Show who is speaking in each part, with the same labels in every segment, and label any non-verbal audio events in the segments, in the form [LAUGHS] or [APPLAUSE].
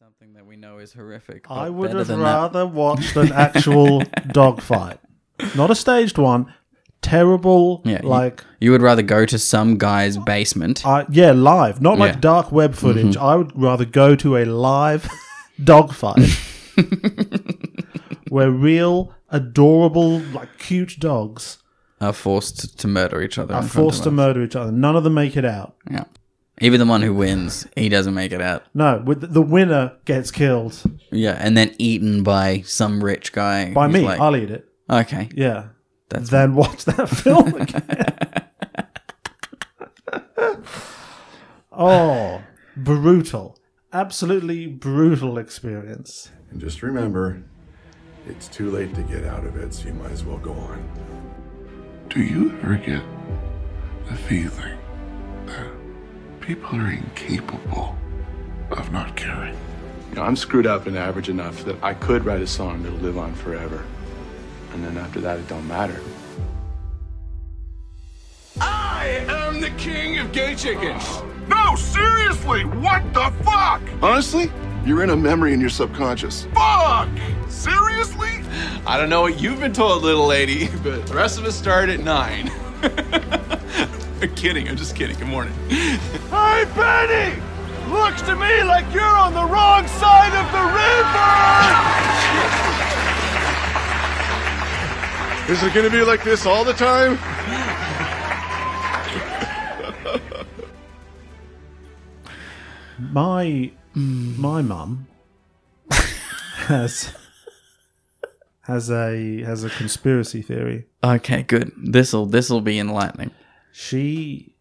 Speaker 1: something that we know is horrific.
Speaker 2: I
Speaker 1: but
Speaker 2: would
Speaker 1: better
Speaker 2: have
Speaker 1: than that.
Speaker 2: rather watched
Speaker 1: [LAUGHS]
Speaker 2: an actual dogfight, not a staged one. Terrible,
Speaker 1: Yeah, you-
Speaker 2: like
Speaker 1: You would rather go to some guy's basement.
Speaker 2: I yeah, live, not like
Speaker 1: Yeah. Mm-hmm.
Speaker 2: dark web footage. I would rather go to a live [LAUGHS] dogfight
Speaker 1: [LAUGHS]
Speaker 2: where real, adorable, like cute dogs
Speaker 1: are forced to murder each other.
Speaker 2: are
Speaker 1: in front
Speaker 2: forced to
Speaker 1: of us.
Speaker 2: murder each other. None of them make it out.
Speaker 1: Yeah. Even the one who wins, he doesn't make it out.
Speaker 2: No, with the winner gets killed
Speaker 1: Yeah, and then eaten by some rich guy.
Speaker 2: by
Speaker 1: who's
Speaker 2: me.
Speaker 1: like,
Speaker 2: I'll eat it.
Speaker 1: okay.
Speaker 2: Yeah.
Speaker 1: That's-
Speaker 2: then watch that film again. oh, brutal. Absolutely brutal experience.
Speaker 3: And just remember, it's too late to get out of it, so you might as well go on.
Speaker 4: Do you ever get the feeling that people are incapable of not caring?
Speaker 5: You know, I'm screwed up and average enough that I could write a song that'll live on forever. And then after that, it don't matter.
Speaker 4: I am the king of gay chickens. No, seriously, what the fuck?
Speaker 5: Honestly,
Speaker 4: You're in a memory in your subconscious. Fuck! Seriously?
Speaker 5: I don't know what you've been told, little lady, [LAUGHS] but the rest of us start at nine. [LAUGHS] I'm kidding. I'm just kidding. Good morning.
Speaker 4: Hey, Benny! Looks to me like you're on the wrong side of the river!
Speaker 3: Is it gonna be like this all the time?
Speaker 2: My my mum has has a has a conspiracy theory.
Speaker 1: Okay, good. This'll this'll be enlightening.
Speaker 2: She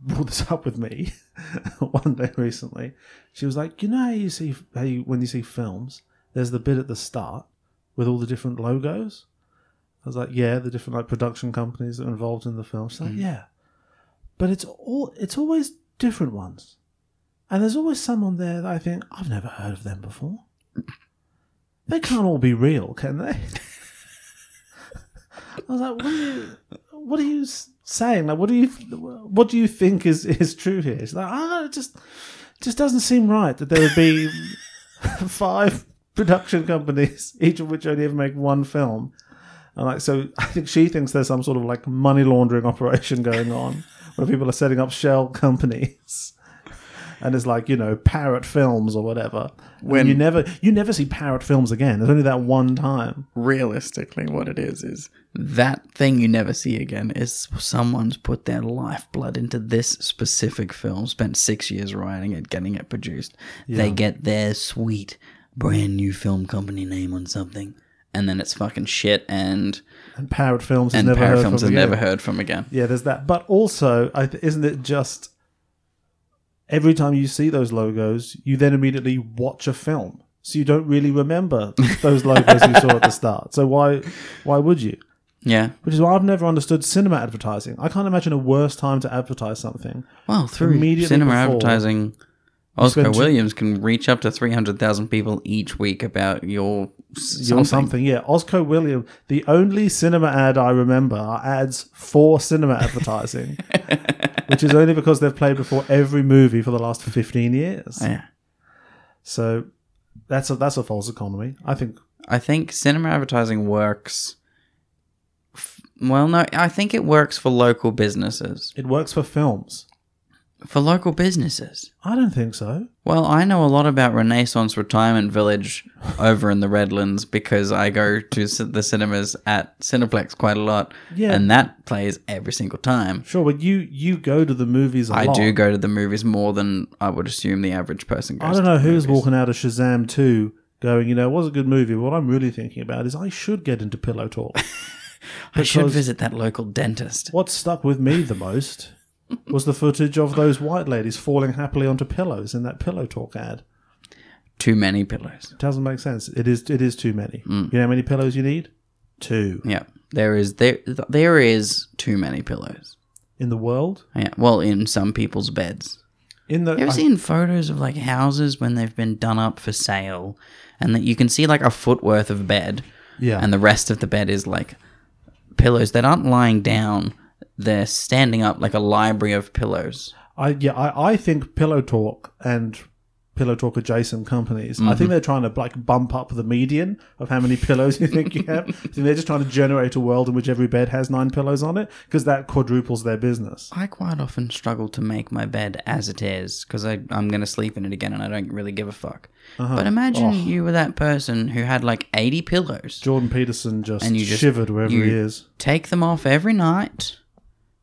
Speaker 2: brought this up with me [LAUGHS] one day recently. She was like, "You know how you see how you, when you see films, there's the bit at the start with all the different logos." I was like, "Yeah, the different like production companies that are involved in the film." She's like, "Yeah, but it's all it's always different ones, and there's always someone there that I think I've never heard of them before. They can't all be real, can they?" [LAUGHS] I was like, "What are you, what are you s- saying? Like, what do you what do you think is is true here?" She's like, "Ah, it just just doesn't seem right that there would be [LAUGHS] five production companies, [LAUGHS] each of which only ever make one film. And like, so I think she thinks there's some sort of like money laundering operation going on where people are setting up shell [LAUGHS] companies. And it's like you know parrot films or whatever. When
Speaker 1: When-
Speaker 2: you never you never see parrot films again. There's only that one time.
Speaker 1: Realistically, what it is is that thing you never see again is someone's put their lifeblood into this specific film, spent six years writing it, getting it produced. They get their sweet brand new film company name on something, and then it's fucking shit and
Speaker 2: And parrot films is
Speaker 1: and
Speaker 2: never
Speaker 1: Parrot
Speaker 2: heard
Speaker 1: Films
Speaker 2: from
Speaker 1: are
Speaker 2: again.
Speaker 1: never heard from again.
Speaker 2: Yeah, there's that. But also, I th- isn't it just every time you see those logos, you then immediately watch a film, so you don't really remember those logos you saw at the start. So why why would you?
Speaker 1: Yeah.
Speaker 2: Which is why I've never understood cinema advertising. I can't imagine a worse time to advertise something.
Speaker 1: Well, through
Speaker 2: Immediately
Speaker 1: cinema
Speaker 2: before-
Speaker 1: advertising, Oscar
Speaker 2: spend two-
Speaker 1: Williams can reach up to 300,000 people each week about your s- something.
Speaker 2: You're something, yeah. Osco William. The only cinema ad I remember are ads for cinema advertising, which is only because they've played before every movie for the last fifteen years.
Speaker 1: Yeah.
Speaker 2: So that's a that's a false economy. I think
Speaker 1: I think cinema advertising works. f- Well, no, I think it works for local businesses.
Speaker 2: it works for films.
Speaker 1: For local businesses.
Speaker 2: I don't think so.
Speaker 1: Well, I know a lot about Renaissance Retirement Village over in the Redlands because I go to c- the cinemas at Cineplex quite a lot.
Speaker 2: Yeah.
Speaker 1: And that plays every single time.
Speaker 2: Sure, but you you go to the movies a
Speaker 1: I
Speaker 2: lot.
Speaker 1: do go to the movies more than I would assume the average person goes.
Speaker 2: I don't
Speaker 1: to
Speaker 2: know
Speaker 1: the
Speaker 2: who's
Speaker 1: movies.
Speaker 2: walking out of Shazam two going. You know, it was a good movie. What I'm really thinking about is I should get into
Speaker 1: [LAUGHS]
Speaker 2: Pillow Talk.
Speaker 1: I should
Speaker 2: because-
Speaker 1: visit that local dentist.
Speaker 2: what stuck with me the most was the footage of those white ladies falling happily onto pillows in that Pillow Talk ad.
Speaker 1: Too many pillows.
Speaker 2: It doesn't make sense. It is it is too many. You know how many pillows you need? Two
Speaker 1: Hmm. Yeah, there is there there is too many pillows.
Speaker 2: in the world.
Speaker 1: Yeah, well, in some people's beds.
Speaker 2: In the uh,
Speaker 1: You ever
Speaker 2: I-
Speaker 1: seen photos of like houses when they've been done up for sale, and that you can see like a foot worth of bed,
Speaker 2: yeah,
Speaker 1: and the rest of the bed is like pillows that aren't lying down; they're standing up like a library of pillows.
Speaker 2: I yeah, I, I think Pillow Talk and pillow talk adjacent companies. I
Speaker 1: Mm-hmm.
Speaker 2: think they're trying to like bump up the median of how many pillows you think you
Speaker 1: [LAUGHS]
Speaker 2: have. I think they're just trying to generate a world in which every bed has nine pillows on it because that quadruples their business.
Speaker 1: I quite often struggle to make my bed as it is because I'm going to sleep in it again and I don't really give a fuck. But imagine you were that person who had like 80 pillows.
Speaker 2: Jordan Peterson just,
Speaker 1: And you just-
Speaker 2: shivered wherever
Speaker 1: you-
Speaker 2: he is.
Speaker 1: Take them off every night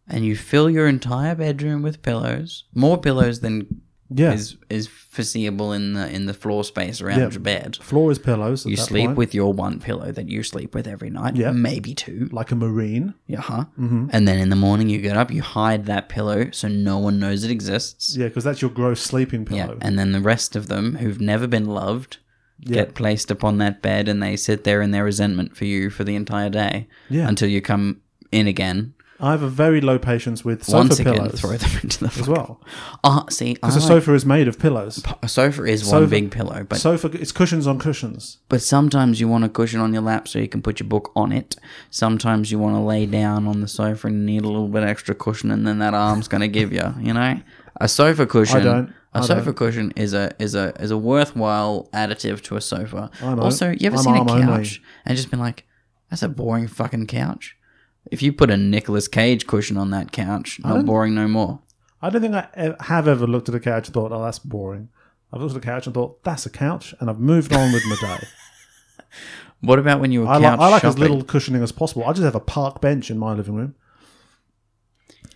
Speaker 1: and you fill your entire bedroom with pillows. More pillows than
Speaker 2: Yeah,
Speaker 1: is is foreseeable in the in the floor space around
Speaker 2: Yeah.
Speaker 1: your bed.
Speaker 2: floor is pillows. At
Speaker 1: You
Speaker 2: that
Speaker 1: sleep
Speaker 2: point.
Speaker 1: with your one pillow that you sleep with every night,
Speaker 2: Yeah. Mm-hmm.
Speaker 1: maybe two.
Speaker 2: like a marine.
Speaker 1: Uh huh. And then in the morning you get up, you hide that pillow so no one knows it exists.
Speaker 2: Yeah, because that's your gross sleeping
Speaker 1: Yeah,
Speaker 2: pillow.
Speaker 1: and then the rest of them who've never been loved get placed upon that bed and they sit there in their resentment for you for the entire day
Speaker 2: Yeah.
Speaker 1: until you come in again.
Speaker 2: I have a very low patience with sofa
Speaker 1: Once again,
Speaker 2: pillows
Speaker 1: throw them into the
Speaker 2: as
Speaker 1: fucking-
Speaker 2: well.
Speaker 1: Ah, see, I
Speaker 2: Because
Speaker 1: like,
Speaker 2: a sofa is made of pillows.
Speaker 1: a sofa is one
Speaker 2: Sofa-
Speaker 1: big pillow, but
Speaker 2: sofa, it's cushions on cushions.
Speaker 1: but sometimes you want a cushion on your lap so you can put your book on it. Sometimes you want to lay down on the sofa and need a little bit extra cushion, and then that arm's going to give you, you know, a sofa cushion.
Speaker 2: don't.
Speaker 1: A
Speaker 2: I
Speaker 1: sofa
Speaker 2: don't.
Speaker 1: cushion is a is a is a worthwhile additive to a sofa.
Speaker 2: don't.
Speaker 1: Also, you ever
Speaker 2: I'm
Speaker 1: seen a
Speaker 2: arm
Speaker 1: couch
Speaker 2: only.
Speaker 1: and just been like, "That's a boring fucking couch." If you put a Nicolas Cage cushion on that couch, not boring no more.
Speaker 2: I don't think I e- have ever looked at a couch and thought, oh, that's boring. I've looked at a couch and thought, that's a couch, and I've moved on with my
Speaker 1: [LAUGHS]
Speaker 2: day.
Speaker 1: What about when you were
Speaker 2: I,
Speaker 1: couch
Speaker 2: li- I like as
Speaker 1: shopping?
Speaker 2: little cushioning as possible. I just have a park bench in my living room.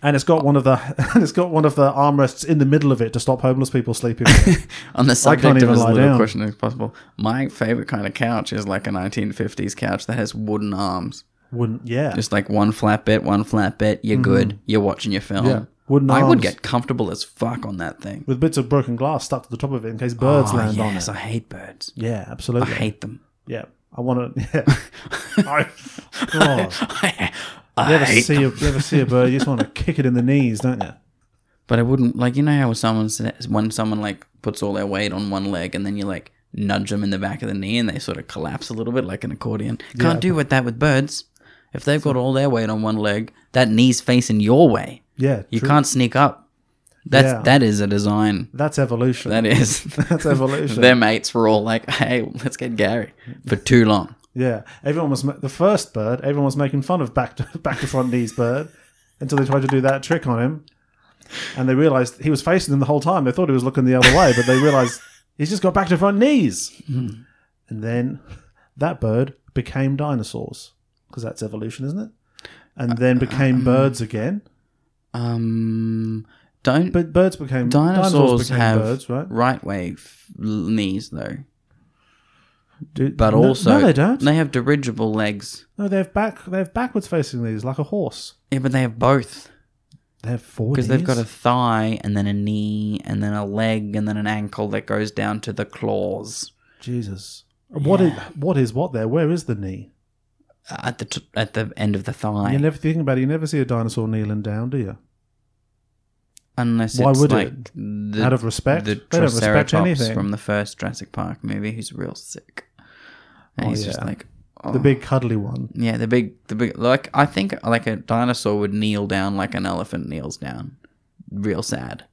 Speaker 2: And it's got one of the [LAUGHS] and it's got one of the armrests in the middle of it to stop homeless people sleeping.
Speaker 1: [LAUGHS] on the
Speaker 2: can't
Speaker 1: subject of
Speaker 2: even
Speaker 1: as
Speaker 2: lie
Speaker 1: little
Speaker 2: down.
Speaker 1: cushion as possible. My favorite kind of couch is like a 1950s couch that has wooden arms.
Speaker 2: Wouldn't yeah.
Speaker 1: Just like one flat bit, one flat bit. You're good. You're watching your film.
Speaker 2: Mm-hmm. Yeah, wooden
Speaker 1: I would
Speaker 2: arms.
Speaker 1: get comfortable as fuck on that thing.
Speaker 2: with bits of broken glass stuck to the top of it in case birds
Speaker 1: Oh,
Speaker 2: land
Speaker 1: yes,
Speaker 2: on it.
Speaker 1: I hate birds.
Speaker 2: yeah,
Speaker 1: I
Speaker 2: absolutely.
Speaker 1: hate them. [LAUGHS]
Speaker 2: yeah, I want to. [LAUGHS] Yeah. I, God.
Speaker 1: I
Speaker 2: You ever,
Speaker 1: hate
Speaker 2: see a,
Speaker 1: them.
Speaker 2: you ever see a bird, you just want to kick it in the knees, don't you?
Speaker 1: But I wouldn't like you know how someone says when someone like puts all their weight on one leg and then you like nudge them in the back of the knee and they sort of collapse a little bit like an accordion. Can't do with that with birds. If they've got all their weight on one leg, that knee's facing your way.
Speaker 2: Yeah,
Speaker 1: You
Speaker 2: true.
Speaker 1: can't sneak up. That's
Speaker 2: Yeah.
Speaker 1: that is a design.
Speaker 2: That's evolution.
Speaker 1: That is.
Speaker 2: [LAUGHS]
Speaker 1: [LAUGHS]
Speaker 2: That's evolution.
Speaker 1: Their mates were all like, "Hey, let's get Gary for too long."
Speaker 2: yeah, everyone was ma- the first bird. Everyone was making fun of back to [LAUGHS] back to front knees bird until they tried to do that trick on him, and they realized he was facing them the whole time. They thought he was looking the other way, but they realized he's just got back to front knees. And then that bird became dinosaurs because that's evolution, isn't it?
Speaker 1: Uh,
Speaker 2: And then became birds again.
Speaker 1: Um, don't
Speaker 2: But birds became
Speaker 1: dinosaurs,
Speaker 2: dinosaurs, became
Speaker 1: have
Speaker 2: birds, right?
Speaker 1: way f- knees though.
Speaker 2: Do-
Speaker 1: But
Speaker 2: no-
Speaker 1: also,
Speaker 2: no, they don't.
Speaker 1: They have dirigible legs.
Speaker 2: No, they have back. They have backwards facing knees like a horse.
Speaker 1: Yeah, but they have both
Speaker 2: They have four
Speaker 1: because they've got a
Speaker 2: knees?
Speaker 1: thigh and then a knee and then a leg and then an ankle that goes down to the claws
Speaker 2: Jesus. What is what is what there? Where is the knee?
Speaker 1: at the t- at the end of the thigh.
Speaker 2: You never think about it. You never see a dinosaur kneeling down, do you?
Speaker 1: Unless
Speaker 2: Why
Speaker 1: it's
Speaker 2: would
Speaker 1: like
Speaker 2: it?
Speaker 1: the,
Speaker 2: Out of respect?
Speaker 1: the
Speaker 2: They don't respect
Speaker 1: Triceratops
Speaker 2: anything.
Speaker 1: from the first Jurassic Park movie, who's real sick, and
Speaker 2: Oh,
Speaker 1: he's just
Speaker 2: yeah.
Speaker 1: like oh.
Speaker 2: The big cuddly one.
Speaker 1: yeah, the big the big like I think like a dinosaur would kneel down like an elephant kneels down, real sad.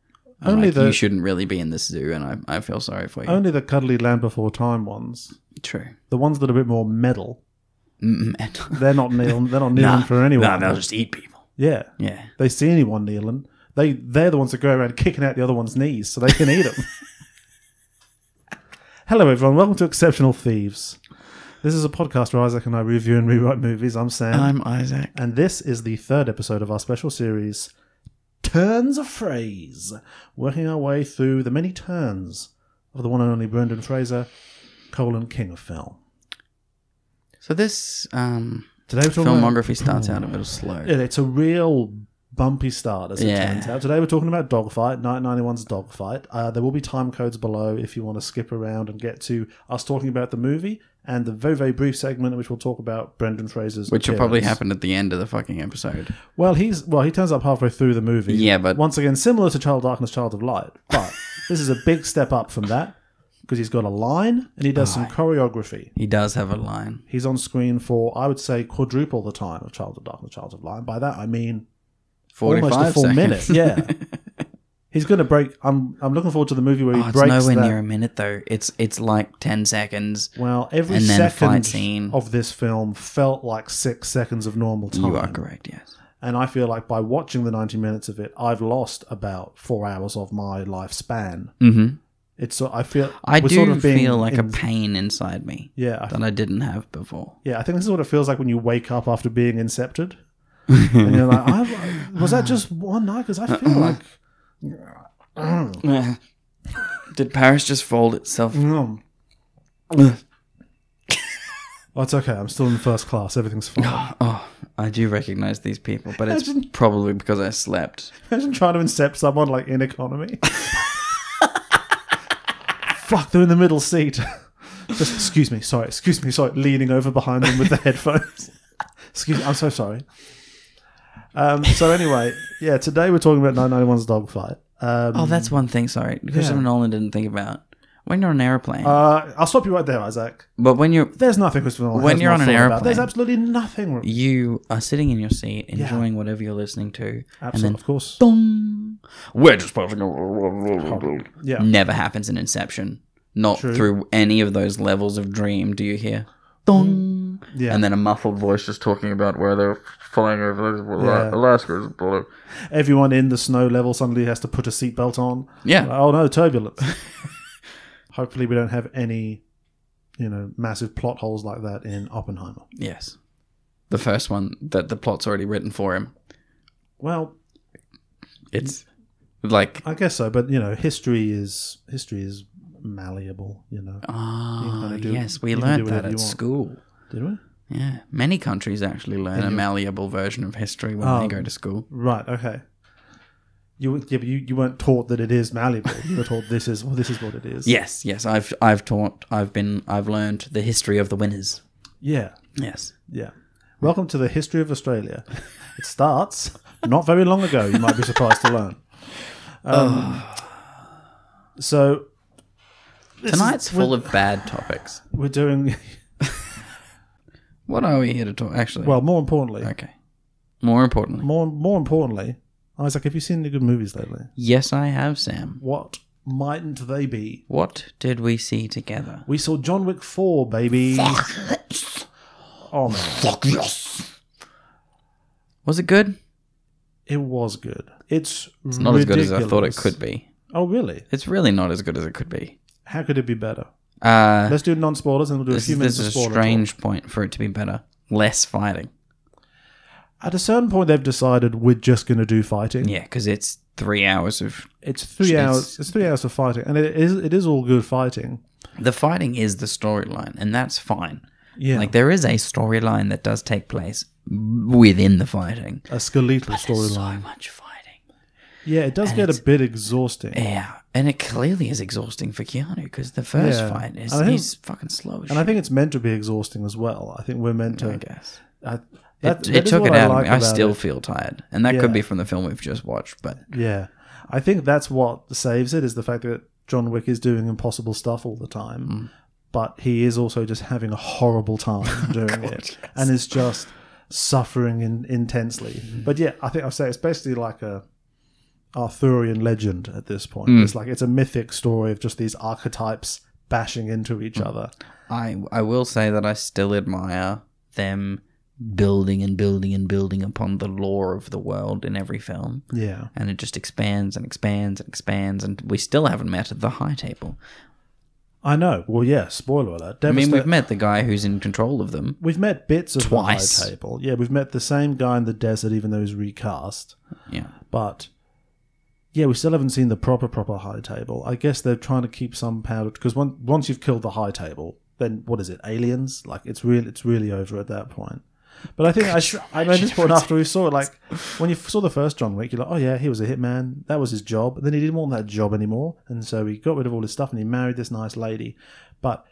Speaker 1: I'm
Speaker 2: Only
Speaker 1: like,
Speaker 2: the-
Speaker 1: you shouldn't really be in this zoo, and I, I feel sorry for you.
Speaker 2: Only the cuddly land before time ones.
Speaker 1: True.
Speaker 2: The ones that are a bit more metal. [LAUGHS]
Speaker 1: Mm, [LAUGHS] mm,
Speaker 2: They're not kneeling. They're not kneeling for
Speaker 1: [LAUGHS]
Speaker 2: anyone.
Speaker 1: Nah, they'll just eat people.
Speaker 2: Yeah.
Speaker 1: Yeah.
Speaker 2: They see anyone kneeling. They they're the ones that go around kicking out the other one's knees so they can eat them.
Speaker 1: [LAUGHS]
Speaker 2: Hello, everyone. Welcome to Exceptional Thieves. This is a podcast where Isaac and I review and rewrite movies. I'm Sam.
Speaker 1: I'm Isaac.
Speaker 2: And this is the third episode of our special series, Turns of Phrase, working our way through the many turns of the one and only Brendan Fraser, colon king of film.
Speaker 1: So this um,
Speaker 2: Today we're talking about,
Speaker 1: filmography starts
Speaker 2: [LAUGHS]
Speaker 1: out a little slow.
Speaker 2: Yeah, it's a real bumpy start as it
Speaker 1: Yeah.
Speaker 2: turns out. Today we're talking about Dogfight, 1991's Dogfight. Uh, there will be time codes below if you want to skip around and get to us talking about the movie and the very, very brief segment in which we'll talk about Brendan Fraser's
Speaker 1: Which will probably
Speaker 2: appearance.
Speaker 1: happen at the end of the fucking episode.
Speaker 2: Well, he's well. He turns up halfway through the movie.
Speaker 1: Yeah, but-
Speaker 2: once again, similar to Child of Darkness, Child of Light, but [LAUGHS] this is a big step up from that because he's got a line and he does some choreography.
Speaker 1: He does have a line.
Speaker 2: He's on screen for I would say quadruple the time of Child of Darkness, Child of Light. By that I mean
Speaker 1: 45
Speaker 2: almost a full
Speaker 1: [LAUGHS] seconds.
Speaker 2: minute. Yeah, He's going to break. I'm I'm looking forward to the movie where he
Speaker 1: Oh, it's
Speaker 2: breaks
Speaker 1: nowhere
Speaker 2: that.
Speaker 1: near a minute though. It's it's like ten seconds.
Speaker 2: Well, every
Speaker 1: And then a
Speaker 2: second
Speaker 1: fight scene.
Speaker 2: of this film felt like six seconds of normal time.
Speaker 1: You are correct. Yes.
Speaker 2: And I feel like by watching the 90 minutes of it, I've lost about four hours of my lifespan.
Speaker 1: Mm-hmm.
Speaker 2: It's so I feel
Speaker 1: I
Speaker 2: we're
Speaker 1: do
Speaker 2: sort of being
Speaker 1: feel like a
Speaker 2: in-
Speaker 1: pain inside me
Speaker 2: yeah I
Speaker 1: that I didn't have
Speaker 2: [LAUGHS]
Speaker 1: before.
Speaker 2: Yeah, I think this is what it feels like when you wake up after
Speaker 1: [LAUGHS]
Speaker 2: being incepted. and you're like, I, was that just one night? Because I
Speaker 1: Uh-uh.
Speaker 2: feel like.
Speaker 1: Did Paris just fold itself?
Speaker 2: Mm. Oh, it's okay. I'm still in first class. Everything's
Speaker 1: [SIGHS]
Speaker 2: fine.
Speaker 1: Oh, I do recognize these people, but it's probably because I slept.
Speaker 2: Imagine trying to incept someone like in economy. [LAUGHS] Fuck, they're in the middle seat. [LAUGHS] Just, excuse me, sorry. Excuse me, sorry. Leaning over behind them with the [LAUGHS] headphones. excuse me, I'm so sorry. Um, so anyway, yeah, today we're talking about 991's dogfight. Um,
Speaker 1: Oh, that's one thing. Sorry, Christopher
Speaker 2: Yeah.
Speaker 1: Nolan didn't think about when you're on an airplane.
Speaker 2: Uh, I'll stop you right there, Isaac.
Speaker 1: but when you're
Speaker 2: There's nothing Christopher Nolan
Speaker 1: When
Speaker 2: has
Speaker 1: you're on
Speaker 2: not
Speaker 1: an
Speaker 2: thought about.
Speaker 1: airplane-
Speaker 2: there's absolutely nothing. wrong-
Speaker 1: you are sitting in your seat, enjoying whatever you're listening to,
Speaker 2: Absolutely,
Speaker 1: and then
Speaker 2: of course.
Speaker 1: boom, we're just passing. a-
Speaker 2: Yeah.
Speaker 1: Never happens in Inception. Not
Speaker 2: True.
Speaker 1: through any of those levels of dream. Do you hear? Dong.
Speaker 2: Yeah.
Speaker 1: And then a muffled voice just talking about where they're flying over
Speaker 2: Yeah.
Speaker 1: Alaska's blue.
Speaker 2: Everyone in the snow level suddenly has to put a seatbelt on.
Speaker 1: Yeah.
Speaker 2: Like, oh no, turbulence. [LAUGHS] Hopefully, we don't have any, you know, massive plot holes like that in Oppenheimer.
Speaker 1: Yes. The first one that the plot's already written for him.
Speaker 2: Well,
Speaker 1: It's like
Speaker 2: I guess so, but you know, history is history is malleable. You know,
Speaker 1: ah
Speaker 2: kinda do-
Speaker 1: yes, we
Speaker 2: you can do
Speaker 1: learned that
Speaker 2: whatever you
Speaker 1: at
Speaker 2: want.
Speaker 1: school.
Speaker 2: did we?
Speaker 1: Yeah, many countries actually learn a malleable version of history when they
Speaker 2: Oh.
Speaker 1: go to school.
Speaker 2: Right. Okay. You, yeah, but you, you weren't taught that it is malleable. You were taught this is well, this is what it is.
Speaker 1: Yes, yes, I've I've taught, I've been, I've learned the history of the winners.
Speaker 2: Yeah.
Speaker 1: Yes,
Speaker 2: Yeah. Welcome to the history of Australia. It starts not very long ago, you might be surprised to learn.
Speaker 1: [SIGHS]
Speaker 2: Um, so this is-
Speaker 1: tonight's full
Speaker 2: we're,
Speaker 1: of bad topics.
Speaker 2: We're doing
Speaker 1: What are we here to talk? Actually,
Speaker 2: well. More importantly,
Speaker 1: okay. More importantly,
Speaker 2: more more importantly, Isaac, have you seen any good movies lately?
Speaker 1: yes, I have Sam.
Speaker 2: What mightn't they be?
Speaker 1: What did we see together?
Speaker 2: We saw John Wick Four, baby. Oh man,
Speaker 1: Was it good?
Speaker 2: it was good. It's,
Speaker 1: It's not as good as I thought it could be.
Speaker 2: Oh really?
Speaker 1: It's really not as good as it could be.
Speaker 2: How could it be better?
Speaker 1: Uh,
Speaker 2: Let's do non-spoilers, and we'll do
Speaker 1: this
Speaker 2: a few
Speaker 1: is,
Speaker 2: minutes
Speaker 1: this
Speaker 2: of
Speaker 1: is a
Speaker 2: spoiler talk.
Speaker 1: strange point for it to be better. Less fighting.
Speaker 2: At a certain point, they've decided we're just going to do fighting.
Speaker 1: Yeah, because it's three hours of.
Speaker 2: It's three
Speaker 1: It's-
Speaker 2: hours. It's three hours of fighting, and it is it is all good fighting.
Speaker 1: The fighting is the storyline, and that's fine.
Speaker 2: Yeah,
Speaker 1: Like, there is a storyline that does take place within the fighting.
Speaker 2: a skeletal
Speaker 1: So
Speaker 2: storyline.
Speaker 1: much fighting.
Speaker 2: Yeah, it does get a bit exhausting,
Speaker 1: Yeah, and it clearly is exhausting for Keanu because the first
Speaker 2: Yeah.
Speaker 1: fight is
Speaker 2: I think-
Speaker 1: he's fucking slow.
Speaker 2: and I think it's meant to be exhausting as well. I think we're meant to.
Speaker 1: I guess
Speaker 2: I,
Speaker 1: Oh it,
Speaker 2: that-
Speaker 1: it
Speaker 2: that is
Speaker 1: took
Speaker 2: what
Speaker 1: it out. of me. I
Speaker 2: about
Speaker 1: still
Speaker 2: it.
Speaker 1: feel tired, and that could
Speaker 2: Yeah.
Speaker 1: be from the film we've just watched. But
Speaker 2: Yeah, I think that's what saves it is the fact that John Wick is doing impossible stuff all the time,
Speaker 1: Mm.
Speaker 2: but he is also just having a horrible
Speaker 1: [LAUGHS]
Speaker 2: time doing it, and is just suffering in, intensely.
Speaker 1: Mm-hmm.
Speaker 2: But yeah, I think I'll say it's basically like a Arthurian legend at this point.
Speaker 1: Mm.
Speaker 2: It's like it's a mythic story of just these archetypes bashing into
Speaker 1: Mm.
Speaker 2: each other.
Speaker 1: I I will say that I still admire them building and building and building upon the lore of the world in every film.
Speaker 2: Yeah,
Speaker 1: And it just expands and expands and expands, and we still haven't met at the high table.
Speaker 2: I know. Well, yeah. Spoiler alert.
Speaker 1: I mean,
Speaker 2: Devasta-
Speaker 1: we've met the guy who's in control of them.
Speaker 2: We've met bits of
Speaker 1: Twice.
Speaker 2: the high table. Yeah, we've met the same guy in the desert, even though he's recast.
Speaker 1: Yeah,
Speaker 2: But yeah, we still haven't seen the proper proper high table. I guess they're trying to keep some powder because once once you've killed the high table, then what is it? Aliens? Like it's real. It's really over at that point. But I think I, sh- I made this point after we saw it. Like when you saw the first John Wick, you're like, oh yeah, he was a hitman. That was his job. then he didn't want that job anymore, and so he got rid of all his stuff and he married this nice lady. But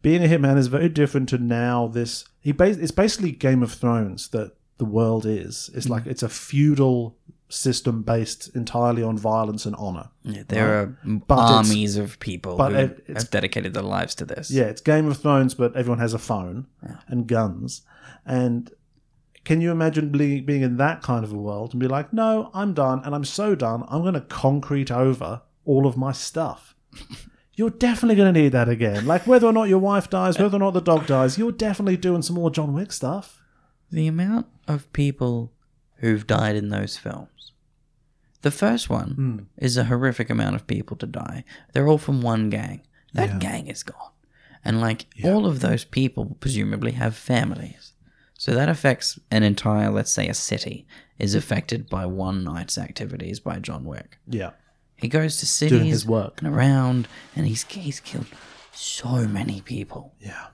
Speaker 2: being a hitman is very different to now. This he bas- it's basically Game of Thrones that the world is. It's like it's a feudal system based entirely on violence and honor.
Speaker 1: Yeah, there are m-
Speaker 2: But it's-
Speaker 1: armies of people
Speaker 2: but
Speaker 1: who
Speaker 2: it- it's-
Speaker 1: have dedicated their lives to this.
Speaker 2: Yeah, it's Game of Thrones, but everyone has a phone and guns. And Can you imagine being, being in that kind of a world and be like, no, I'm done, and I'm so done, I'm going to concrete over all of my stuff. You're definitely going to need that again. Like, whether or not your wife dies, whether or not the dog dies, you're definitely doing some more John Wick stuff.
Speaker 1: the amount of people who've died in those films. The first one
Speaker 2: Hmm.
Speaker 1: is a horrific amount of people to die. They're all from one gang. That gang is gone. And like all of those people presumably have families. So that affects an entire, let's say a city is affected by one night's activities by John Wick.
Speaker 2: Yeah.
Speaker 1: He goes to cities
Speaker 2: Doing his work.
Speaker 1: and around and he's he's killed so many people.
Speaker 2: Yeah.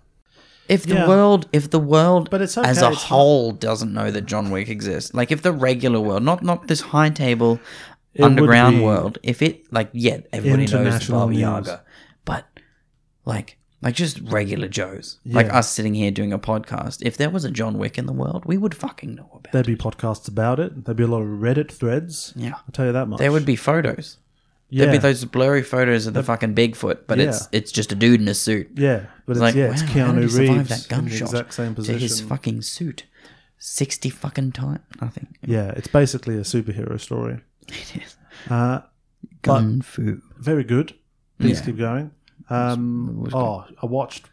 Speaker 1: If the
Speaker 2: Yeah.
Speaker 1: world, if the world
Speaker 2: But
Speaker 1: as
Speaker 2: it's okay,
Speaker 1: a
Speaker 2: it's not-
Speaker 1: whole doesn't know that John Wick exists, like if the regular world, not not this high table
Speaker 2: would
Speaker 1: underground
Speaker 2: be
Speaker 1: world, if it like yeah, everybody knows
Speaker 2: international
Speaker 1: Baba
Speaker 2: news.
Speaker 1: Yaga, but like like just regular Joes, like
Speaker 2: Yeah.
Speaker 1: us sitting here doing a podcast. If there was a John Wick in the world, we would fucking know about. it.
Speaker 2: There'd be podcasts about it. There'd be a lot of Reddit threads.
Speaker 1: Yeah.
Speaker 2: I'll tell you that much.
Speaker 1: There would be photos.
Speaker 2: yeah.
Speaker 1: There'd be those blurry photos of the fucking Bigfoot, but it's it's just a dude in a suit.
Speaker 2: Yeah, but it's,
Speaker 1: like,
Speaker 2: yeah, it's
Speaker 1: wow, how did he
Speaker 2: Keanu
Speaker 1: survive
Speaker 2: Reeves
Speaker 1: that
Speaker 2: in the
Speaker 1: gunshot
Speaker 2: exact same
Speaker 1: to his
Speaker 2: position.
Speaker 1: fucking suit? Sixty fucking time, nothing. [LAUGHS]
Speaker 2: yeah, it's basically a superhero story.
Speaker 1: It is
Speaker 2: Uh,
Speaker 1: gun fu.
Speaker 2: very good. Please
Speaker 1: Yeah.
Speaker 2: keep going. Um,
Speaker 1: was good.
Speaker 2: oh, I watched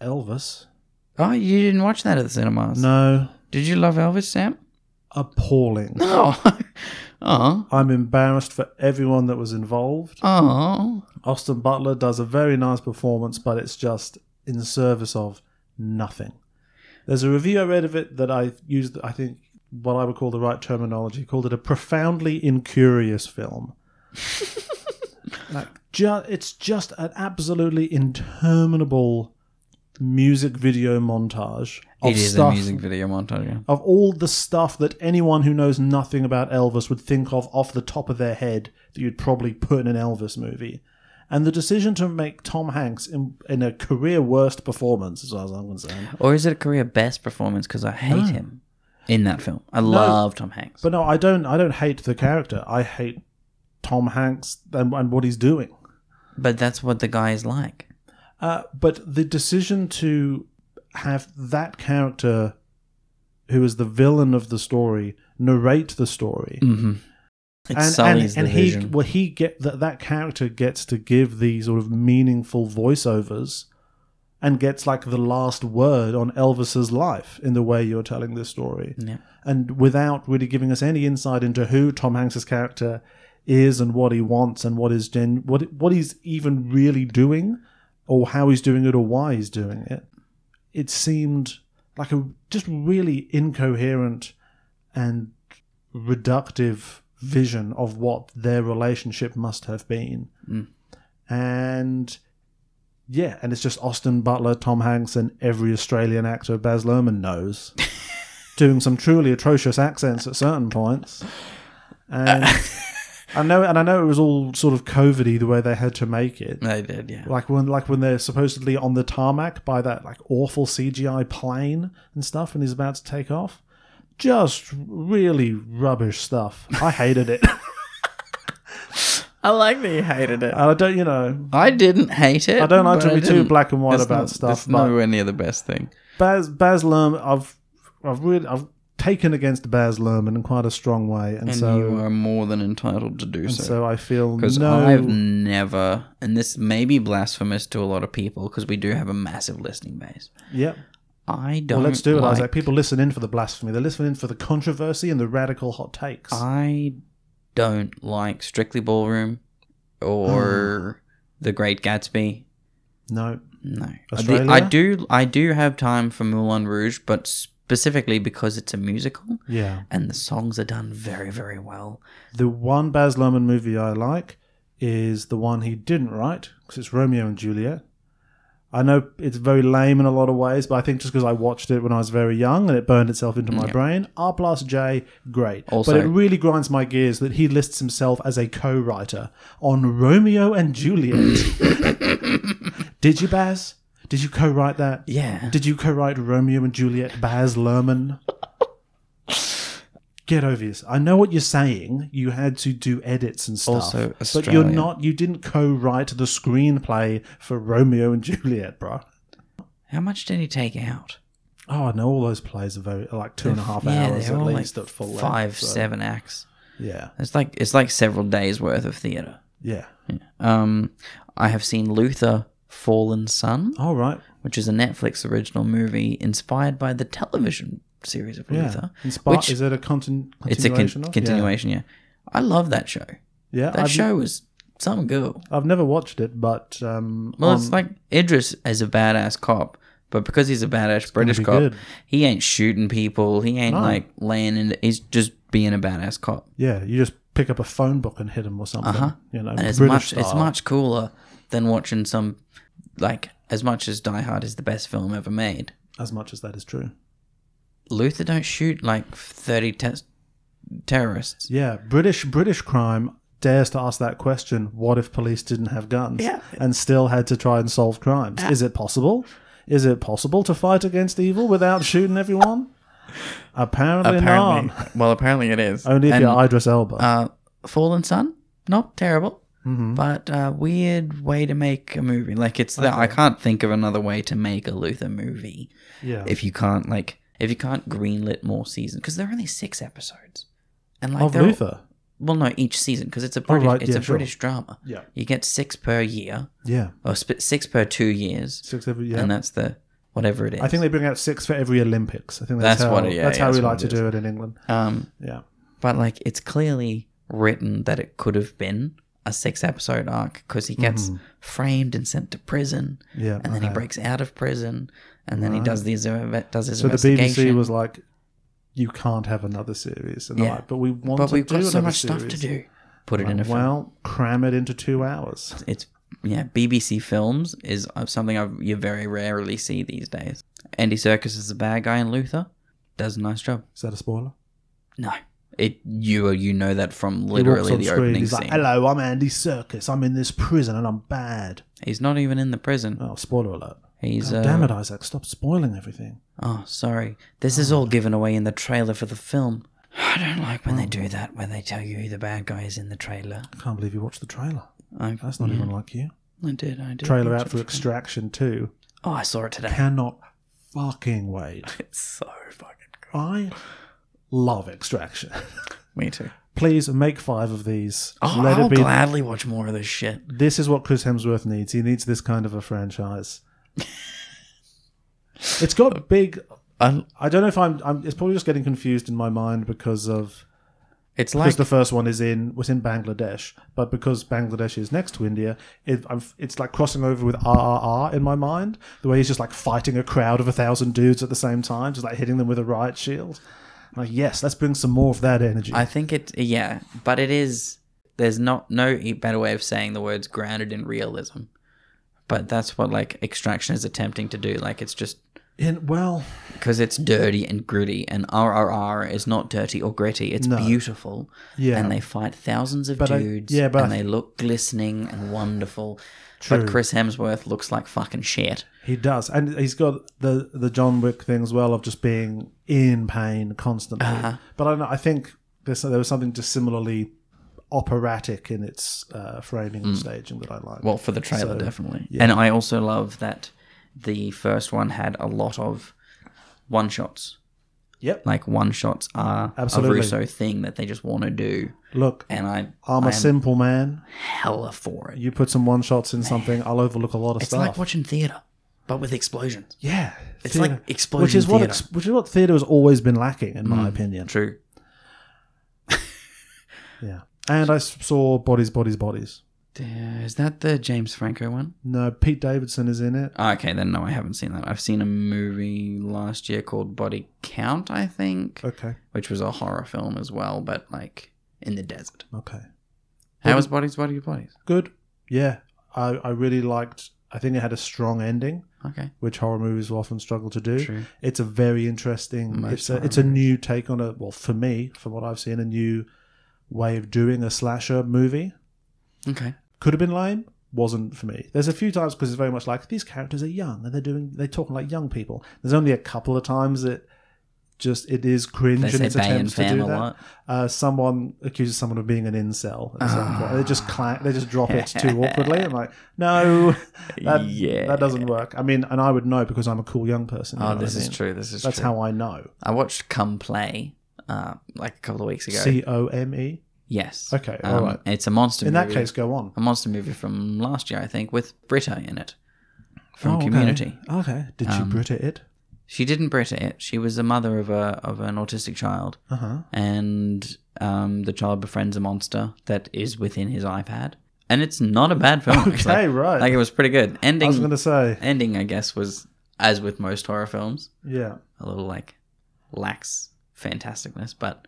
Speaker 2: Elvis.
Speaker 1: Oh, you didn't watch that at the cinemas?
Speaker 2: No,
Speaker 1: Did you love Elvis, Sam? [LAUGHS]
Speaker 2: appalling.
Speaker 1: Oh, oh,
Speaker 2: I'm embarrassed for everyone that was involved.
Speaker 1: oh.
Speaker 2: Austin Butler does a very nice performance, but it's just in service of nothing. There's a review I read of it that I used, I think, what I would call the right terminology, called it a profoundly
Speaker 1: [LAUGHS]
Speaker 2: incurious film. like, ju- it's just an absolutely interminable music video montage of
Speaker 1: It is
Speaker 2: stuff
Speaker 1: a music video montage. yeah.
Speaker 2: of all the stuff that anyone who knows nothing about Elvis would think of off the top of their head that you'd probably put in an Elvis movie. And the decision to make Tom Hanks in, in a career worst performance, as far as I'm concerned.
Speaker 1: Or is it a career best performance? Because I hate him in that film. I love Tom Hanks.
Speaker 2: But no, I don't. I don't hate the character. I hate Tom Hanks and, and what he's doing.
Speaker 1: But that's what the guy is like.
Speaker 2: Uh, but the decision to have that character, who is the villain of the story, narrate the story.
Speaker 1: Mm-hmm. It sullies the
Speaker 2: he
Speaker 1: vision.
Speaker 2: well he get that that character gets to give these sort of meaningful voiceovers and gets like the last word on Elvis's life in the way you're telling this story
Speaker 1: yeah.
Speaker 2: and without really giving us any insight into who Tom Hanks's character is and what he wants and what is gen- what what he's even really doing or how he's doing it or why he's doing it it seemed like a just really incoherent and reductive vision of what their relationship must have been and yeah and it's just Austin Butler Tom Hanks and every Australian actor Baz Luhrmann knows doing some truly atrocious accents at certain points. And I know, and I know it was all sort of COVIDy the way they had to make it.
Speaker 1: They did, yeah.
Speaker 2: Like when, like when they're supposedly on the tarmac by that like awful CGI plane and stuff, and he's about to take off. Just really rubbish stuff. I
Speaker 1: [LAUGHS]
Speaker 2: hated it.
Speaker 1: I like that you hated it.
Speaker 2: I don't, you know,
Speaker 1: I didn't hate it.
Speaker 2: I don't like to
Speaker 1: but I
Speaker 2: be too
Speaker 1: didn't.
Speaker 2: black and white
Speaker 1: It's
Speaker 2: about
Speaker 1: not-
Speaker 2: stuff,
Speaker 1: It's
Speaker 2: but-
Speaker 1: nowhere near the best thing.
Speaker 2: Baz Baz Luhrmann. I've I've really I've taken against Baz Luhrmann in quite a strong way,
Speaker 1: And
Speaker 2: and,
Speaker 1: you
Speaker 2: so
Speaker 1: are more than entitled to do
Speaker 2: and
Speaker 1: so.
Speaker 2: so I feel
Speaker 1: Because
Speaker 2: no.
Speaker 1: I've never, and this may be blasphemous to a lot of people, because we do have a massive listening base.
Speaker 2: yep.
Speaker 1: I don't.
Speaker 2: Well, let's do it,
Speaker 1: like,
Speaker 2: Isaac. People listen in for the blasphemy. They listen in for the controversy and the radical hot takes.
Speaker 1: I don't like Strictly Ballroom
Speaker 2: [GASPS]
Speaker 1: or The Great Gatsby.
Speaker 2: no.
Speaker 1: No, The-
Speaker 2: Australia?
Speaker 1: I do. I do have time for Moulin Rouge, but specifically because it's a musical
Speaker 2: Yeah.
Speaker 1: and the songs are done very, very well.
Speaker 2: The one Baz Luhrmann movie I like is the one he didn't write because it's Romeo and Juliet. I know it's very lame in a lot of ways, but I think just because I watched it when I was very young and it burned itself into my brain, R plus J, great.
Speaker 1: Also-
Speaker 2: but it really grinds my gears that he lists himself as a co-writer on Romeo
Speaker 1: [LAUGHS]
Speaker 2: and Juliet. Did you, Baz? Did you co-write that?
Speaker 1: Yeah.
Speaker 2: Did you co-write Romeo and Juliet, Baz Luhrmann? Get over this. I know what you're saying. You had to do edits and stuff,
Speaker 1: Also
Speaker 2: but you're
Speaker 1: Australia.
Speaker 2: not. You didn't co-write the screenplay for Romeo and Juliet, bro.
Speaker 1: How much did he take out?
Speaker 2: Oh, no, all those plays are very are like two and a half hours
Speaker 1: they're
Speaker 2: at
Speaker 1: all
Speaker 2: least at full length,
Speaker 1: five,
Speaker 2: so-
Speaker 1: seven acts.
Speaker 2: Yeah,
Speaker 1: It's like it's like several days worth of theater.
Speaker 2: yeah.
Speaker 1: Um, I have seen Luther Fallen Sun,
Speaker 2: All right.
Speaker 1: which is a Netflix original movie inspired by the television series of
Speaker 2: Yeah.
Speaker 1: Luther.
Speaker 2: Inspire-
Speaker 1: which
Speaker 2: is it a contin-
Speaker 1: it's a con-
Speaker 2: continuation? of?
Speaker 1: continuation. Yeah. I love that show.
Speaker 2: Yeah, yeah
Speaker 1: That
Speaker 2: I've,
Speaker 1: show was some girl.
Speaker 2: I've never watched it, but um,
Speaker 1: Well,
Speaker 2: on-
Speaker 1: it's like Idris as a badass cop, but because he's a badass British
Speaker 2: be
Speaker 1: cop,
Speaker 2: good.
Speaker 1: he ain't shooting people. He ain't
Speaker 2: No.
Speaker 1: like laying in. He's just being a badass cop.
Speaker 2: yeah, you just pick up a phone book and hit him or something.
Speaker 1: Uh-huh.
Speaker 2: You know,
Speaker 1: and it's much
Speaker 2: British
Speaker 1: it's
Speaker 2: style.
Speaker 1: much cooler than watching some like as much as Die Hard is the best film ever made.
Speaker 2: as much as that is true.
Speaker 1: Luther don't shoot like thirty te- terrorists.
Speaker 2: Yeah, British British crime dares to ask that question: What if police didn't have guns?
Speaker 1: Yeah.
Speaker 2: and still had to try and solve crimes? Is it possible? Is it possible to fight against evil without shooting everyone? [LAUGHS] Apparently, not.
Speaker 1: well, apparently it is.
Speaker 2: Only if
Speaker 1: And,
Speaker 2: you're Idris Elba.
Speaker 1: uh, Fallen Sun, not terrible,
Speaker 2: Mm-hmm.
Speaker 1: but uh, weird way to make a movie. Like it's the, I can't think of another way to make a Luther movie
Speaker 2: yeah,
Speaker 1: if you can't like if you can't greenlit more seasons because there are only six episodes. And like
Speaker 2: of
Speaker 1: they're all-
Speaker 2: Luther.
Speaker 1: Well, no, each season because it's a British
Speaker 2: Oh, right,
Speaker 1: it's
Speaker 2: yeah,
Speaker 1: a
Speaker 2: sure.
Speaker 1: British drama.
Speaker 2: Yeah.
Speaker 1: you get six per year
Speaker 2: Yeah,
Speaker 1: or sp- six per two years,
Speaker 2: six every yeah.
Speaker 1: and uh, that's the whatever it is.
Speaker 2: I think they bring out six for every Olympics. I think that's,
Speaker 1: That's
Speaker 2: how,
Speaker 1: what it- yeah,
Speaker 2: that's
Speaker 1: yeah,
Speaker 2: how
Speaker 1: that's
Speaker 2: we
Speaker 1: what
Speaker 2: like to
Speaker 1: it
Speaker 2: do it in England.
Speaker 1: um,
Speaker 2: Yeah,
Speaker 1: but like it's clearly written that it could have been a six episode arc because he gets framed and sent to prison,
Speaker 2: Mm-hmm. yeah.
Speaker 1: and then he
Speaker 2: okay.
Speaker 1: breaks out of prison, and then he does these inve- does his
Speaker 2: So the
Speaker 1: investigation.
Speaker 2: BBC was like, "You can't have another series," and they're
Speaker 1: Yeah.
Speaker 2: like, "But we want
Speaker 1: but
Speaker 2: to
Speaker 1: we've
Speaker 2: do
Speaker 1: got so
Speaker 2: another
Speaker 1: much stuff to do.
Speaker 2: series."
Speaker 1: Put it in a film.
Speaker 2: Well, cram it into two hours.
Speaker 1: it's yeah bbc films is uh, something i you very rarely see these days andy circus is the bad guy in luther does a nice job
Speaker 2: Is that a spoiler?
Speaker 1: no it you uh, you know that from
Speaker 2: He walks
Speaker 1: literally
Speaker 2: on
Speaker 1: the
Speaker 2: screen,
Speaker 1: opening
Speaker 2: he's
Speaker 1: scene
Speaker 2: like, "Hello, I'm Andy Circus. I'm in this prison and I'm bad."
Speaker 1: he's not even in the prison
Speaker 2: Oh, spoiler alert!
Speaker 1: he's
Speaker 2: God
Speaker 1: uh,
Speaker 2: damn it, Isaac! Stop spoiling everything.
Speaker 1: oh sorry this is all given away in the trailer for the film [SIGHS] i don't like
Speaker 2: Oh.
Speaker 1: when they do that when they tell you who the bad guy is in the trailer
Speaker 2: I can't believe you watched the trailer.
Speaker 1: i,
Speaker 2: That's not even like you.
Speaker 1: I did i did
Speaker 2: Trailer
Speaker 1: watch
Speaker 2: out
Speaker 1: it. [LAUGHS]
Speaker 2: for Extraction Two.
Speaker 1: oh i saw it today
Speaker 2: Cannot fucking wait.
Speaker 1: it's so fucking cool
Speaker 2: I love Extraction. [LAUGHS]
Speaker 1: me too
Speaker 2: Please make five of these.
Speaker 1: oh,
Speaker 2: Let
Speaker 1: i'll
Speaker 2: it be.
Speaker 1: gladly watch more of this shit
Speaker 2: This is what Chris Hemsworth needs. He needs this kind of a
Speaker 1: [LAUGHS]
Speaker 2: franchise. it's got big.
Speaker 1: i
Speaker 2: I don't know if I'm, I'm. It's probably just getting confused in my mind because of
Speaker 1: it's
Speaker 2: because
Speaker 1: like
Speaker 2: the first one is in was in Bangladesh, but because Bangladesh is next to India, it, I'm, it's like crossing over with RRR in my mind. The way he's just like fighting a crowd of a thousand dudes at the same time, just like hitting them with a riot shield. Like yes, let's bring some more of that energy.
Speaker 1: I think it, yeah, but it is. There's not no e- better way of saying the words grounded in realism, but that's what like extraction is attempting to do. Like it's just
Speaker 2: in, well,
Speaker 1: because it's dirty and gritty, and RRR is not dirty or gritty. It's beautiful,
Speaker 2: Yeah.
Speaker 1: And they fight thousands of
Speaker 2: But I-
Speaker 1: dudes,
Speaker 2: yeah, but
Speaker 1: and
Speaker 2: I-
Speaker 1: they look glistening and wonderful.
Speaker 2: True.
Speaker 1: But Chris Hemsworth looks like fucking shit.
Speaker 2: He does, and he's got the the John Wick thing as well of just being in pain constantly.
Speaker 1: Uh-huh.
Speaker 2: But I, don't know, I think there's, there was something just similarly operatic in its uh, framing and staging that I like.
Speaker 1: Mm. Well, for the trailer, definitely. And I also love that the first one had a lot of one shots.
Speaker 2: yep.
Speaker 1: like one shots are
Speaker 2: Absolutely.
Speaker 1: a Russo thing that they just want to do,
Speaker 2: Look,
Speaker 1: and I
Speaker 2: I'm
Speaker 1: I
Speaker 2: a
Speaker 1: am
Speaker 2: simple man.
Speaker 1: hella for it.
Speaker 2: You put some one shots in something, I'll overlook a lot of
Speaker 1: It's
Speaker 2: stuff.
Speaker 1: like watching theater, but with explosions.
Speaker 2: yeah,
Speaker 1: It's like explosion
Speaker 2: which is what
Speaker 1: theatre.
Speaker 2: ex- which is what theater has always been lacking, in my opinion.
Speaker 1: True.
Speaker 2: Yeah. And I s- saw Bodies, Bodies, Bodies.
Speaker 1: Is that the James Franco one?
Speaker 2: No, Pete Davidson is in it.
Speaker 1: Ah, Okay, then no, I haven't seen that. I've seen a movie last year called Body Count, I think,
Speaker 2: Okay,
Speaker 1: which was a horror film as well, but like in the desert.
Speaker 2: okay.
Speaker 1: How was Bodies, Bodies, Bodies?
Speaker 2: good. Yeah, I, I really liked. I think it had a strong ending,
Speaker 1: Okay.
Speaker 2: which horror movies will often struggle to do.
Speaker 1: True.
Speaker 2: It's a very interesting.
Speaker 1: Most
Speaker 2: it's a
Speaker 1: horror
Speaker 2: it's a new take on a well for me from what I've seen a new way of doing a slasher movie.
Speaker 1: Okay.
Speaker 2: Could have been lame. Wasn't for me. There's a few times because it's very much like these characters are young and they're doing they're talking like young people. There's only a couple of times that just it is cringe
Speaker 1: They
Speaker 2: and
Speaker 1: say
Speaker 2: its
Speaker 1: Bay and
Speaker 2: attempts to
Speaker 1: fam
Speaker 2: do
Speaker 1: a
Speaker 2: that.
Speaker 1: lot.
Speaker 2: Uh, someone accuses someone of being an incel. At some point. They
Speaker 1: Ah.
Speaker 2: just cla they just drop it
Speaker 1: [LAUGHS]
Speaker 2: too awkwardly. I'm like, no, [LAUGHS] that,
Speaker 1: Yeah.
Speaker 2: that doesn't work. I mean, and I would know because I'm a cool young person. you know
Speaker 1: Oh,
Speaker 2: what
Speaker 1: this
Speaker 2: I
Speaker 1: is
Speaker 2: mean?
Speaker 1: true. This is
Speaker 2: That's
Speaker 1: true.
Speaker 2: how I know.
Speaker 1: I watched Come Play uh, like a couple of weeks ago.
Speaker 2: C O M E.
Speaker 1: yes. Um,
Speaker 2: Okay, alright.
Speaker 1: It's a monster
Speaker 2: In that
Speaker 1: movie.
Speaker 2: case, go on.
Speaker 1: a monster movie from last year, I think, with Britta in it from
Speaker 2: Oh, okay.
Speaker 1: Community. Um,
Speaker 2: Okay. Did she Brita it?
Speaker 1: She didn't Britta it. She was the mother of a of an autistic child,
Speaker 2: Uh-huh.
Speaker 1: and um, the child befriends a monster that is within his iPad, and it's not a bad film. It's
Speaker 2: Okay,
Speaker 1: like-
Speaker 2: right.
Speaker 1: Like it was pretty good. Ending.
Speaker 2: I was going to say,
Speaker 1: ending, I guess, was as with most horror films,
Speaker 2: yeah.
Speaker 1: a little like lax fantasticness, but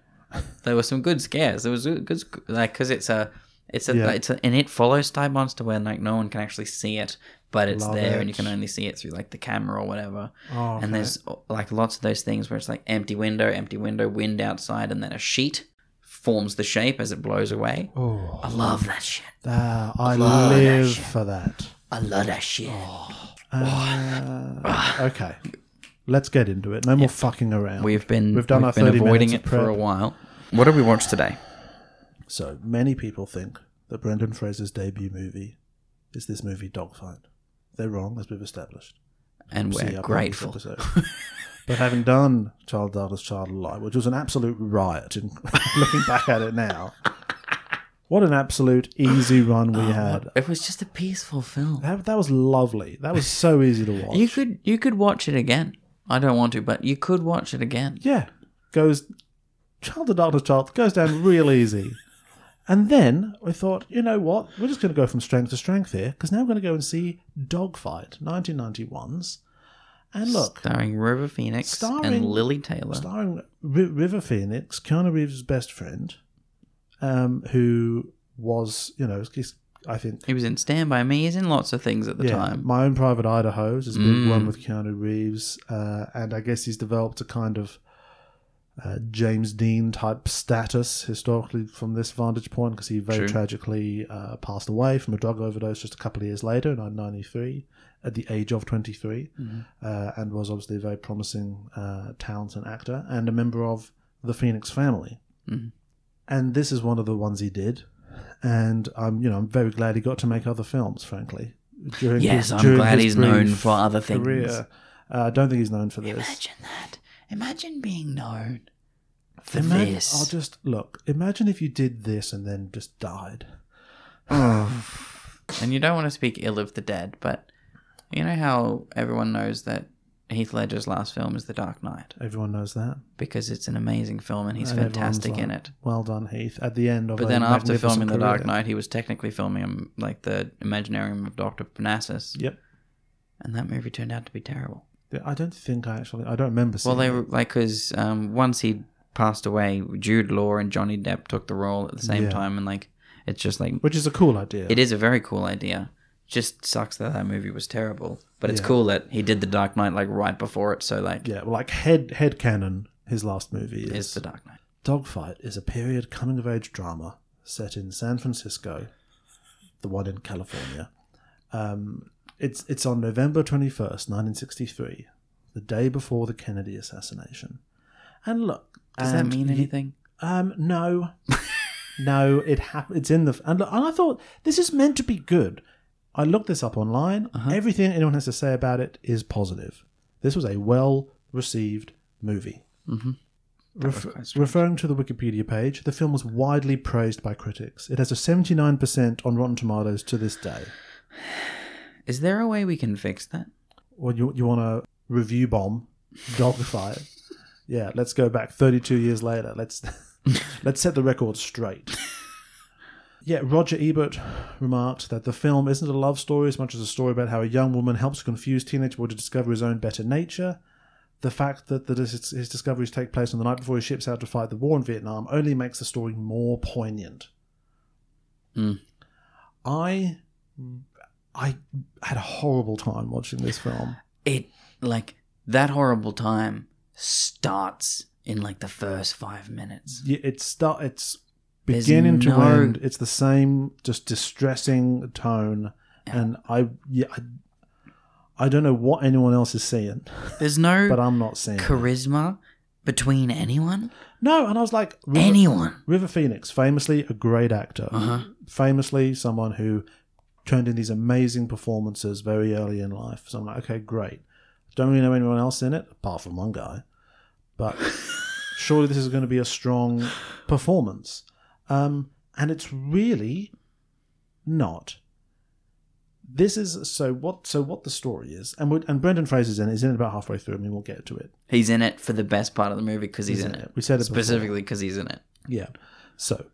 Speaker 1: there were some good scares. There was a good sc- like because it's a it's a
Speaker 2: Yeah.
Speaker 1: it's a, an it follows type monster where like no one can actually see it, but it's
Speaker 2: Love
Speaker 1: there
Speaker 2: it.
Speaker 1: and you can only see it through like the camera or whatever.
Speaker 2: Oh, okay.
Speaker 1: And there's uh, like lots of those things where it's like empty window, empty window, wind outside, and then a sheet forms the shape as it blows away.
Speaker 2: Oh,
Speaker 1: I love that shit.
Speaker 2: ah, I
Speaker 1: love that
Speaker 2: live
Speaker 1: shit.
Speaker 2: for that.
Speaker 1: I love that shit.
Speaker 2: Oh. Uh, okay. Let's get into it. No more fucking around.
Speaker 1: We've been
Speaker 2: We've done our 30
Speaker 1: avoiding
Speaker 2: minutes
Speaker 1: it
Speaker 2: of
Speaker 1: for
Speaker 2: prep.
Speaker 1: a while. What did we watch today?
Speaker 2: So many people think that Brendan Fraser's debut movie is this movie Dogfight. They're wrong, as we've established.
Speaker 1: And
Speaker 2: See our
Speaker 1: we're
Speaker 2: previous
Speaker 1: grateful.
Speaker 2: episode. [LAUGHS] but having done Child Darkness, Child of Light, which was an absolute riot, and [LAUGHS] looking back at it now, what an absolute easy run we
Speaker 1: Oh,
Speaker 2: had.
Speaker 1: Um, It was just a peaceful film.
Speaker 2: That, that was lovely. That was so easy to watch.
Speaker 1: You could you could watch it again. I don't want to, but you could watch it again.
Speaker 2: yeah, goes child to darkness, child goes down real easy. And then I thought, you know what? We're just going to go from strength to strength here because now we're going to go and see Dogfight 1991's. And look,
Speaker 1: Starring River Phoenix
Speaker 2: Starring-
Speaker 1: and Lily Taylor.
Speaker 2: starring Ri River Phoenix, Keanu Reeves' best friend, um, who was, you know, he's- I think
Speaker 1: he was in Stand By Me. He's in lots of things at the
Speaker 2: yeah,
Speaker 1: time.
Speaker 2: My own private Idaho's is a big
Speaker 1: Mm.
Speaker 2: one with Keanu Reeves, uh, and I guess he's developed a kind of uh, James Dean type status historically from this vantage point because he very
Speaker 1: True.
Speaker 2: tragically uh, passed away from a drug overdose just a couple of years later in 1993 at the age of 23,
Speaker 1: Mm-hmm.
Speaker 2: uh, and was obviously a very promising uh, talent and actor and a member of the Phoenix family. And this is one of the ones he did. And I'm, you know, I'm very glad he got to make other films. Frankly, during
Speaker 1: Yes,
Speaker 2: his-
Speaker 1: I'm
Speaker 2: during
Speaker 1: glad
Speaker 2: his
Speaker 1: he's known
Speaker 2: brief
Speaker 1: for other things.
Speaker 2: career. Uh, I don't think he's known for this.
Speaker 1: Imagine that. Imagine being known for
Speaker 2: Imag-
Speaker 1: this.
Speaker 2: I'll just look. Imagine if you did this and then just died.
Speaker 1: And you don't want to speak ill of the dead, but you know how everyone knows that Heath Ledger's last film is The Dark Knight
Speaker 2: Everyone knows that.
Speaker 1: because it's an amazing film and he's
Speaker 2: And everyone's
Speaker 1: fantastic in
Speaker 2: like,
Speaker 1: it.
Speaker 2: Well done, Heath. At the end of
Speaker 1: But
Speaker 2: a
Speaker 1: then after
Speaker 2: magnificent
Speaker 1: filming The Dark
Speaker 2: career.
Speaker 1: Knight, he was technically filming um, like the Imaginarium of Doctor Parnassus,
Speaker 2: Yep.
Speaker 1: and that movie turned out to be terrible.
Speaker 2: Yeah, I don't think I actually. I don't remember.
Speaker 1: Well,
Speaker 2: Seeing
Speaker 1: they
Speaker 2: it.
Speaker 1: were like because um, once he passed away, Jude Law and Johnny Depp took the role at the same
Speaker 2: Yeah.
Speaker 1: time, and like it's just like
Speaker 2: which is a cool idea.
Speaker 1: It is a very cool idea. Just sucks that that movie was terrible. But it's
Speaker 2: Yeah.
Speaker 1: cool that he did The Dark Knight like right before it. So like,
Speaker 2: Yeah, well, like head head canon. His last movie
Speaker 1: it's
Speaker 2: is
Speaker 1: The Dark Knight.
Speaker 2: Dogfight is a period coming of age drama set in San Francisco, the one in California. Um, it's it's on November twenty first, nineteen sixty three, the day before the Kennedy assassination. And look,
Speaker 1: Does
Speaker 2: and
Speaker 1: that mean
Speaker 2: you-
Speaker 1: anything?
Speaker 2: um, no, no, it hap- It's in the and, look, and I thought this is meant to be good. I looked this up online. Everything anyone has to say about it is positive. This was a well received movie. Ref- referring to the Wikipedia page, the film was widely praised by critics. It has a 79% on Rotten Tomatoes to this day.
Speaker 1: Is there a way we can fix that?
Speaker 2: Well, you, you want to review bomb, dogfight. yeah, let's go back 32 years later. Let's [LAUGHS] let's set the record straight. Yeah, Roger Ebert remarked that the film isn't a love story as much as a story about how a young woman helps a confused teenage boy to discover his own better nature. The fact that the, his, his discoveries take place on the night before he ships out to fight the war in Vietnam only makes the story more poignant.
Speaker 1: Hmm.
Speaker 2: I I had a horrible time watching this film.
Speaker 1: It like that horrible time starts in like the first five
Speaker 2: [LAUGHS]
Speaker 1: minutes.
Speaker 2: Yeah, it's start. It's
Speaker 1: There's
Speaker 2: beginning to
Speaker 1: no-
Speaker 2: end. It's the same, just distressing tone, and I yeah. I, I don't know what anyone else is seeing,
Speaker 1: There's no
Speaker 2: but I'm not seeing. it.
Speaker 1: charisma. Between anyone?
Speaker 2: No, and I was like, River,
Speaker 1: Anyone.
Speaker 2: River Phoenix, famously a great actor, famously someone who turned in these amazing performances very early in life. So I'm like, okay, great. Don't really know anyone else in it apart from one guy, but surely this is going to be a strong performance. Um, and it's really not. This is so what so what the story is, and we, and Brendan Fraser's in it. He's in it about halfway through. I mean, we'll get to it.
Speaker 1: He's in it for the best part of the movie because he's, in it.
Speaker 2: We said it before.
Speaker 1: Specifically because he's in it.
Speaker 2: Yeah. So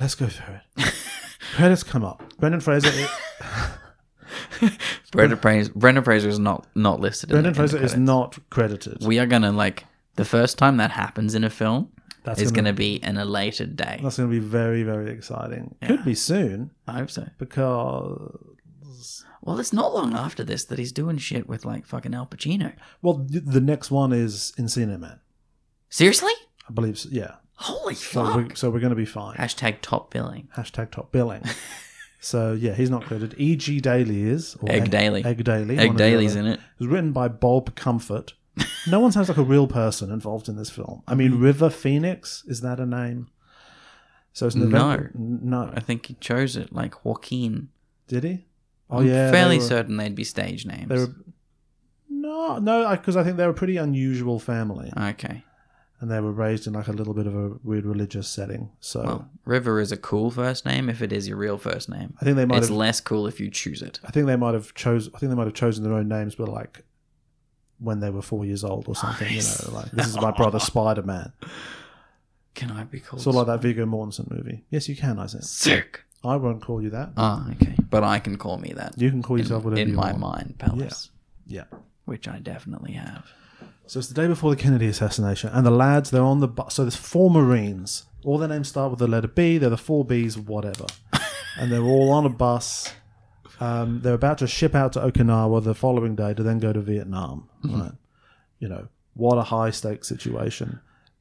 Speaker 2: let's go through it. [LAUGHS] Credits come up.
Speaker 1: [LAUGHS]
Speaker 2: Brendan Fraser. Is,
Speaker 1: Brendan Fraser, Brendan Fraser is not, not listed in
Speaker 2: Brendan
Speaker 1: the, in the
Speaker 2: Fraser is
Speaker 1: credits.
Speaker 2: not credited.
Speaker 1: We are going to, like, the first time that happens in a film
Speaker 2: That's
Speaker 1: is
Speaker 2: gonna-
Speaker 1: going to be an elated day.
Speaker 2: That's going to be very very exciting. Could be soon
Speaker 1: I hope so.
Speaker 2: because
Speaker 1: Well, it's not long after this that he's doing shit with, like, fucking Al Pacino.
Speaker 2: well th- the next one is Encino Man.
Speaker 1: Seriously?
Speaker 2: I believe. So, yeah.
Speaker 1: Holy
Speaker 2: So
Speaker 1: fuck.
Speaker 2: we're, so we're going to be fine.
Speaker 1: Hashtag top billing.
Speaker 2: Hashtag top
Speaker 1: [LAUGHS]
Speaker 2: billing. so yeah, he's not credited. E.G. Daly is or
Speaker 1: Egg Daily.
Speaker 2: Egg Daily.
Speaker 1: Egg Daly's in it.
Speaker 2: It was written by Bob Comfort. No one sounds like a real person involved in this film. I
Speaker 1: Mm-hmm.
Speaker 2: mean, River Phoenix is that a name? So it's November. No,
Speaker 1: I think he chose it, like, Joaquin.
Speaker 2: did he? Oh
Speaker 1: I'm
Speaker 2: yeah,
Speaker 1: fairly
Speaker 2: they were-
Speaker 1: certain they'd be stage names.
Speaker 2: They were no, no, because I think they're a pretty unusual family,
Speaker 1: Okay.
Speaker 2: and they were raised in like a little bit of a weird religious setting. So
Speaker 1: Well, River is a cool first name if it is your real first name.
Speaker 2: I think they might
Speaker 1: It's
Speaker 2: have.
Speaker 1: less cool if you choose it.
Speaker 2: I think they might have chose. I think they might have chosen their own names, but like when they were four years old or something.
Speaker 1: Oh,
Speaker 2: You know, like this is my
Speaker 1: [LAUGHS]
Speaker 2: brother Spider Man.
Speaker 1: Can I be called
Speaker 2: Sort of like that Viggo Mortensen movie. Yes, you can, Isaac.
Speaker 1: sick?
Speaker 2: I won't call you that.
Speaker 1: Ah, okay. But I can call me that
Speaker 2: You can call yourself whatever
Speaker 1: in
Speaker 2: you
Speaker 1: my
Speaker 2: want.
Speaker 1: mind palace,
Speaker 2: Yeah.
Speaker 1: which I definitely have.
Speaker 2: So it's the day before the Kennedy assassination, and the lads they're on the bus. So there's four Marines. All their names start with the letter B. They're the four Bs, whatever, and they're all on a bus. Um, they're about to ship out to Okinawa the following day to then go to Vietnam. Right? You know what a high stakes situation.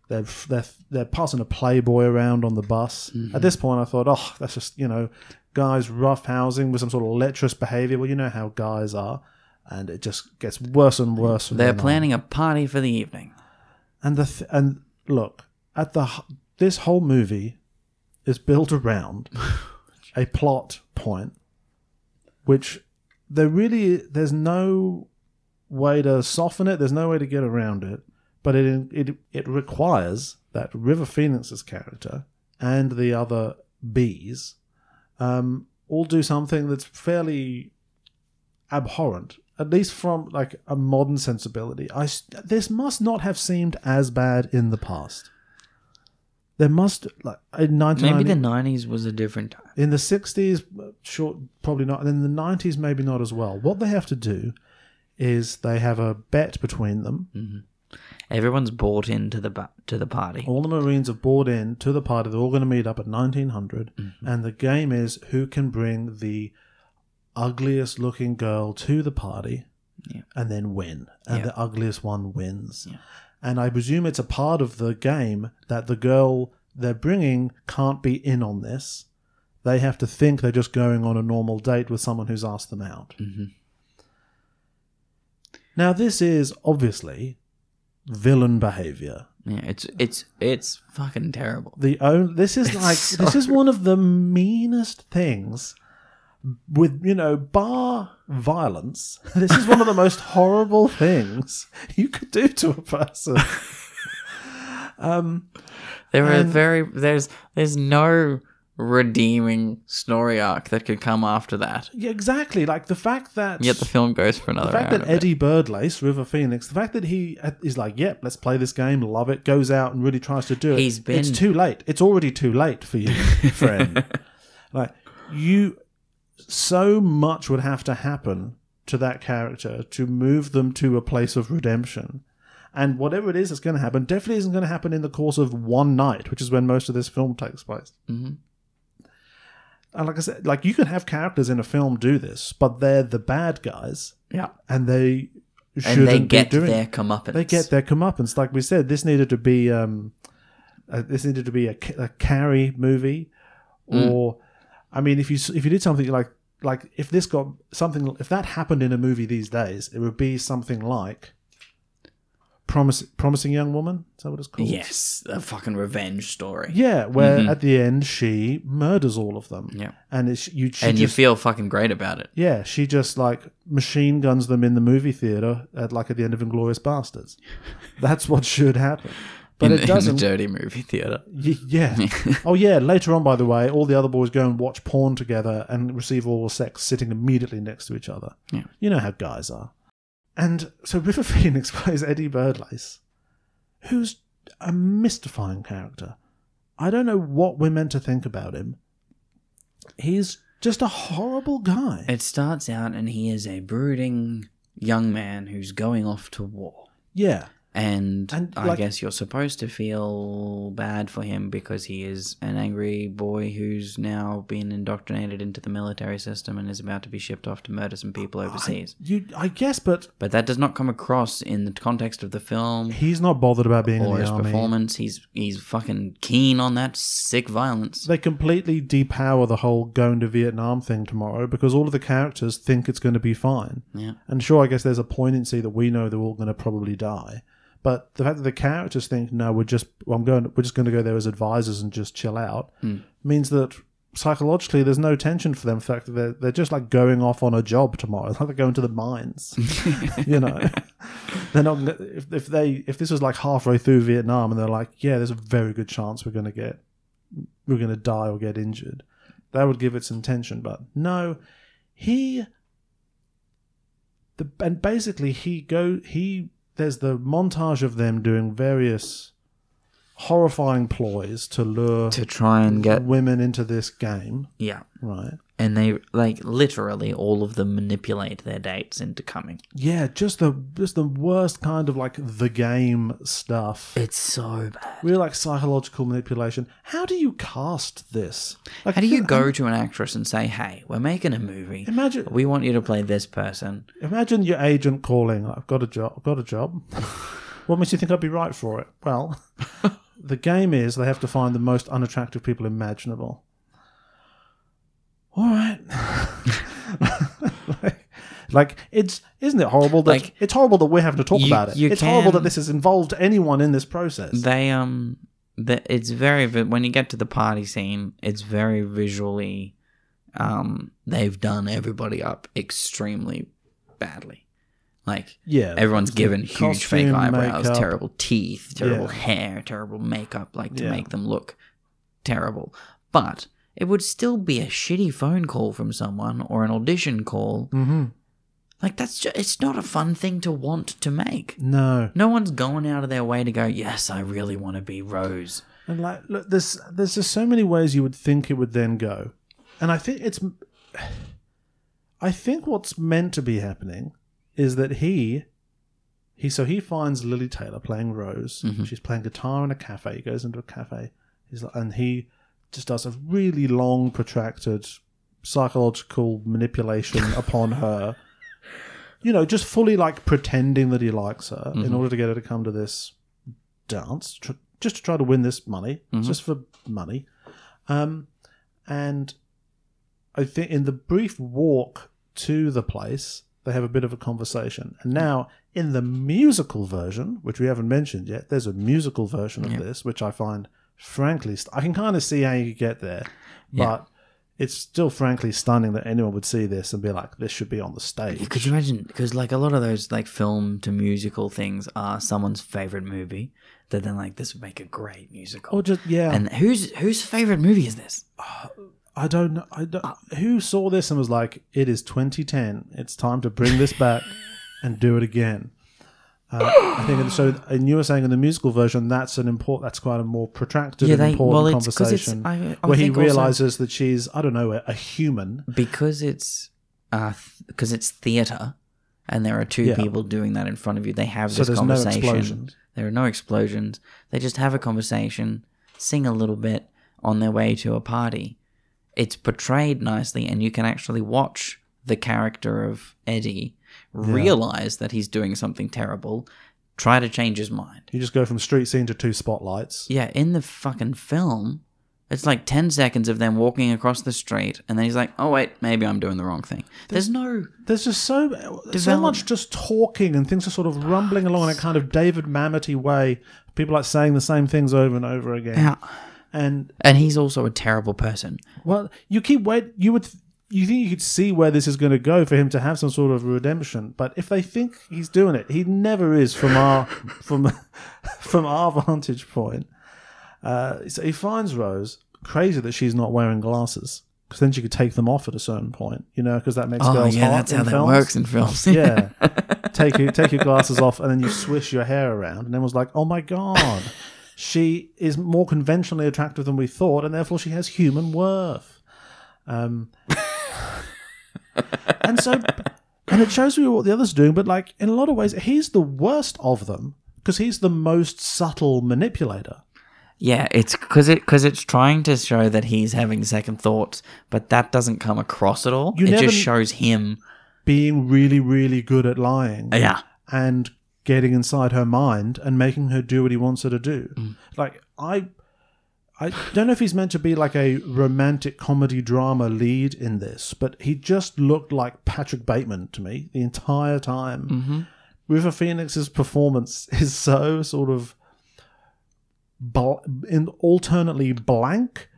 Speaker 2: They're, they're they're passing a Playboy around on the bus. At this point, I thought, oh, that's just you know, guys roughhousing with some sort of lecherous behaviour. Well, you know how guys are, and it just gets worse and worse. from
Speaker 1: They're
Speaker 2: then on.
Speaker 1: planning a party for the evening.
Speaker 2: And the th- and look at the h- this whole movie is built around a plot point, which there really there's no way to soften it. There's no way to get around it. But it it it requires that River Phoenix's character and the other bees um, all do something that's fairly abhorrent, at least from like a modern sensibility. I s- this must not have seemed as bad in the past. There must like in
Speaker 1: Maybe the
Speaker 2: nineteen
Speaker 1: nineties was a different time.
Speaker 2: in the sixties, short probably not, and in the nineties maybe not as well. What they have to do is they have a bet between them.
Speaker 1: Everyone's bought into the ba- to the party.
Speaker 2: All the Marines have bought in to the party. They're all going to meet up at 1900.
Speaker 1: Mm-hmm.
Speaker 2: And the game is who can bring the ugliest looking girl to the party
Speaker 1: Yeah.
Speaker 2: and then win. And
Speaker 1: Yeah.
Speaker 2: the ugliest one wins.
Speaker 1: Yeah.
Speaker 2: And I presume it's a part of the game that the girl they're bringing can't be in on this. They have to think they're just going on a normal date with someone who's asked them out.
Speaker 1: Mhm.
Speaker 2: Now, this is obviously villain behavior.
Speaker 1: Yeah, it's it's it's fucking terrible.
Speaker 2: The only this is
Speaker 1: It's
Speaker 2: like
Speaker 1: so-
Speaker 2: this is one of the meanest things with you know bar violence. This is one of the [LAUGHS] most horrible things you could do to a person. um,
Speaker 1: There are
Speaker 2: And-
Speaker 1: very there's there's no redeeming story arc that could come after that.
Speaker 2: yeah, exactly. Like the fact that
Speaker 1: Yet the film goes for another.
Speaker 2: the fact
Speaker 1: hour
Speaker 2: that
Speaker 1: and a bit.
Speaker 2: Eddie Birdlace, River Phoenix, the fact that he is like, "Yep, let's play this game, love it," goes out and really tries to do it.
Speaker 1: He's been-
Speaker 2: It's too late. It's already too late for
Speaker 1: [LAUGHS]
Speaker 2: you, friend. like you, so much would have to happen to that character to move them to a place of redemption. And whatever it is that's going to happen, definitely isn't going to happen in the course of one night, which is when most of this film takes place.
Speaker 1: Mm-hmm.
Speaker 2: And like I said, like you can have characters in a film do this, but they're the bad guys
Speaker 1: yeah,
Speaker 2: and they shouldn't
Speaker 1: and they get
Speaker 2: be doing.
Speaker 1: their comeuppance.
Speaker 2: they get their comeuppance. Like we said, this needed to be um, uh, this needed to be a, ca- a carry movie,
Speaker 1: Hmm.
Speaker 2: or I mean, if you s- if you did something like like if this got something if that happened in a movie these days, it would be something like Promise, promising young woman. Is that what it's called?
Speaker 1: Yes, a fucking revenge story.
Speaker 2: Yeah, where at the end she murders all of them.
Speaker 1: Yeah.
Speaker 2: and it's you. She
Speaker 1: and you
Speaker 2: just,
Speaker 1: feel fucking great about it.
Speaker 2: yeah, she just like machine guns them in the movie theater at like at the end of Inglorious Bastards. That's what should happen, [LAUGHS] but
Speaker 1: in,
Speaker 2: it
Speaker 1: the- in the
Speaker 2: doesn't.
Speaker 1: dirty movie theater.
Speaker 2: Y-
Speaker 1: [LAUGHS]
Speaker 2: yeah. oh yeah. Later on, by the way, all the other boys go and watch porn together and receive oral sex sitting immediately next to each other.
Speaker 1: Yeah.
Speaker 2: You know how guys are. And so River [LAUGHS] Phoenix plays Eddie Birdlace, who's a mystifying character. I don't know what we're meant to think about him. He's just a horrible guy.
Speaker 1: It starts out, and he is a brooding young man who's going off to war.
Speaker 2: yeah.
Speaker 1: And,
Speaker 2: And,
Speaker 1: I
Speaker 2: like-
Speaker 1: guess you're supposed to feel bad for him because he is an angry boy who's now been indoctrinated into the military system and is about to be shipped off to murder some people overseas.
Speaker 2: You I guess, but
Speaker 1: But that does not come across in the context of the film
Speaker 2: he's not bothered about being in
Speaker 1: or
Speaker 2: the
Speaker 1: his
Speaker 2: army.
Speaker 1: performance. He's he's fucking keen on that sick violence.
Speaker 2: They completely depower the whole going to Vietnam thing tomorrow because all of the characters think it's going to be fine.
Speaker 1: Yeah.
Speaker 2: And sure, I guess there's a poignancy that we know they're all going to probably die. But the fact that the characters think, no, we're just, well, I'm going, we're just going to go there as advisors and just chill out,
Speaker 1: Hmm.
Speaker 2: means that psychologically there's no tension for them. The fact that they're, they're just like going off on a job tomorrow, [LAUGHS] It's like they're going to the mines. [LAUGHS] you know, they're not. If, if they, if this was like halfway through Vietnam and they're like, yeah, there's a very good chance we're going to get, we're going to die or get injured, that would give it some tension. But no, he the and basically he go he there's the montage of them doing various horrifying ploys to lure
Speaker 1: To try and get
Speaker 2: women into this game,
Speaker 1: yeah.
Speaker 2: right?
Speaker 1: And they like literally all of them manipulate their dates into coming.
Speaker 2: Yeah, just the just the worst kind of like the game stuff.
Speaker 1: It's so bad.
Speaker 2: Real like psychological manipulation. How do you cast this? Like,
Speaker 1: How do
Speaker 2: [LAUGHS]
Speaker 1: you
Speaker 2: know,
Speaker 1: go to an actress and say, "Hey, we're making a movie.
Speaker 2: Imagine-
Speaker 1: we want you to play this person."
Speaker 2: Imagine your agent calling. I've got a job. I've got a job. [LAUGHS] what makes you think I'd be right for it? Well, [LAUGHS] the game is they have to find the most unattractive people imaginable. All right. [LAUGHS] like, like, it's isn't it horrible that
Speaker 1: Like,
Speaker 2: it's horrible that we're having to talk
Speaker 1: you-
Speaker 2: about it.
Speaker 1: you
Speaker 2: It's horrible that
Speaker 1: can-
Speaker 2: this has involved anyone in this process.
Speaker 1: They um, the, it's very vi- when you get to the party scene, it's very visually. Um, they've done everybody up extremely badly. Like
Speaker 2: yeah,
Speaker 1: everyone's
Speaker 2: the
Speaker 1: given huge fake
Speaker 2: costume,
Speaker 1: eyebrows,
Speaker 2: makeup.
Speaker 1: terrible teeth, terrible
Speaker 2: Yeah.
Speaker 1: hair, terrible makeup, like to
Speaker 2: Yeah.
Speaker 1: make them look terrible. But it would still be a shitty phone call from someone or an audition call.
Speaker 2: Mhm.
Speaker 1: Like that's just, it's not a fun thing to want to make.
Speaker 2: No,
Speaker 1: No one's going out of their way to go, "Yes, I really want to be Rose."
Speaker 2: And like, look, there's there's just so many ways you would think it would then go, and I think it's, I think what's meant to be happening is that he, he so he finds Lily Taylor playing Rose. She's playing guitar in a cafe. He goes into a cafe. He's like, and he just does a really long, protracted psychological manipulation [LAUGHS] upon her. You know, just fully like pretending that he likes her in order to get her to come to this dance, tr- just to try to win this money, just for money. Um, and I think in the brief walk to the place, they have a bit of a conversation. And now in the musical version, which we haven't mentioned yet, there's a musical version of this, which I find, frankly, st- I can kind of see how you could get there, but. It's still frankly stunning that anyone would see this and be like, "This should be on the stage."
Speaker 1: Could you imagine? Because like a lot of those like film to musical things are someone's favorite movie. That then like this would make a great musical.
Speaker 2: Or just Oh, yeah,
Speaker 1: and whose whose favorite movie is this?
Speaker 2: I don't know. I don't, who saw this and was like, "It is 2010. It's time to bring this back and do it again." Uh, I think so. And you were saying in the musical version, that's an import. That's quite a more protracted
Speaker 1: Yeah,
Speaker 2: and
Speaker 1: they-
Speaker 2: important
Speaker 1: well, it's 'cause it's-
Speaker 2: conversation
Speaker 1: I- I
Speaker 2: where he
Speaker 1: think also-
Speaker 2: realizes that she's, I don't know, a, a human.
Speaker 1: because it's uh because it's theater and there are two
Speaker 2: Yeah.
Speaker 1: people doing that in front of you they have
Speaker 2: So
Speaker 1: this
Speaker 2: there's no
Speaker 1: conversation
Speaker 2: explosions.
Speaker 1: there are no explosions they just have a conversation sing a little bit on their way to a party it's portrayed nicely and you can actually watch the character of eddie realize that he's doing something terrible try to change his mind
Speaker 2: You just go from street scene to two spotlights.
Speaker 1: yeah, in the fucking film, It's like 10 seconds of them walking across the street, and then he's like, oh, wait, maybe I'm doing the wrong thing. There's no.
Speaker 2: There's just so so much just talking and things are sort of rumbling along in a kind of David Mammoety way. People like saying the same things over and over again.
Speaker 1: Yeah.
Speaker 2: And
Speaker 1: And he's also a terrible person.
Speaker 2: well, you keep wait. You would you think you could see where this is going to go for him to have some sort of redemption. But if they think he's doing it, he never is from our [LAUGHS] from from our vantage point. Uh, so he finds Rose crazy that she's not wearing glasses because then she could take them off at a certain point. You know, because that makes
Speaker 1: Oh,
Speaker 2: girls
Speaker 1: yeah,
Speaker 2: hot
Speaker 1: that's
Speaker 2: in
Speaker 1: how that
Speaker 2: films.
Speaker 1: works in films.
Speaker 2: Yeah. take your take your glasses off and then you swish your hair around and everyone's like, Oh my god. She is more conventionally attractive than we thought, and therefore she has human worth. Um And so and it shows me what the others are doing, but like in a lot of ways, he's the worst of them because he's the most subtle manipulator.
Speaker 1: [LAUGHS] Yeah, it's because it because it's trying to show that he's having second thoughts, but that doesn't come across at all.
Speaker 2: You
Speaker 1: it
Speaker 2: never-
Speaker 1: just shows him.
Speaker 2: Being really, really good at lying.
Speaker 1: Yeah,
Speaker 2: and getting inside her mind and making her do what he wants her to do. Like I I don't know if he's meant to be like a romantic comedy drama lead in this, but he just looked like Patrick Bateman to me the entire time. River Phoenix's performance [LAUGHS] is so sort of bl- in alternately blank,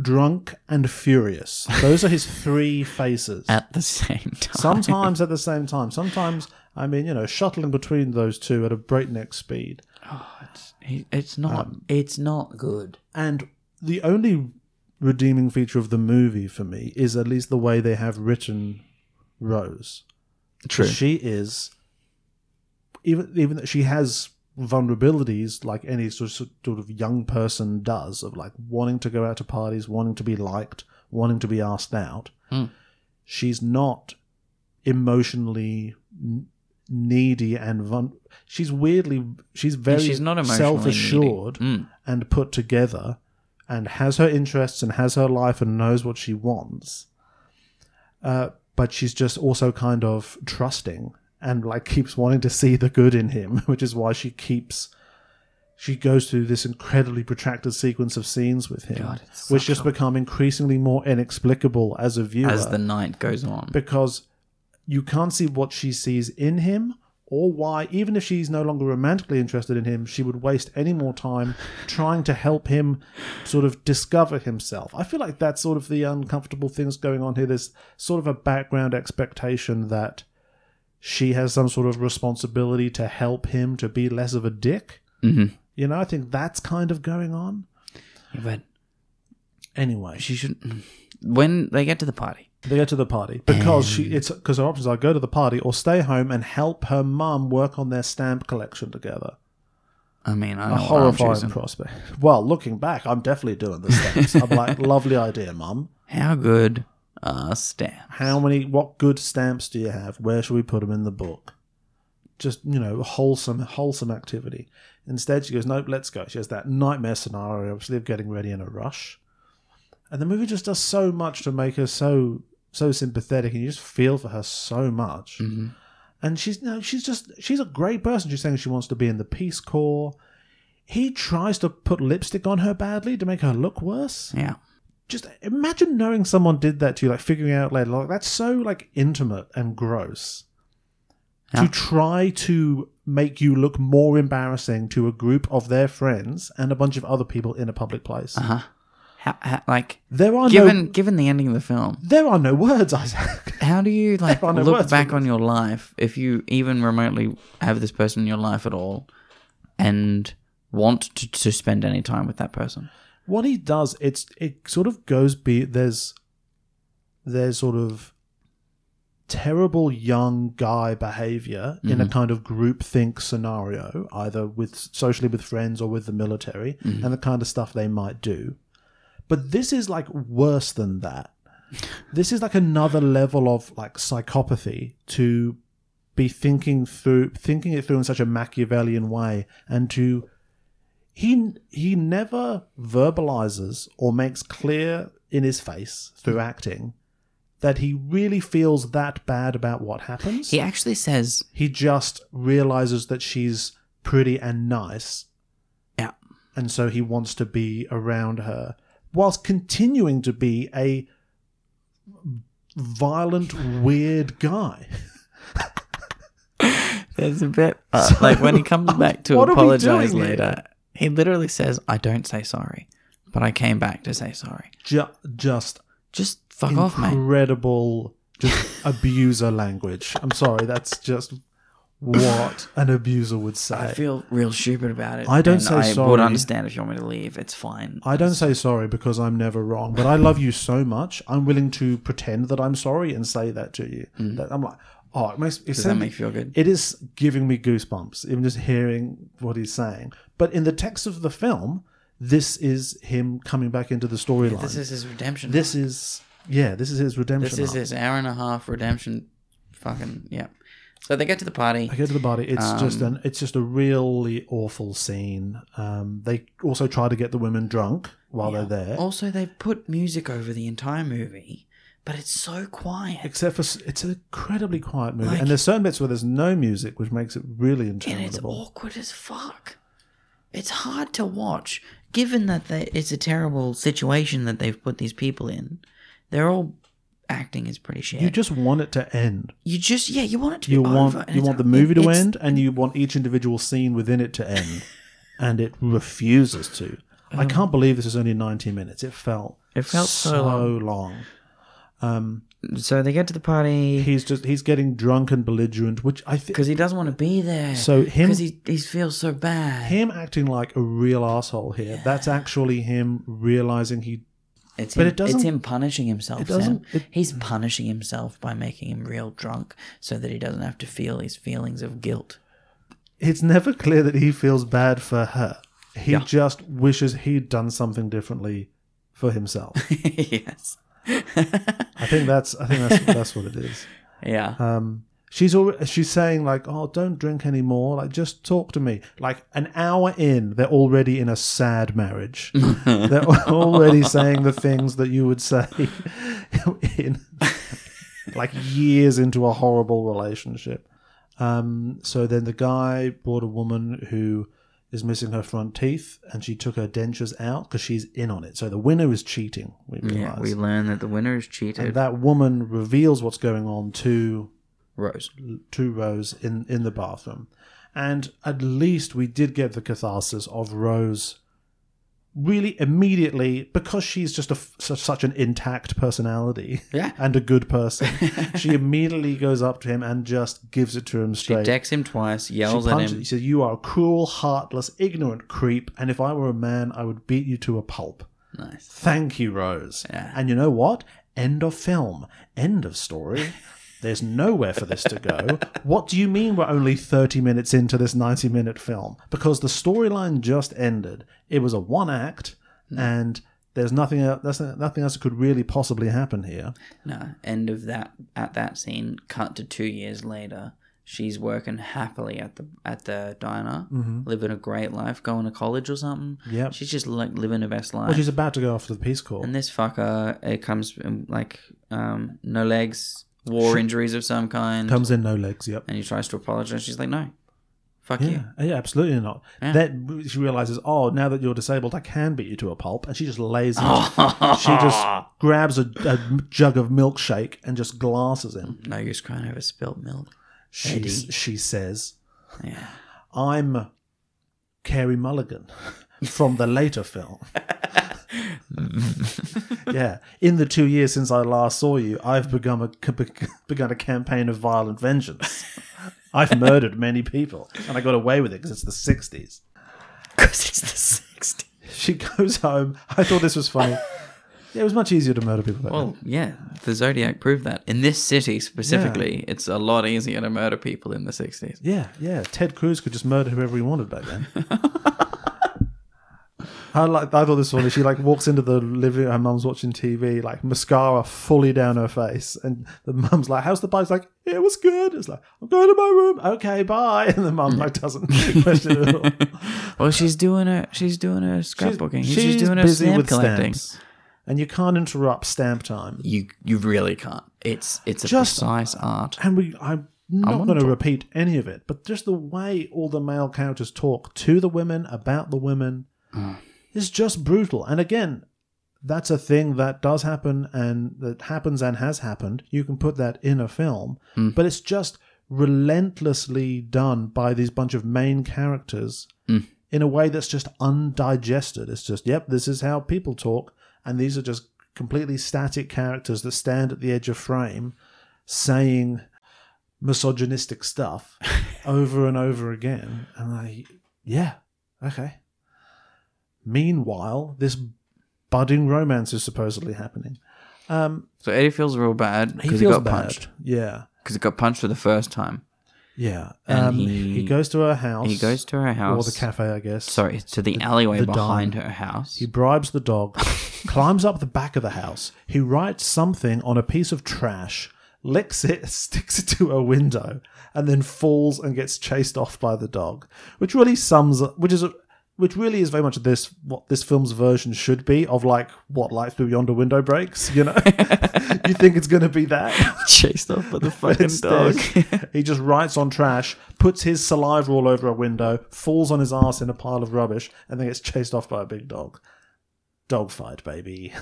Speaker 2: drunk, and furious. Those are his three faces
Speaker 1: at the [LAUGHS] same time.
Speaker 2: sometimes at the same time. Sometimes, I mean, you know, shuttling between those two at a breakneck speed.
Speaker 1: He- it's not. it's not good.
Speaker 2: And the only redeeming feature of the movie for me is at least the way they have written Rose.
Speaker 1: True.
Speaker 2: She is even even that she has vulnerabilities like any sort of, sort of young person does of like wanting to go out to parties, wanting to be liked, wanting to be asked out.
Speaker 1: Hmm.
Speaker 2: She's not emotionally n- needy and vul- she's weirdly she's very
Speaker 1: she's not emotionally
Speaker 2: self-assured
Speaker 1: needy. Mm.
Speaker 2: and put together and has her interests and has her life and knows what she wants uh, but she's just also kind of trusting and like keeps wanting to see the good in him [LAUGHS] which is why she keeps she goes through this incredibly protracted sequence of scenes with him
Speaker 1: God, it's
Speaker 2: which
Speaker 1: such
Speaker 2: just become increasingly more inexplicable as a viewer
Speaker 1: As the night goes on,
Speaker 2: because you can't see what she sees in him or why even if she's no longer romantically interested in him she would waste any more time trying to help him sort of discover himself i feel like that's sort of the uncomfortable things going on here there's sort of a background expectation that she has some sort of responsibility to help him to be less of a dick
Speaker 1: Mhm.
Speaker 2: you know i think that's kind of going on
Speaker 1: but
Speaker 2: anyway
Speaker 1: she shouldn't. When they get to the party,
Speaker 2: They go to the party because she it's because her options are go to the party or stay home and help her mum work on their stamp collection together.
Speaker 1: I mean, I
Speaker 2: A
Speaker 1: know what I'm
Speaker 2: horrifying
Speaker 1: choosing.
Speaker 2: prospect. Well, looking back, I'm definitely doing the
Speaker 1: [LAUGHS]
Speaker 2: stamps. I'm like, lovely idea, mum.
Speaker 1: How good are Stan?
Speaker 2: How many? What good stamps do you have? Where should we put them in the book? Just you know, wholesome, wholesome activity. Instead, she goes, nope, let's go. She has that nightmare scenario, obviously, of getting ready in a rush. And the movie just does so much to make her so so sympathetic, and you just feel for her so much. And she's no, she's just she's a great person. She's saying she wants to be in the Peace Corps. He tries to put lipstick on her badly to make her look worse
Speaker 1: Yeah,
Speaker 2: just imagine knowing someone did that to you, like figuring out later, like that's so like intimate and gross.
Speaker 1: Yeah.
Speaker 2: To try to make you look more embarrassing to a group of their friends and a bunch of other people in a public place.
Speaker 1: how, how, like
Speaker 2: There are
Speaker 1: Uh, given
Speaker 2: Oh, no
Speaker 1: given the ending of the film,
Speaker 2: there are no words, [LAUGHS] Isaac.
Speaker 1: How do
Speaker 2: [LAUGHS]
Speaker 1: you like
Speaker 2: on, it
Speaker 1: look
Speaker 2: works
Speaker 1: back
Speaker 2: for
Speaker 1: on your life if you even remotely have this person in your life at all and want to, to spend any time with that person?
Speaker 2: what he does, it's it sort of goes be there's there's sort of terrible young guy behavior in a kind of groupthink scenario, either with socially with friends or with the military, and the kind of stuff they might do. But this is like worse than that. This is like another level of like psychopathy to be thinking through thinking it through in such a Machiavellian way and to he he never verbalizes or makes clear in his face through acting that he really feels that bad about what happens.
Speaker 1: He actually says,
Speaker 2: He just realizes that she's pretty and nice
Speaker 1: yeah,
Speaker 2: and so he wants to be around her whilst continuing to be a
Speaker 1: [LAUGHS]
Speaker 2: violent, weird guy.
Speaker 1: There's a bit uh,
Speaker 2: [LAUGHS]
Speaker 1: like when he comes back to
Speaker 2: what are we
Speaker 1: apologize
Speaker 2: doing here?
Speaker 1: later. He literally says, "I don't say sorry, but I came back to say sorry."
Speaker 2: Ju- just
Speaker 1: Just fuck off, mate.
Speaker 2: incredible,
Speaker 1: [LAUGHS]
Speaker 2: just abuser language. I'm sorry, that's just what an abuser would say.
Speaker 1: I feel real stupid about it.
Speaker 2: I don't
Speaker 1: and
Speaker 2: say
Speaker 1: I would
Speaker 2: sorry.
Speaker 1: understand if you want me to leave. It's fine.
Speaker 2: I don't say sorry because I'm never wrong, but I love you so much. I'm willing to pretend that I'm sorry and say that to you. That I'm like, oh, it makes it
Speaker 1: Hmm. Does that make you feel good?
Speaker 2: It is giving me goosebumps, even just hearing what he's saying. But in the text of the film, this is him coming back into the storyline.
Speaker 1: This is his redemption.
Speaker 2: this is yeah, this is his redemption.
Speaker 1: This is
Speaker 2: arc.
Speaker 1: his hour and a half redemption. Fucking yeah. So they get to the party.
Speaker 2: I go to the body. It's
Speaker 1: um,
Speaker 2: just an it's just a really awful scene. Um, they also try to get the women drunk while they're there.
Speaker 1: Also, they've put music over the entire movie, but it's so quiet.
Speaker 2: except for s- it's an incredibly quiet movie,
Speaker 1: Like-
Speaker 2: and there's certain bits where there's no music, which makes it really
Speaker 1: And it's
Speaker 2: interminable.
Speaker 1: awkward as fuck. It's hard to watch, given that they, it's a terrible situation that they've put these people in. They're all acting is pretty shit.
Speaker 2: You just want it to end.
Speaker 1: You just- yeah, you want it to be
Speaker 2: You
Speaker 1: over.
Speaker 2: want
Speaker 1: and
Speaker 2: you
Speaker 1: it's-
Speaker 2: want the movie to
Speaker 1: it's-
Speaker 2: end, and you want each individual scene within it to
Speaker 1: [LAUGHS]
Speaker 2: end, and it refuses to. I can't believe this is only 90 minutes. It felt
Speaker 1: Oh. It felt so long.
Speaker 2: long.
Speaker 1: So they get to the party
Speaker 2: He's just he's getting drunk and belligerent, which I think
Speaker 1: because he doesn't want to be there.
Speaker 2: So him-
Speaker 1: because he, he feels so bad.
Speaker 2: him acting like a real asshole here. That's actually him realizing he
Speaker 1: It's
Speaker 2: But
Speaker 1: him,
Speaker 2: it doesn't-
Speaker 1: it's him punishing himself.
Speaker 2: it doesn't-
Speaker 1: Sam.
Speaker 2: it-
Speaker 1: he's punishing himself by making him real drunk so that he doesn't have to feel his feelings of guilt. [LAUGHS]
Speaker 2: it's never clear that he feels bad for her. He just wishes he'd done something differently for himself.
Speaker 1: yes.
Speaker 2: I think that's I think that's that's what it is.
Speaker 1: Yeah.
Speaker 2: Um, she's already, she's saying like, "Oh, don't drink anymore. Like, just talk to me." Like an hour in, they're already in a
Speaker 1: [LAUGHS]
Speaker 2: sad marriage. they're already saying the things that you would say [LAUGHS] in like years into a horrible relationship. Um, so then the guy bought a woman who is missing her front teeth, and she took her dentures out because she's in on it. So the winner is cheating. We realize.
Speaker 1: yeah. We learn that the winner is
Speaker 2: and
Speaker 1: cheated.
Speaker 2: that woman reveals what's going on to
Speaker 1: Rose.
Speaker 2: two rows in in the bathroom and at least we did get the catharsis of rose really immediately because she's just a f- su- such an intact personality
Speaker 1: Yeah.
Speaker 2: and a
Speaker 1: [LAUGHS]
Speaker 2: good person she immediately goes up to him and just gives it to him
Speaker 1: She
Speaker 2: straight
Speaker 1: decks him twice,
Speaker 2: She
Speaker 1: yells at
Speaker 2: punches-
Speaker 1: him.
Speaker 2: she says you are a cruel heartless ignorant creep and if i were a man i would beat you to a pulp
Speaker 1: Nice.
Speaker 2: Thank you, Rose. And you know what? End of film. End of story. There's nowhere for this to go. what do you mean we're only 30 minutes into this 90 minute film? Because the storyline just ended. It was a one act, and there's nothing else, there's nothing else that could really possibly happen here.
Speaker 1: No. End of that at that scene, cut to two years later. She's working happily at the at the diner, living a great life, going to college or something.
Speaker 2: Mm-hmm. Yep.
Speaker 1: She's just like living her best life.
Speaker 2: Well, she's about to go after the Peace Corps.
Speaker 1: And this fucker, it comes in, like um, no legs, war injuries of some kind,
Speaker 2: Comes in no legs, yep.
Speaker 1: and he tries to apologize. She's like, no, fuck
Speaker 2: Yeah,
Speaker 1: you.
Speaker 2: yeah, absolutely not. That she realizes, oh, now that you're disabled, I can beat you to a pulp, and she just lays. him. she just grabs a, a jug of milkshake and just glasses him.
Speaker 1: No use crying over spilt milk.
Speaker 2: She
Speaker 1: Eddie.
Speaker 2: she says,
Speaker 1: Yeah.
Speaker 2: "I'm Carey Mulligan from the later film." yeah, in the two years since I last saw you, I've begun a begun a campaign of violent vengeance. I've murdered many people, and I got away with it because it's the '60s.
Speaker 1: Because it's the 60s.
Speaker 2: She goes home. I thought this
Speaker 1: [LAUGHS]
Speaker 2: was funny. Yeah, it was much easier to murder people. Back
Speaker 1: Well, yeah, the Zodiac proved that. In this city specifically, it's a lot easier to murder people in the 60s.
Speaker 2: then. Yeah, yeah. Ted Cruz could just murder whoever he wanted
Speaker 1: [LAUGHS]
Speaker 2: back then. I like. I thought this was funny. She like walks into the living. Her mum's watching TV. Like mascara fully down her face, and the mum's like, "How's the bike's Like, it was good. It's like, I'm going to my room. Okay, bye. [LAUGHS] And the mum like doesn't [LAUGHS] question it at all.
Speaker 1: Well, she's doing her, she's doing her scrapbooking. She's, doing her
Speaker 2: busy
Speaker 1: stamp
Speaker 2: with
Speaker 1: collecting.
Speaker 2: stamps, and you can't interrupt stamp time.
Speaker 1: You you really can't. It's it's a
Speaker 2: Just-
Speaker 1: precise art.
Speaker 2: and we I'm not
Speaker 1: wanna
Speaker 2: going to
Speaker 1: talk-
Speaker 2: repeat any of it, but just the way all the male Mm. characters talk to the women about the women is just brutal. And again, that's a thing that does happen and that happens and has happened. You can put that in a film, but it's just relentlessly done by these bunch of main characters in a way that's just undigested. It's just, yep, this is how people talk, and these are just completely static characters that stand at the edge of frame saying misogynistic
Speaker 1: [LAUGHS]
Speaker 2: stuff over and over again. And I, yeah, okay. Meanwhile, this budding romance is supposedly happening. Um,
Speaker 1: So Eddie feels real bad
Speaker 2: he
Speaker 1: because
Speaker 2: feels
Speaker 1: he, got
Speaker 2: bad.
Speaker 1: punched.
Speaker 2: Yeah,
Speaker 1: Because he got punched for the first time.
Speaker 2: yeah.
Speaker 1: And
Speaker 2: um, he,
Speaker 1: he-
Speaker 2: goes to her house.
Speaker 1: He goes to her house.
Speaker 2: or the cafe, I guess.
Speaker 1: Sorry, to the alleyway
Speaker 2: the
Speaker 1: behind
Speaker 2: dime.
Speaker 1: her house.
Speaker 2: He [LAUGHS] bribes the dog, climbs up the back of the house. He writes something on a piece of trash, licks it, [LAUGHS] sticks it to a window, and then falls and gets chased off by the dog. Which really sums up, which is a, which really is very much this what this film's version should be of like what lights through yonder window breaks. You know, [LAUGHS] you think it's going to be that.
Speaker 1: chased off by [LAUGHS] the fucking dog. [LAUGHS]
Speaker 2: Instead, he just writes on trash, puts his saliva all over a window, falls on his ass in a pile of rubbish, and then gets chased off by a big dog.
Speaker 1: [LAUGHS]
Speaker 2: Dogfight, baby.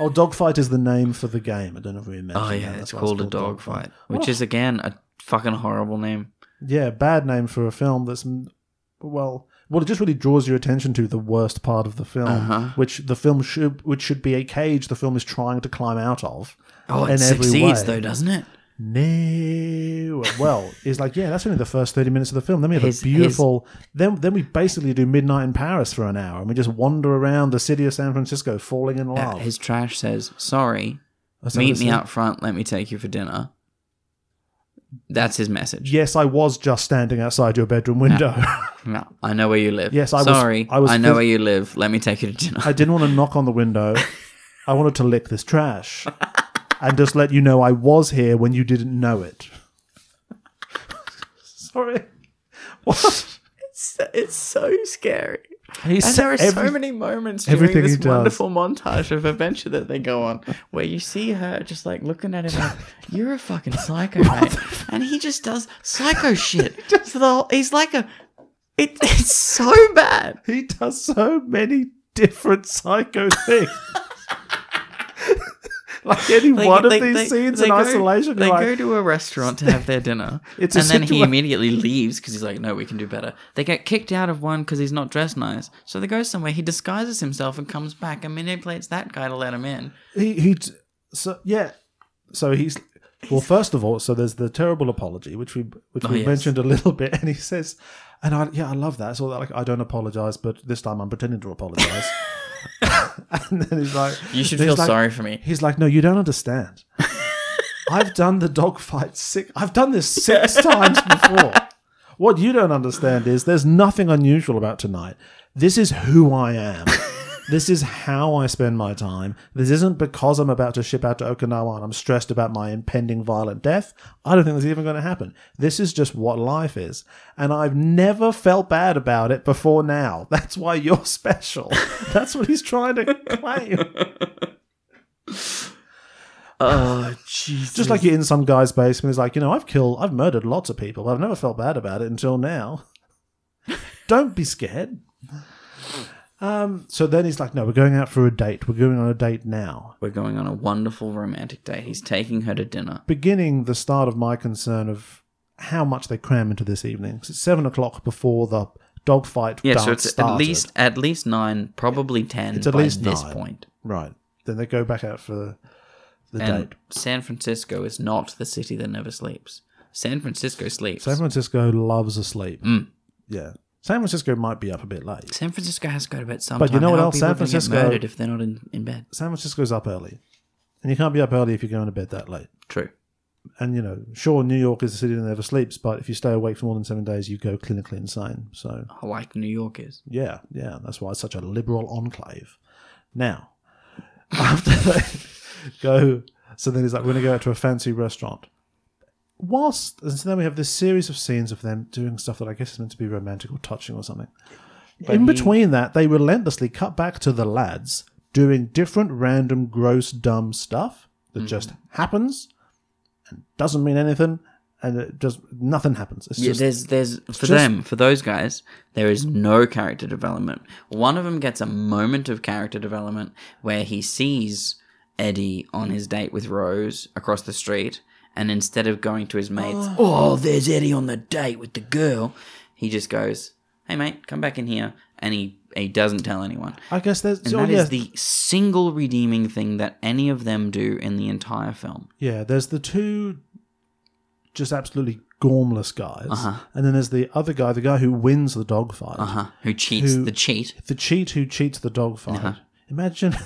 Speaker 2: oh, dogfight is the name for the game. I don't know if we mentioned.
Speaker 1: oh yeah, it's
Speaker 2: that. That's why
Speaker 1: called a dog fight, which
Speaker 2: What a-
Speaker 1: is again a fucking horrible name.
Speaker 2: yeah, bad name for a film that's well. Well, it just really draws your attention to the worst part of the film,
Speaker 1: Uh-huh.
Speaker 2: which the film should, which should be a cage the film is trying to climb out of.
Speaker 1: Oh,
Speaker 2: in
Speaker 1: it
Speaker 2: every
Speaker 1: succeeds
Speaker 2: way.
Speaker 1: though, doesn't it?
Speaker 2: No. Well, it's like yeah, that's only the first thirty minutes of the film. Then we have
Speaker 1: His-
Speaker 2: a beautiful. Then then we basically do midnight in Paris for an hour, and we just wander around the city of San Francisco, falling in
Speaker 1: Uh,
Speaker 2: love.
Speaker 1: his trash says, "Sorry,
Speaker 2: That's how
Speaker 1: meet
Speaker 2: this
Speaker 1: me
Speaker 2: is.
Speaker 1: out front. Let me take you for dinner." That's his message.
Speaker 2: Yes, I was just standing outside your bedroom window. [LAUGHS]
Speaker 1: No, I know where you live.
Speaker 2: Yes, I was-
Speaker 1: Sorry,
Speaker 2: I was
Speaker 1: I know
Speaker 2: phys-
Speaker 1: where you live. Let me take you to dinner.
Speaker 2: I didn't want to knock on the window. I wanted to lick this
Speaker 1: [LAUGHS]
Speaker 2: trash and just let you know I was here when you didn't know it. [LAUGHS] Sorry. What?
Speaker 1: [LAUGHS] It's, it's so scary.
Speaker 2: He
Speaker 1: And
Speaker 2: said
Speaker 1: there are
Speaker 2: every-
Speaker 1: so many moments
Speaker 2: everything
Speaker 1: during
Speaker 2: he
Speaker 1: this
Speaker 2: does.
Speaker 1: wonderful montage of adventure that they go on where you see her just like looking at him like, you're a fucking psycho, mate. And he just does [LAUGHS] psycho shit. so the whole, he's like a, it, it's so bad.
Speaker 2: He does so many different psycho
Speaker 1: [LAUGHS]
Speaker 2: things. like any
Speaker 1: Like,
Speaker 2: one of
Speaker 1: they-
Speaker 2: these
Speaker 1: they-
Speaker 2: scenes
Speaker 1: they
Speaker 2: in
Speaker 1: go-
Speaker 2: isolation,
Speaker 1: They
Speaker 2: you're
Speaker 1: go
Speaker 2: like,
Speaker 1: to a restaurant to have their [LAUGHS] dinner,
Speaker 2: It's a
Speaker 1: and then he
Speaker 2: situa-
Speaker 1: immediately leaves because he's like, "No, we can do better." They get kicked out of one because he's not dressed nice, so they go somewhere. He disguises himself and comes back and manipulates that guy to let him in.
Speaker 2: he, he, t- so yeah, so he's. Well, first of all, so there's the terrible apology, which we which
Speaker 1: Oh,
Speaker 2: we
Speaker 1: yes.
Speaker 2: mentioned a little bit, and he says, and I yeah, I love that. So like, I don't apologize, but this time I'm pretending
Speaker 1: [LAUGHS]
Speaker 2: to apologize. [LAUGHS] and then he's like,
Speaker 1: You should
Speaker 2: he's
Speaker 1: feel
Speaker 2: like-
Speaker 1: sorry for me.
Speaker 2: He's like, no, you don't understand. I've done the dogfight six. I've done this six times before. What you don't understand is there's nothing unusual about tonight. This is who I am. this is how I spend my time. This isn't because I'm about to ship out to Okinawa and I'm stressed about my impending violent death. I don't think that's even going to happen. This is just what life is. And I've never felt bad about it before now. That's why you're [LAUGHS] special. That's what he's trying to claim.
Speaker 1: Oh Jesus!
Speaker 2: Just like you're in some guy's basement, he's like, you know, I've killed, I've murdered lots of people, but I've never felt bad about it until now. [LAUGHS] Don't be scared. Um, so then he's like, no, we're going out for a date. We're going on a date now.
Speaker 1: we're going on a wonderful romantic date. He's taking her to dinner.
Speaker 2: Beginning the start of my concern of how much they cram into this evening. 'Cause it's seven o'clock before the dogfight.
Speaker 1: Yeah,
Speaker 2: dance
Speaker 1: so it's
Speaker 2: started.
Speaker 1: at least at least nine, probably ten
Speaker 2: It's at
Speaker 1: by
Speaker 2: least
Speaker 1: this
Speaker 2: nine.
Speaker 1: point.
Speaker 2: right. Then they go back out for the, the
Speaker 1: And
Speaker 2: date.
Speaker 1: San Francisco is not the city that never sleeps. San Francisco sleeps.
Speaker 2: San Francisco loves a sleep.
Speaker 1: Mm.
Speaker 2: Yeah, San Francisco might be up a bit late.
Speaker 1: San Francisco has to go to bed sometime.
Speaker 2: But you know
Speaker 1: How
Speaker 2: what
Speaker 1: are
Speaker 2: else?
Speaker 1: people
Speaker 2: San
Speaker 1: gonna get
Speaker 2: Francisco-
Speaker 1: murdered if they're not in, in bed.
Speaker 2: San Francisco's up early, and you can't be up early if you're going to bed that late.
Speaker 1: True.
Speaker 2: And you know, sure, New York is a city that never sleeps, but if you stay awake for more than seven days, you go clinically insane. So
Speaker 1: Oh, Like New York is.
Speaker 2: yeah, yeah, that's why it's such a liberal enclave. Now, [LAUGHS] after they go, so then he's like, "We're going to go out to a fancy restaurant." Whilst and so then we have this series of scenes of them doing stuff that I guess is meant to be romantic or touching or something. In between that, they relentlessly cut back to the lads doing different random,
Speaker 1: Mm-hmm.
Speaker 2: gross, dumb stuff that just happens and doesn't mean anything and it just nothing happens. It's
Speaker 1: Yeah,
Speaker 2: just
Speaker 1: there's there's for
Speaker 2: just-
Speaker 1: them for those guys there is no character development. One of them gets a moment of character development where he sees Eddie on his date with Rose across the street, and instead of going to his
Speaker 2: [GASPS]
Speaker 1: mates, oh, there's Eddie on the date with the girl, he just goes, "Hey mate, come back in here," and he he doesn't tell anyone.
Speaker 2: I guess there's
Speaker 1: And
Speaker 2: oh,
Speaker 1: that is
Speaker 2: yeah,
Speaker 1: the single redeeming thing that any of them do in the entire film.
Speaker 2: yeah. There's the two just absolutely gormless guys,
Speaker 1: Uh-huh.
Speaker 2: and then there's the other guy, the guy who wins the dogfight,
Speaker 1: Uh huh. Who cheats
Speaker 2: Who-
Speaker 1: the cheat?
Speaker 2: the cheat who cheats the dogfight.
Speaker 1: Uh-huh.
Speaker 2: Imagine,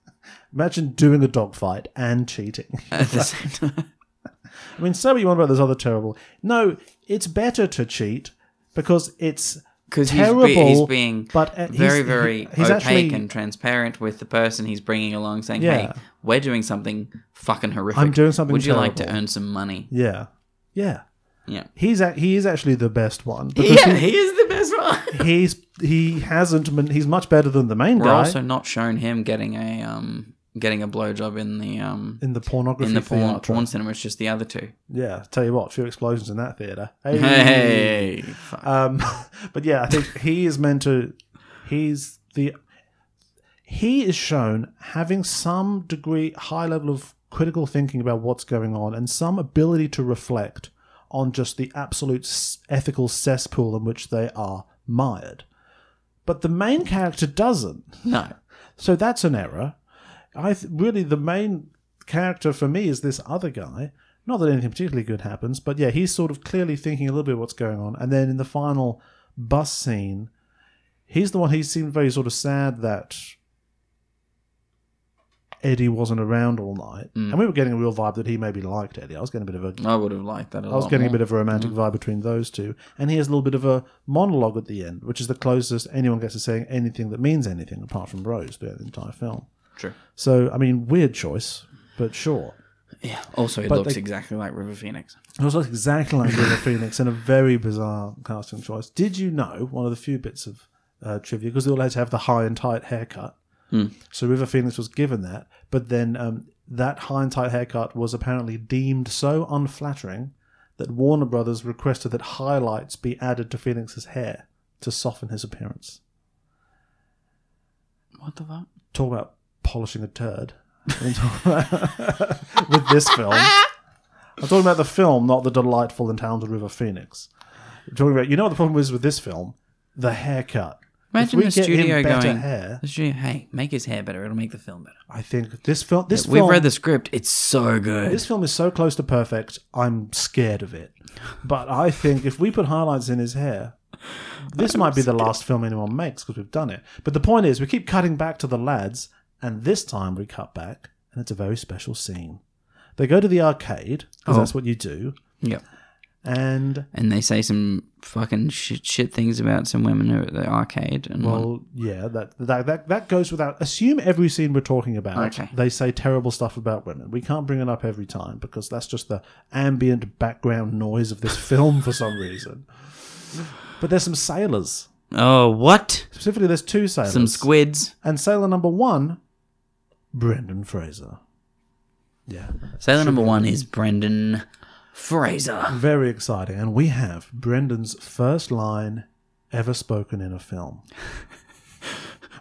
Speaker 2: [LAUGHS] imagine doing a dogfight and cheating.
Speaker 1: At the
Speaker 2: [LAUGHS]
Speaker 1: same time.
Speaker 2: I mean, say what you want about this other terrible. No, it's better to cheat because it's
Speaker 1: because he's,
Speaker 2: terrible.
Speaker 1: be- he's being
Speaker 2: but uh, he's-
Speaker 1: very,
Speaker 2: he-
Speaker 1: very
Speaker 2: he's
Speaker 1: opaque
Speaker 2: actually-
Speaker 1: and transparent with the person he's bringing along, saying,
Speaker 2: Yeah.
Speaker 1: "Hey, we're doing something fucking horrific.
Speaker 2: I'm doing something
Speaker 1: Would you like to
Speaker 2: terrible."
Speaker 1: earn some money?"
Speaker 2: yeah, yeah.
Speaker 1: Yeah,
Speaker 2: [LAUGHS] He's a, he is actually the best one because
Speaker 1: yeah, he is the best one.
Speaker 2: [LAUGHS] he, he's he hasn't been, he's much better than the main
Speaker 1: We're
Speaker 2: guy
Speaker 1: also not shown him getting a um getting a blowjob in the um
Speaker 2: in the pornography
Speaker 1: in the porn,
Speaker 2: theatre.
Speaker 1: porn cinema. It's just the other two.
Speaker 2: Yeah, tell you what, few explosions in that theater. Hey.
Speaker 1: Hey, fuck.
Speaker 2: Um, [LAUGHS] but yeah, I think he is meant to. He's the. He is shown having some degree, high level of critical thinking about what's going on, and some ability to reflect on just the absolute s- ethical cesspool in which they are mired. But the main character doesn't.
Speaker 1: [LAUGHS] no.
Speaker 2: So that's an error. I th- really the main character for me is this other guy. Not that anything particularly good happens, but yeah, he's sort of clearly thinking a little bit what's going on. And then in the final bus scene, he's the one. He seemed very sort of sad that Eddie wasn't around all night, and we were getting a real vibe that he maybe liked Eddie. I was getting a bit of a
Speaker 1: I would have liked that. I
Speaker 2: I was getting a bit of a romantic vibe between those two. And he has a little bit of a monologue at the end, which is the closest anyone gets to saying anything that means anything apart from Rose throughout the entire film.
Speaker 1: True.
Speaker 2: So, I mean, weird choice, but sure.
Speaker 1: Yeah. Also, he
Speaker 2: But
Speaker 1: looks
Speaker 2: they-
Speaker 1: exactly like River Phoenix.
Speaker 2: It was like exactly like River Phoenix and a very bizarre casting choice. Did you know one of the few bits of uh, trivia, because they all had to have the high and tight haircut. So River Phoenix was given that, but then um, that high and tight haircut was apparently deemed so unflattering that Warner Brothers requested that highlights be added to Phoenix's hair to soften his appearance.
Speaker 1: What the fuck?
Speaker 2: Talk about polishing a turd. I'm talking about- [LAUGHS] with this film. I'm talking about the film, not the delightful and talented River Phoenix. I'm talking about you know what the problem is with this film? The haircut.
Speaker 1: Imagine
Speaker 2: we
Speaker 1: the
Speaker 2: get him
Speaker 1: studio
Speaker 2: better
Speaker 1: going.
Speaker 2: hair-
Speaker 1: The studio, hey, make his hair better. It'll make the film better.
Speaker 2: I think this film this
Speaker 1: We've
Speaker 2: film
Speaker 1: read the script. It's so good.
Speaker 2: This film is so close to perfect, I'm scared of it. But I think if we put highlights in his hair, this might be the last film anyone makes because we've done it. But the point is, we keep cutting back to the lads, and this time we cut back, and it's a very special scene. They go to the arcade, because
Speaker 1: Oh.
Speaker 2: that's what you do,
Speaker 1: Yep.
Speaker 2: and,
Speaker 1: And they say some fucking shit, shit things about some women who are at the arcade. And well,
Speaker 2: well, yeah, that, that, that, that goes without. Assume every scene we're talking about,
Speaker 1: Okay.
Speaker 2: they say terrible stuff about women. We can't bring it up every time because that's just the ambient background noise of this film for some reason. But there's some sailors.
Speaker 1: oh, what?
Speaker 2: Specifically, there's two sailors.
Speaker 1: Some squids.
Speaker 2: And sailor number one, Brendan Fraser. Yeah.
Speaker 1: Sailor number one is Brendan Fraser.
Speaker 2: Very exciting. And we have Brendan's first line ever spoken in a film.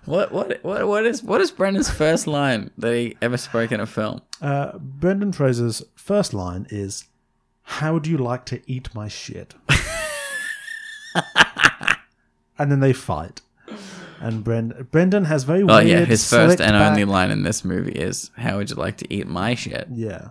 Speaker 1: What? What? What? What is? What is Brendan's first line that he ever spoke in a film?
Speaker 2: Uh, Brendan Fraser's first line is, "How do you like to eat my shit?" [LAUGHS] and then they fight, and Brend- Brendan has very
Speaker 1: Oh
Speaker 2: weird,
Speaker 1: yeah, his first
Speaker 2: slicked
Speaker 1: and only
Speaker 2: back-
Speaker 1: line in this movie is, "How would you like to eat my shit?"
Speaker 2: Yeah,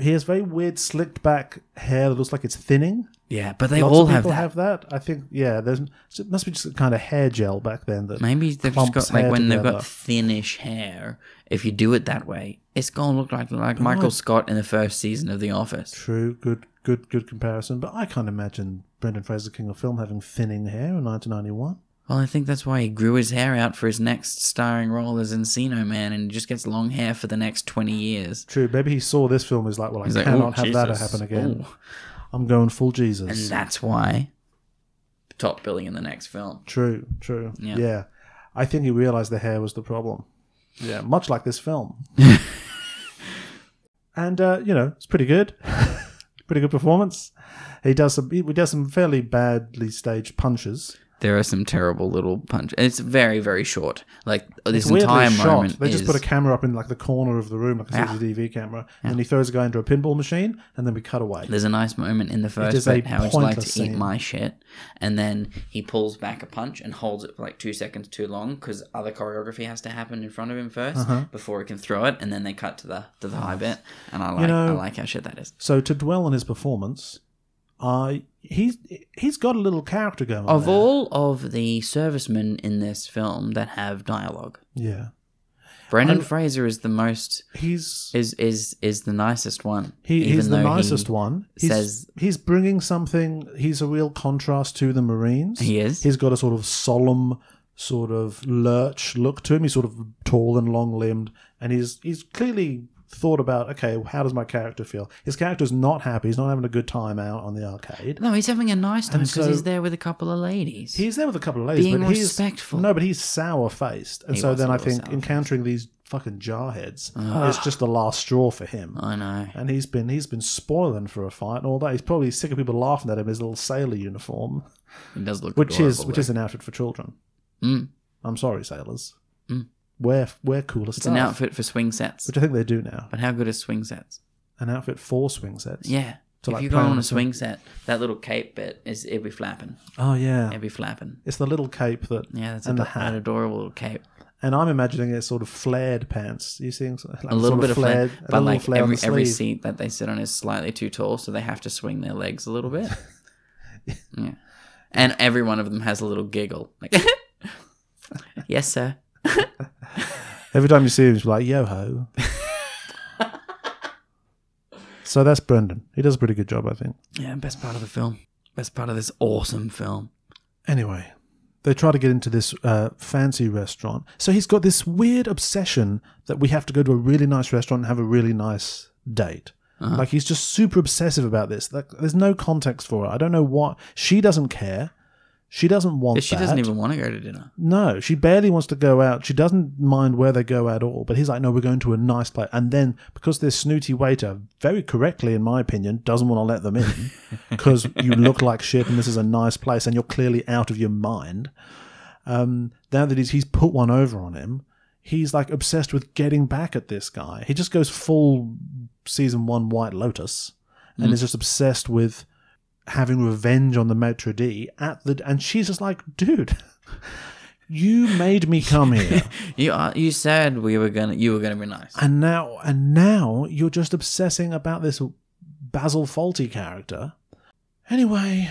Speaker 2: he has very weird slicked back hair that looks like it's thinning.
Speaker 1: Yeah, but they
Speaker 2: Lots
Speaker 1: all
Speaker 2: of
Speaker 1: have
Speaker 2: people
Speaker 1: that.
Speaker 2: have that. I think yeah, there's it must be just a kind of hair gel back then that
Speaker 1: Maybe they've just
Speaker 2: clumps
Speaker 1: got like
Speaker 2: hair
Speaker 1: when they've
Speaker 2: together.
Speaker 1: got thinnish hair. If you do it that way, it's gonna look like like Michael Scott in the first season of The Office.
Speaker 2: True, good, good, good comparison. But I can't imagine Brendan Fraser, King of Film, having thinning hair in 1991.
Speaker 1: Well, I think that's why he grew his hair out for his next starring role as Encino Man, and he just gets long hair for the next twenty years.
Speaker 2: True. Maybe he saw this film is like, well, I
Speaker 1: He's like,
Speaker 2: cannot
Speaker 1: "Oh,
Speaker 2: have that
Speaker 1: Jesus.
Speaker 2: happen again.
Speaker 1: Ooh."
Speaker 2: I'm going full
Speaker 1: And
Speaker 2: Jesus.
Speaker 1: that's why top billing in the next film.
Speaker 2: True. True.
Speaker 1: Yeah.
Speaker 2: Yeah. I think he realized the hair was the problem. Yeah.
Speaker 1: [LAUGHS]
Speaker 2: Much like this film. and uh, you know, it's pretty good. [LAUGHS] pretty good performance. He does some. He does some fairly badly staged punches.
Speaker 1: There are some terrible little punch. It's very very short. Like this
Speaker 2: Weirdly
Speaker 1: entire
Speaker 2: shot.
Speaker 1: moment
Speaker 2: They just
Speaker 1: is-
Speaker 2: put a camera up in like the corner of the room, like a
Speaker 1: Yeah.
Speaker 2: CCTV camera, and he throws a guy into a pinball machine, and then we cut away.
Speaker 1: There's a nice moment in the
Speaker 2: is
Speaker 1: first
Speaker 2: a
Speaker 1: bit, how would you like to
Speaker 2: pointless
Speaker 1: eat
Speaker 2: scene.
Speaker 1: my shit? And then he pulls back a punch and holds it for like two seconds too long because other choreography has to happen in front of him 1st
Speaker 2: Uh-huh.
Speaker 1: before he can throw it. And then they cut to the to the high bit. And I like I
Speaker 2: Oh. know-
Speaker 1: like how shit that is.
Speaker 2: So to dwell on his performance, I he's he's got a little character going.
Speaker 1: Of
Speaker 2: there.
Speaker 1: all of the servicemen in this film that have dialogue,
Speaker 2: yeah,
Speaker 1: Brendan
Speaker 2: I-
Speaker 1: Fraser is the most
Speaker 2: he's
Speaker 1: is is is the nicest one.
Speaker 2: He, he's the
Speaker 1: though
Speaker 2: nicest
Speaker 1: he-
Speaker 2: one. He's,
Speaker 1: says-
Speaker 2: he's bringing something. He's a real contrast to the Marines.
Speaker 1: He is.
Speaker 2: He's got a sort of solemn, sort of lurch look to him. He's sort of tall and long limbed, and he's he's clearly thought about. Okay, how does my character feel? His character's not happy. He's not having a good time out on the arcade.
Speaker 1: No, he's having a nice time because
Speaker 2: so-
Speaker 1: he's there with a couple of ladies.
Speaker 2: He's there with a couple of ladies,
Speaker 1: Being
Speaker 2: but he's
Speaker 1: respectful.
Speaker 2: No, but he's sour faced, and
Speaker 1: He
Speaker 2: so
Speaker 1: was
Speaker 2: then
Speaker 1: a
Speaker 2: I
Speaker 1: little
Speaker 2: think
Speaker 1: sour-faced.
Speaker 2: encountering these fucking jarheads is just the last straw for him.
Speaker 1: I know.
Speaker 2: and he's been he's been spoiling for a fight and all that. He's probably sick of people laughing at him in his little
Speaker 1: [LAUGHS]
Speaker 2: sailor uniform,
Speaker 1: It does look
Speaker 2: which is
Speaker 1: adorable,
Speaker 2: which
Speaker 1: though.
Speaker 2: is an outfit for children.
Speaker 1: Mm.
Speaker 2: I'm sorry, sailors.
Speaker 1: Mm.
Speaker 2: Wear wear cooler
Speaker 1: It's
Speaker 2: stuff,
Speaker 1: an outfit for swing sets.
Speaker 2: which I think they do now.
Speaker 1: But how good is swing sets?
Speaker 2: An outfit for swing sets.
Speaker 1: Yeah.
Speaker 2: So,
Speaker 1: if
Speaker 2: like,
Speaker 1: you go
Speaker 2: plan
Speaker 1: on
Speaker 2: on
Speaker 1: a
Speaker 2: a
Speaker 1: swing set, that little cape bit is it'll be flapping.
Speaker 2: Oh yeah.
Speaker 1: It'll be flapping.
Speaker 2: It's the little cape that,
Speaker 1: Yeah, that's
Speaker 2: and
Speaker 1: a,
Speaker 2: the hat,
Speaker 1: an adorable little cape.
Speaker 2: and I'm imagining it's sort of flared pants. You seeing like
Speaker 1: a little
Speaker 2: sort
Speaker 1: bit of flare,
Speaker 2: a
Speaker 1: but
Speaker 2: little
Speaker 1: like
Speaker 2: flare on
Speaker 1: every
Speaker 2: the
Speaker 1: every
Speaker 2: sleeve.
Speaker 1: seat that they sit on is slightly too tall, so they have to swing their legs a little
Speaker 2: [LAUGHS]
Speaker 1: bit. yeah, and every one of them has a little giggle,
Speaker 2: [LAUGHS]
Speaker 1: like, "Yes, sir."
Speaker 2: Every time you see him, he's like, yo ho. so that's Brendan. He does a pretty good job, I think.
Speaker 1: Yeah, best part of the film, best part of this awesome film.
Speaker 2: Anyway, they try to get into this uh, fancy restaurant. So he's got this weird obsession that we have to go to a really nice restaurant and have a really nice date.
Speaker 1: Uh-huh.
Speaker 2: Like he's just super obsessive about this. Like there's no context for it. I don't know what she doesn't care. She doesn't want.
Speaker 1: She
Speaker 2: that.
Speaker 1: doesn't even want to go to dinner.
Speaker 2: No, she barely wants to go out. She doesn't mind where they go at all. But he's like, no, we're going to a nice place. And then because this snooty waiter, very correctly in my opinion, doesn't want to let them in because you look like shit and this is a nice place and you're clearly out of your mind. Um, now that he's he's put one over on him, he's like obsessed with getting back at this guy. He just goes full season one White Lotus and is just obsessed with having revenge on the maitre d at the and she's just like dude you made me come
Speaker 1: [LAUGHS]
Speaker 2: here
Speaker 1: You are, you said we were gonna you were gonna be nice.
Speaker 2: and now and now you're just obsessing about this basil fawlty character anyway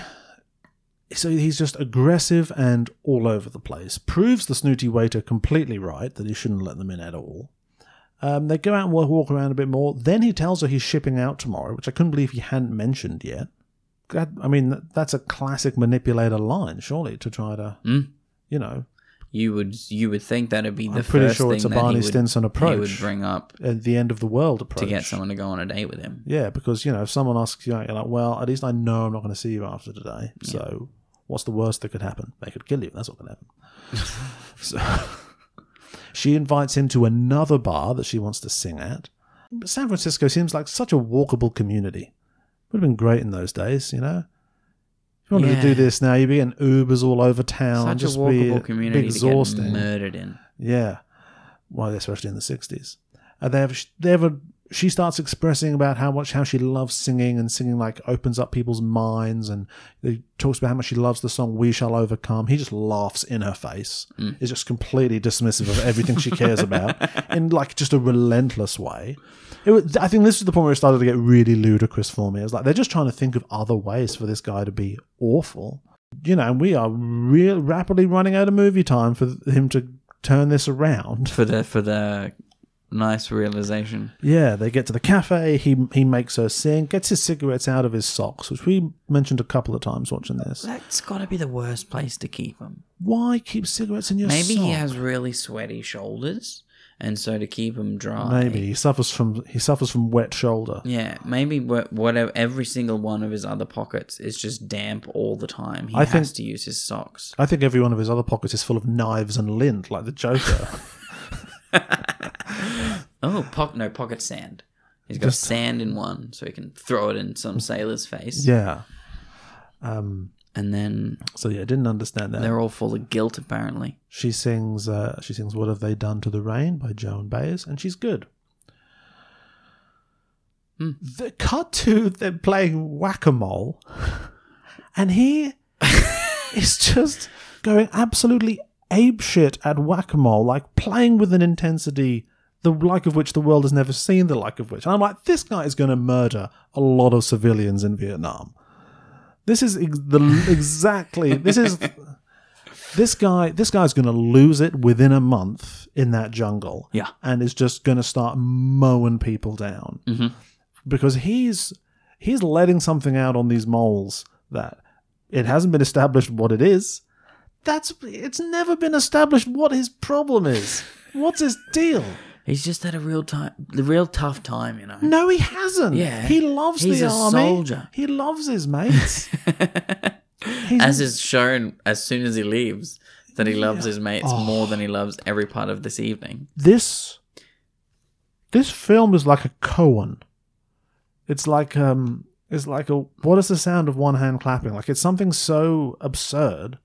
Speaker 2: so he's just aggressive and all over the place proves the snooty waiter completely right that he shouldn't let them in at all um, they go out and wa- walk around a bit more then he tells her he's shipping out tomorrow which i couldn't believe he hadn't mentioned yet that, i mean th- that's a classic manipulator line surely to try to
Speaker 1: Mm.
Speaker 2: you know
Speaker 1: You would you would think that'd be the
Speaker 2: i'm pretty
Speaker 1: first
Speaker 2: sure
Speaker 1: thing
Speaker 2: it's a
Speaker 1: that he
Speaker 2: barney
Speaker 1: would,
Speaker 2: stinson
Speaker 1: he
Speaker 2: approach
Speaker 1: would bring up
Speaker 2: at the end of the world approach
Speaker 1: to get someone to go on a date with him.
Speaker 2: Yeah, because you know, if someone asks you, out, you're like, "Well, at least I know I'm not going to see you after today." So, what's the worst that could happen? They could kill you. That's what
Speaker 1: [LAUGHS]
Speaker 2: could happen. so, [LAUGHS] she invites him to another bar that she wants to sing at. But San Francisco seems like such a walkable community. Would have been great in those days, you know. If you wanted
Speaker 1: Yeah.
Speaker 2: to do this now, you'd be in Ubers all over town.
Speaker 1: Such a
Speaker 2: just be-
Speaker 1: walkable
Speaker 2: be
Speaker 1: community to get
Speaker 2: exhausting.
Speaker 1: murdered in.
Speaker 2: Yeah. Well, especially in the sixties. And they have they have a she starts expressing about how much how she loves singing and singing like opens up people's minds and they talks about how much she loves the song We Shall Overcome. He just laughs in her face. Is just completely dismissive of everything she cares about in like just a relentless way. It was, I think this is the point where it started to get really ludicrous for me. It was like they're just trying to think of other ways for this guy to be awful you know, and we are real rapidly running out of movie time for him to turn this around.
Speaker 1: for the for the nice realization.
Speaker 2: Yeah, they get to the cafe. He he makes her sing, gets his cigarettes out of his socks, which we mentioned a couple of times watching this.
Speaker 1: That's got to be the worst place to keep him.
Speaker 2: Why keep cigarettes in your?
Speaker 1: Maybe he
Speaker 2: sock?
Speaker 1: has really sweaty shoulders, and so to keep him dry.
Speaker 2: Maybe he suffers from he suffers from wet shoulder.
Speaker 1: Yeah, maybe wh- whatever. Every single one of his other pockets is just damp all the time. He
Speaker 2: I
Speaker 1: has
Speaker 2: think-
Speaker 1: to use his socks.
Speaker 2: I think every one of his other pockets is full of knives and lint,
Speaker 1: [LAUGHS]
Speaker 2: like the Joker.
Speaker 1: Oh, poc no pocket sand. He's got
Speaker 2: Just-
Speaker 1: sand in one, so he can throw it in some sailor's face.
Speaker 2: Yeah. Um.
Speaker 1: And then
Speaker 2: So yeah, I didn't understand that.
Speaker 1: they're all full of guilt, apparently.
Speaker 2: She sings. Uh, she sings "What Have They Done to the Rain" by Joan Baez, and she's good.
Speaker 1: Hmm.
Speaker 2: The cut to them playing whack a mole, and he [LAUGHS] is just going absolutely apeshit at whack a mole, like playing with an intensity the like of which the world has never seen. The like of which, and I'm like, this guy is going to murder a lot of civilians in Vietnam. This is ex- the exactly. This is [LAUGHS] this guy this guy's going to lose it within a month in that jungle
Speaker 1: Yeah.
Speaker 2: and is just going to start mowing people down
Speaker 1: Mhm.
Speaker 2: because he's he's letting something out on these moles that it hasn't been established what it is that's it's never been established what his problem is what's his deal
Speaker 1: He's just had a real time, the real tough time, you know.
Speaker 2: no he hasn't
Speaker 1: Yeah.
Speaker 2: he loves
Speaker 1: He's
Speaker 2: the
Speaker 1: a
Speaker 2: army
Speaker 1: soldier.
Speaker 2: he loves
Speaker 1: [LAUGHS]
Speaker 2: his mates He's-
Speaker 1: as is shown as soon as he leaves, that he loves his mates more than he loves every part of this evening.
Speaker 2: this this film is like a koan. It's like um it's like a what is the sound of one hand clapping? Like it's something so absurd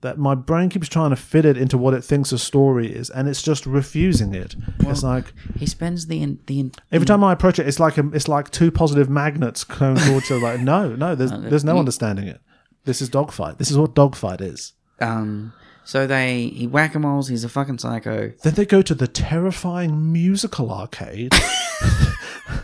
Speaker 2: that my brain keeps trying to fit it into what it thinks a story is and it's just refusing it. it's like
Speaker 1: He spends the en- the en-
Speaker 2: every time I approach it it's like a, it's like two positive magnets going towards you like no, no, there's there's no understanding it. This is dogfight. This is what dogfight is.
Speaker 1: um. So they he whack a moles. He's a fucking psycho.
Speaker 2: Then they go to the terrifying musical arcade. [LAUGHS]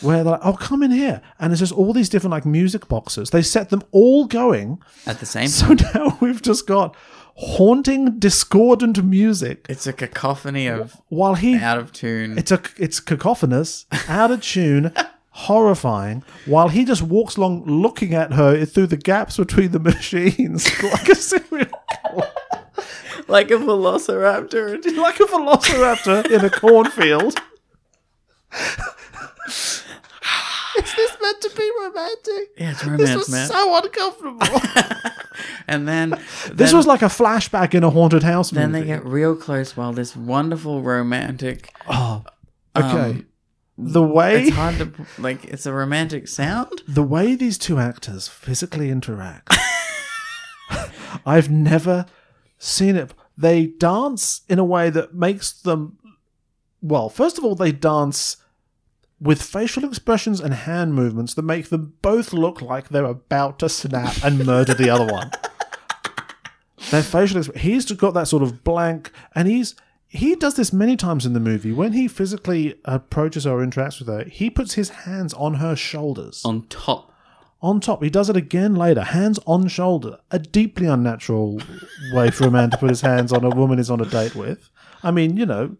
Speaker 2: Where they're like, oh, come in here. And it's just all these different like music boxes. They set them all going. [LAUGHS]
Speaker 1: At the same,
Speaker 2: So now we've just got haunting, discordant music
Speaker 1: it's a cacophony of
Speaker 2: while he
Speaker 1: out of tune.
Speaker 2: it's a it's cacophonous, out of tune, [LAUGHS] horrifying. While he just walks along, looking at her through the gaps between the [LAUGHS] machines, like a serial, killer,
Speaker 1: [LAUGHS] like a velociraptor.
Speaker 2: like a velociraptor in a [LAUGHS] cornfield. Is this meant to be romantic?
Speaker 1: Yeah, [LAUGHS] it's romance, man.
Speaker 2: so uncomfortable.
Speaker 1: and then
Speaker 2: [LAUGHS] this
Speaker 1: then-
Speaker 2: was like a flashback in a haunted house movie.
Speaker 1: Then they get real close while this wonderful romantic.
Speaker 2: oh, okay. the way
Speaker 1: um, [LAUGHS] It's hard to like. It's a romantic sound.
Speaker 2: the way these two actors physically interact [LAUGHS] i've never seen it they dance in a way that makes them well first of all they dance with facial expressions and hand movements that make them both look like they're about to snap and murder the other one their facial exp- he's just got that sort of blank and he's he does this many times in the movie when he physically approaches her or interacts with her he puts his hands on her shoulders
Speaker 1: On top,
Speaker 2: on top. He does it again later, hands on shoulder. A deeply unnatural way for a man to put his hands on a woman he's on a date with. I mean, you know,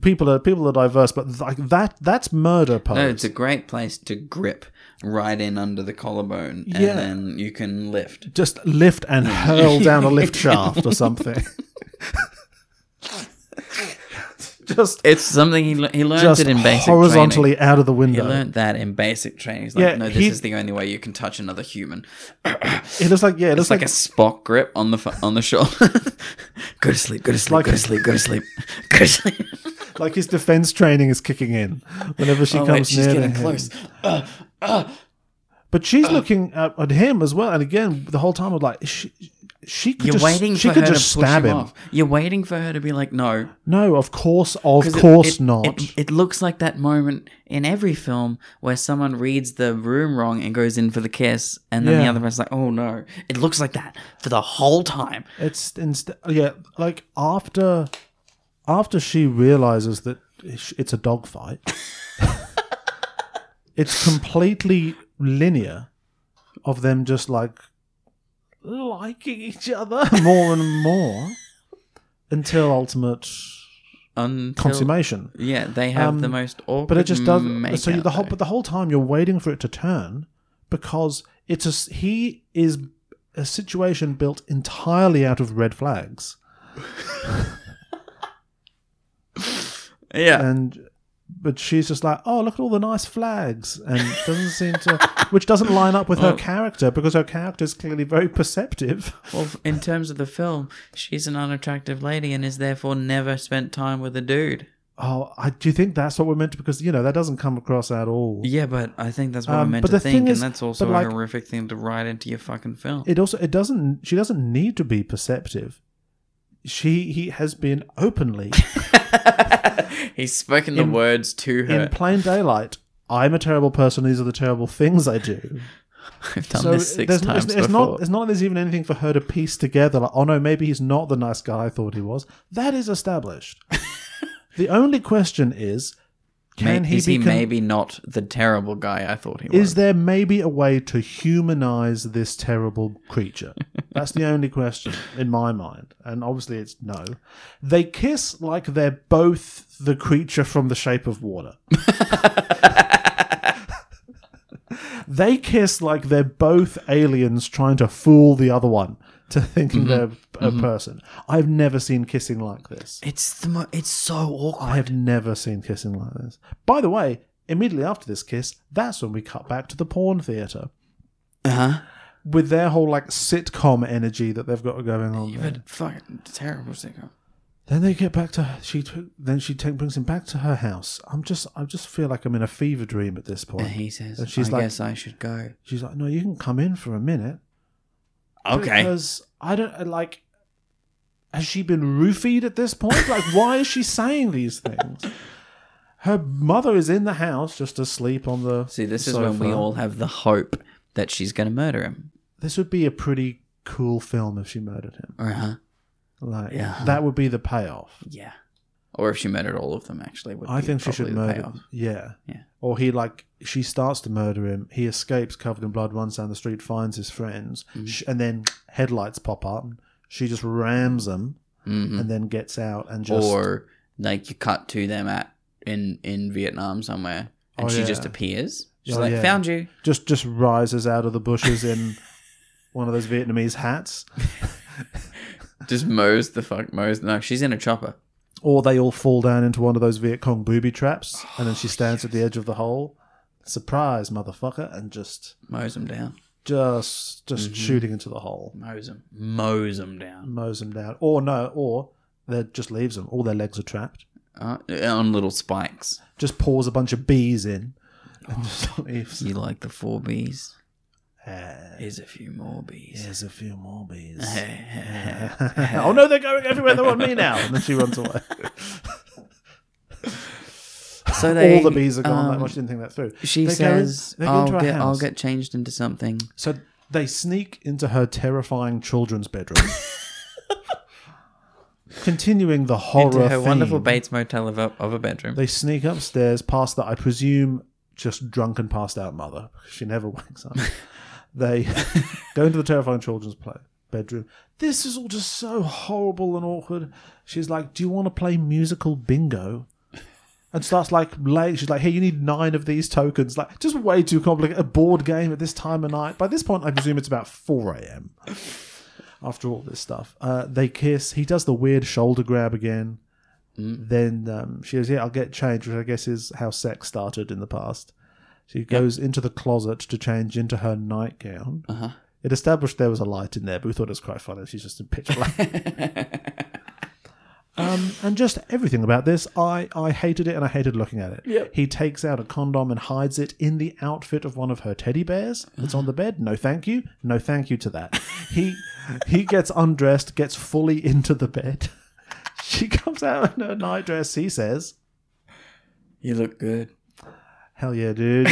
Speaker 2: people are people are diverse, but like that that's murder pose.
Speaker 1: no, it's a great place to grip right in under the collarbone, and
Speaker 2: Yeah.
Speaker 1: then you can lift.
Speaker 2: Just lift
Speaker 1: [LAUGHS]
Speaker 2: and hurl down a lift shaft or something. Just
Speaker 1: It's something he le- he learned
Speaker 2: just
Speaker 1: it in basic
Speaker 2: horizontally out of the
Speaker 1: Training.
Speaker 2: window.
Speaker 1: He learned that in basic training. He's like,
Speaker 2: Yeah,
Speaker 1: no, this
Speaker 2: he-
Speaker 1: is the only way you can touch another human.
Speaker 2: it looks like yeah, it
Speaker 1: It's
Speaker 2: looks
Speaker 1: like,
Speaker 2: like,
Speaker 1: a Spock grip on the f- on the shoulder. [LAUGHS] go to sleep. Go to sleep.
Speaker 2: like
Speaker 1: go to
Speaker 2: a-
Speaker 1: sleep. Go to sleep. Go to sleep.
Speaker 2: like his defense training is kicking in whenever
Speaker 1: [LAUGHS]
Speaker 2: she
Speaker 1: Oh,
Speaker 2: comes
Speaker 1: wait, she's
Speaker 2: near to
Speaker 1: getting
Speaker 2: him.
Speaker 1: close.
Speaker 2: But
Speaker 1: Uh,
Speaker 2: she's looking at, at him as well, and again, the whole time I'm like, she, she could
Speaker 1: You're
Speaker 2: just,
Speaker 1: waiting
Speaker 2: she
Speaker 1: for
Speaker 2: could
Speaker 1: her
Speaker 2: just
Speaker 1: to push
Speaker 2: stab
Speaker 1: him,
Speaker 2: him.
Speaker 1: off. You're waiting for her to be like, no.
Speaker 2: No, of course, of
Speaker 1: 'Cause it-
Speaker 2: course
Speaker 1: it-
Speaker 2: not.
Speaker 1: It, it looks like that moment in every film where someone reads the room wrong and goes in for the kiss, and then the
Speaker 2: Yeah.
Speaker 1: other person's like, oh no. It looks like that for the whole time.
Speaker 2: it's instead, yeah, like after, after she realizes that ish- it's a dogfight, [LAUGHS] it's completely linear of them just like liking each other [LAUGHS] more and more until ultimate
Speaker 1: Until,
Speaker 2: consummation.
Speaker 1: Yeah, they have
Speaker 2: Um,
Speaker 1: the most awkward.
Speaker 2: but it just does.
Speaker 1: make
Speaker 2: So you, the
Speaker 1: out,
Speaker 2: whole
Speaker 1: though.
Speaker 2: but the whole time you're waiting for it to turn because it's a s he is a situation built entirely out of red flags
Speaker 1: yeah.
Speaker 2: and but she's just like oh look at all the nice flags and doesn't seem to [LAUGHS] which doesn't line up with her
Speaker 1: Well-
Speaker 2: character because her character is clearly very perceptive [LAUGHS]
Speaker 1: Well, f- in terms of the film, she's an unattractive lady and is therefore never spent time with a dude.
Speaker 2: Oh, I do you think that's what we're meant to? Because you know that doesn't come across at all.
Speaker 1: Yeah, but I think that's what I
Speaker 2: Um,
Speaker 1: meant
Speaker 2: but
Speaker 1: to
Speaker 2: the thing
Speaker 1: think,
Speaker 2: is-
Speaker 1: and that's also
Speaker 2: but, like-
Speaker 1: a horrific thing to write into your fucking film.
Speaker 2: It also it doesn't. She doesn't need to be perceptive. She he has been openly
Speaker 1: He's spoken the
Speaker 2: In-
Speaker 1: words to her.
Speaker 2: in plain daylight. I'm a terrible person. These are the terrible things I do.
Speaker 1: [LAUGHS] I've [LAUGHS] done
Speaker 2: so
Speaker 1: this six
Speaker 2: there's-
Speaker 1: times
Speaker 2: it's,
Speaker 1: before.
Speaker 2: it's not it's not like there's even anything for her to piece together. Like, oh no, maybe he's not the nice guy I thought he was. That
Speaker 1: [LAUGHS]
Speaker 2: is established. the only question is, can
Speaker 1: May-
Speaker 2: he
Speaker 1: is
Speaker 2: be
Speaker 1: he
Speaker 2: con-
Speaker 1: maybe not the terrible guy I thought he was?
Speaker 2: Is there maybe a way to humanize this terrible creature? That's the only question in my mind. And obviously it's no. They kiss like they're both the creature from the shape of water. they kiss like they're both aliens trying to fool the other one to thinking they're a person. I've never seen kissing like this.
Speaker 1: It's the mo- it's so awkward.
Speaker 2: I have never seen kissing like this. By the way, immediately after this kiss, that's when we cut back to the porn theater
Speaker 1: Uh-huh.
Speaker 2: with their whole like sitcom energy that they've got going on. there.
Speaker 1: But fucking terrible sitcom.
Speaker 2: Then they get back to her. She took, then she take, brings him back to her house. I'm just I just feel like I'm in a fever dream at this point.
Speaker 1: And he says,
Speaker 2: And she's
Speaker 1: "I
Speaker 2: like-
Speaker 1: guess I should go."
Speaker 2: She's like, "No, you can come in for a minute."
Speaker 1: Okay.
Speaker 2: Because I don't like. Has she been roofied at this point? Like, why is she saying these things? Her mother is in the house just asleep on the.
Speaker 1: See, this is
Speaker 2: sofa.
Speaker 1: when we all have the hope that she's going to murder him.
Speaker 2: This would be a pretty cool film if she murdered him.
Speaker 1: Uh huh.
Speaker 2: Like,
Speaker 1: Yeah.
Speaker 2: that would be the payoff.
Speaker 1: Yeah. Or if she murdered all of them, actually, would
Speaker 2: I
Speaker 1: be
Speaker 2: think she should
Speaker 1: probably the
Speaker 2: murder.
Speaker 1: payoff.
Speaker 2: Yeah.
Speaker 1: Yeah.
Speaker 2: Or he like she starts to murder him. He escapes covered in blood, runs down the street, finds his friends,
Speaker 1: Mm.
Speaker 2: sh- and then headlights pop up. She just rams them
Speaker 1: Mhm.
Speaker 2: and then gets out and just
Speaker 1: or like you cut to them at in in Vietnam somewhere, and
Speaker 2: Oh,
Speaker 1: she
Speaker 2: yeah.
Speaker 1: just appears. She's
Speaker 2: Oh,
Speaker 1: like,
Speaker 2: yeah.
Speaker 1: "Found you."
Speaker 2: just just rises out of the bushes in one of those Vietnamese hats,
Speaker 1: Just mows the fuck mows. No, she's in a chopper.
Speaker 2: or they all fall down into one of those Viet Cong booby traps, and then she stands at the edge of the hole, surprise motherfucker, and just
Speaker 1: Mows them down.
Speaker 2: just just shooting into the hole,
Speaker 1: Mows them. Mows them down.
Speaker 2: mows them down, or no, or that just leaves them. All their legs are trapped.
Speaker 1: Uh, on little spikes.
Speaker 2: Just pours a bunch of bees in, and just [LAUGHS] leaves.
Speaker 1: You like the four Bs?
Speaker 2: Eh,
Speaker 1: Here's a few more Bs.
Speaker 2: Here's a few more bees. [LAUGHS] oh no, they're going everywhere. They're on me now. And then she runs away.
Speaker 1: So they,
Speaker 2: all the bees are gone. that
Speaker 1: um,
Speaker 2: much. I didn't think that through.
Speaker 1: She
Speaker 2: They go in-
Speaker 1: says,
Speaker 2: they go
Speaker 1: "I'll
Speaker 2: into her
Speaker 1: get, I'll
Speaker 2: house.
Speaker 1: get changed into something."
Speaker 2: So they sneak into her terrifying
Speaker 1: [LAUGHS]
Speaker 2: children's bedroom, continuing the horror.
Speaker 1: into her
Speaker 2: theme,
Speaker 1: wonderful Bates Motel of a, of a bedroom.
Speaker 2: They sneak upstairs past that, I presume, just drunk and passed out mother because she never [LAUGHS] wakes up. they go into the terrifying children's play bedroom. This is all just so horrible and awkward. She's like, "Do you want to play musical bingo?" And starts like, lay- she's like, "Hey, you need nine of these tokens." Like, just way too complicated. A board game at this time of night. By this point, I presume it's about four a.m. After all this stuff, uh, they kiss. He does the weird shoulder grab again. Then um, she goes, "Yeah, I'll get changed," which I guess is how sex started in the past. She goes into the closet to change into her nightgown. Uh-huh. It established there was a light in there, but we thought it was quite funny. She's just in pitch black. um, and just everything about this, I, I hated it and I hated looking at it. He takes out a condom and hides it in the outfit of one of her teddy bears that's on the bed. No thank you. No thank you to that. He he gets undressed, gets fully into the bed. She comes out in her nightdress. He says,
Speaker 1: you look good.
Speaker 2: Hell
Speaker 1: [LAUGHS]
Speaker 2: yeah, dude.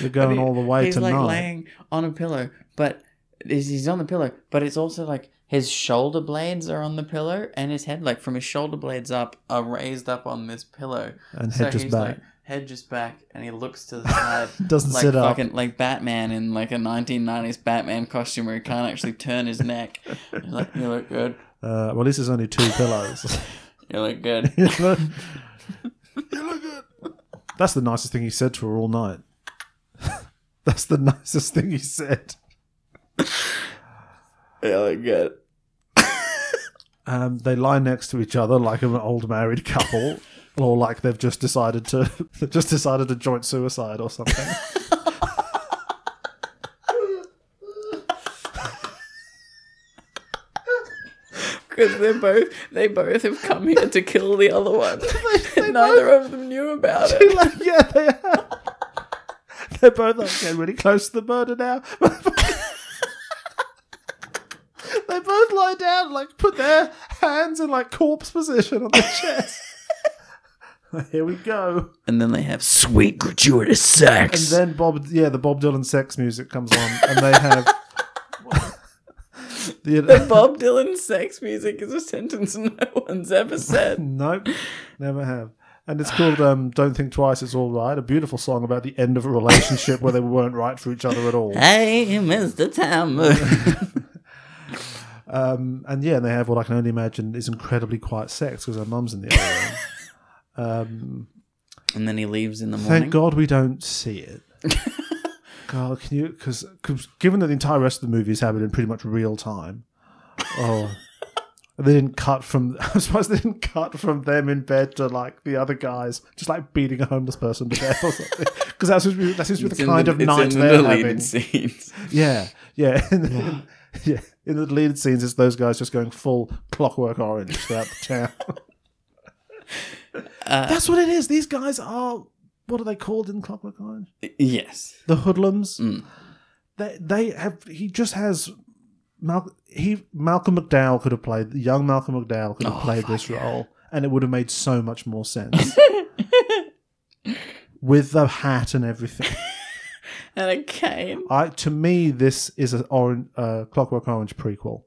Speaker 2: You're going all the way
Speaker 1: he's
Speaker 2: tonight.
Speaker 1: like laying on a pillow, but is he's on the pillow, but it's also like his shoulder blades are on the pillow and his head, like from his shoulder blades up, are raised up on this pillow.
Speaker 2: And head just back.
Speaker 1: like head just back, and he looks to
Speaker 2: [LAUGHS]
Speaker 1: the side.
Speaker 2: Doesn't
Speaker 1: like
Speaker 2: sit up.
Speaker 1: fucking, Like Batman in like a 1990s Batman costume where he can't actually turn his neck. He's like, you look good.
Speaker 2: Uh, well, this is only two pillows. [LAUGHS]
Speaker 1: You look good.
Speaker 2: That's the nicest thing he said to her all night. [LAUGHS] That's the nicest thing he said.
Speaker 1: You look good.
Speaker 2: Um, they lie next to each other like an old married couple, or like they've just decided to [LAUGHS] they've just decided to joint suicide or something.
Speaker 1: because they're both they both have come here to kill the other
Speaker 2: [LAUGHS]
Speaker 1: one. [LAUGHS] And Neither of them knew about it.
Speaker 2: like, yeah, they are. They're both like getting really close to the murder now. [LAUGHS] they both lie down, like put their hands in like corpse position on their chest. [LAUGHS] Here we go.
Speaker 1: And then they have sweet gratuitous
Speaker 2: And
Speaker 1: sex.
Speaker 2: then Bob, yeah, the Bob Dylan sex music comes on, and they have. [LAUGHS] the,
Speaker 1: the Bob Dylan sex music is a sentence no one's ever said.
Speaker 2: Nope, never have. And it's called um, "Don't Think Twice, It's All Right," a beautiful song about the end of a relationship where they weren't right for each other at all.
Speaker 1: [LAUGHS] Hey, Mr.
Speaker 2: [LAUGHS]
Speaker 1: Tammer.
Speaker 2: Um, and yeah, and they have what I can only imagine is incredibly quiet sex because her
Speaker 1: [LAUGHS]
Speaker 2: mum's in the other room.
Speaker 1: and then he leaves in the morning.
Speaker 2: Thank God we don't see
Speaker 1: [LAUGHS]
Speaker 2: it. God, can you? Because given that the entire rest of the movie is happening in pretty much real time, oh, [LAUGHS] they didn't cut from. [LAUGHS] I suppose they didn't cut from them in bed to like the other guys just like beating a homeless person to death or something. [LAUGHS] Because that's just, that's just
Speaker 1: It's
Speaker 2: the
Speaker 1: in
Speaker 2: kind
Speaker 1: the-
Speaker 2: of
Speaker 1: it's
Speaker 2: night
Speaker 1: in the
Speaker 2: they're
Speaker 1: deleted [LAUGHS]
Speaker 2: having.
Speaker 1: scenes.
Speaker 2: Yeah, yeah. [LAUGHS] In the, in, yeah, in the deleted scenes, it's those guys just going full clockwork orange throughout the town.
Speaker 1: [LAUGHS]
Speaker 2: [LAUGHS] That's what it is. These guys are what are they called in Clockwork Orange?
Speaker 1: Yes.
Speaker 2: The hoodlums.
Speaker 1: Mm.
Speaker 2: They they have. He just has. Mal- he Malcolm McDowell could have played young Malcolm McDowell could have
Speaker 1: Oh,
Speaker 2: played
Speaker 1: fuck
Speaker 2: this
Speaker 1: yeah.
Speaker 2: role, and it would have made so much
Speaker 1: [LAUGHS]
Speaker 2: more sense. With the hat and everything.
Speaker 1: And a cane.
Speaker 2: I to me this is a orange, uh, Clockwork Orange prequel.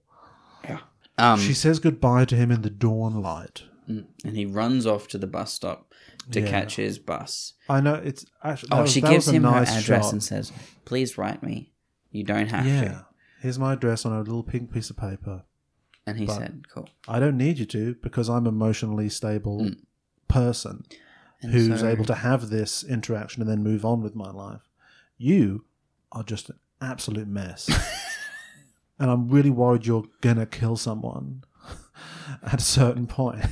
Speaker 1: Um,
Speaker 2: She says goodbye to him in the dawn light.
Speaker 1: and he runs off to the bus stop to
Speaker 2: Yeah.
Speaker 1: catch his bus.
Speaker 2: I know it's actually.
Speaker 1: Oh,
Speaker 2: that was-
Speaker 1: she
Speaker 2: that
Speaker 1: gives
Speaker 2: was a
Speaker 1: him
Speaker 2: nice
Speaker 1: her address
Speaker 2: shot.
Speaker 1: and says, "Please write me. You don't have
Speaker 2: "Yeah,
Speaker 1: to."
Speaker 2: here's my address on a little pink piece of paper.
Speaker 1: And he
Speaker 2: But-
Speaker 1: said, "Cool."
Speaker 2: I don't need you to because I'm emotionally stable person
Speaker 1: Mm. And
Speaker 2: who's
Speaker 1: so-
Speaker 2: able to have this interaction and then move on with my life. You are just an
Speaker 1: [LAUGHS]
Speaker 2: absolute mess, and I'm really worried you're gonna kill someone." [LAUGHS] At a certain
Speaker 1: [LAUGHS]
Speaker 2: point,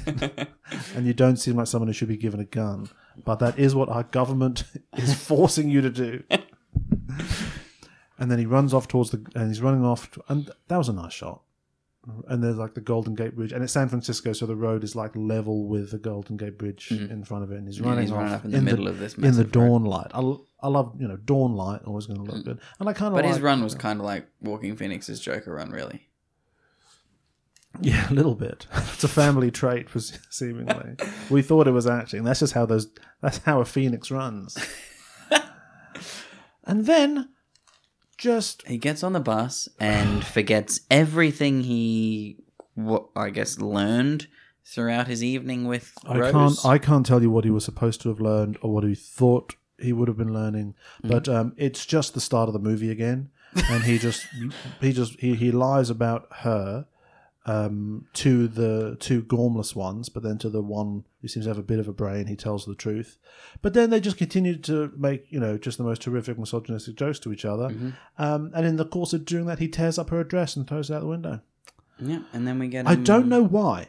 Speaker 2: and you don't seem like someone who should be given a gun, but that is what our government [LAUGHS] is forcing you
Speaker 1: [LAUGHS]
Speaker 2: to do. and then he runs off towards the and he's running off to, and that was a nice shot and there's like the golden gate bridge and it's san francisco so the road is like level with the golden gate bridge in front of it and he's running
Speaker 1: Mm-hmm. he's
Speaker 2: off
Speaker 1: running up in the middle of this
Speaker 2: in the
Speaker 1: massive Mm.
Speaker 2: dawn light I, l- I love you know dawn light always going to look good and i kind of
Speaker 1: But
Speaker 2: like,
Speaker 1: his run was kind of like Walking Phoenix's Joker run, really.
Speaker 2: yeah a little bit [LAUGHS] it's a family trait was seemingly we thought it was acting that's just how those that's how a phoenix [LAUGHS] runs and then just
Speaker 1: He gets on the bus and forgets everything he, what I guess, learned throughout his evening with
Speaker 2: I
Speaker 1: Rose.
Speaker 2: can't. I can't tell you what he was supposed to have learned or what he thought he would have been learning.
Speaker 1: Mm-hmm.
Speaker 2: But um, it's just the start of the movie again, and he
Speaker 1: [LAUGHS]
Speaker 2: just he just he, he lies about her um, to the two gormless ones, but then to the one who seems to have a bit of a brain, he tells the truth. But then they just continue to make you know just the most terrific misogynistic jokes to each other.
Speaker 1: Mm-hmm.
Speaker 2: Um, and in the course of doing that, he tears up her dress and throws it out the window.
Speaker 1: yeah, and then we get.
Speaker 2: I
Speaker 1: him-
Speaker 2: don't know why.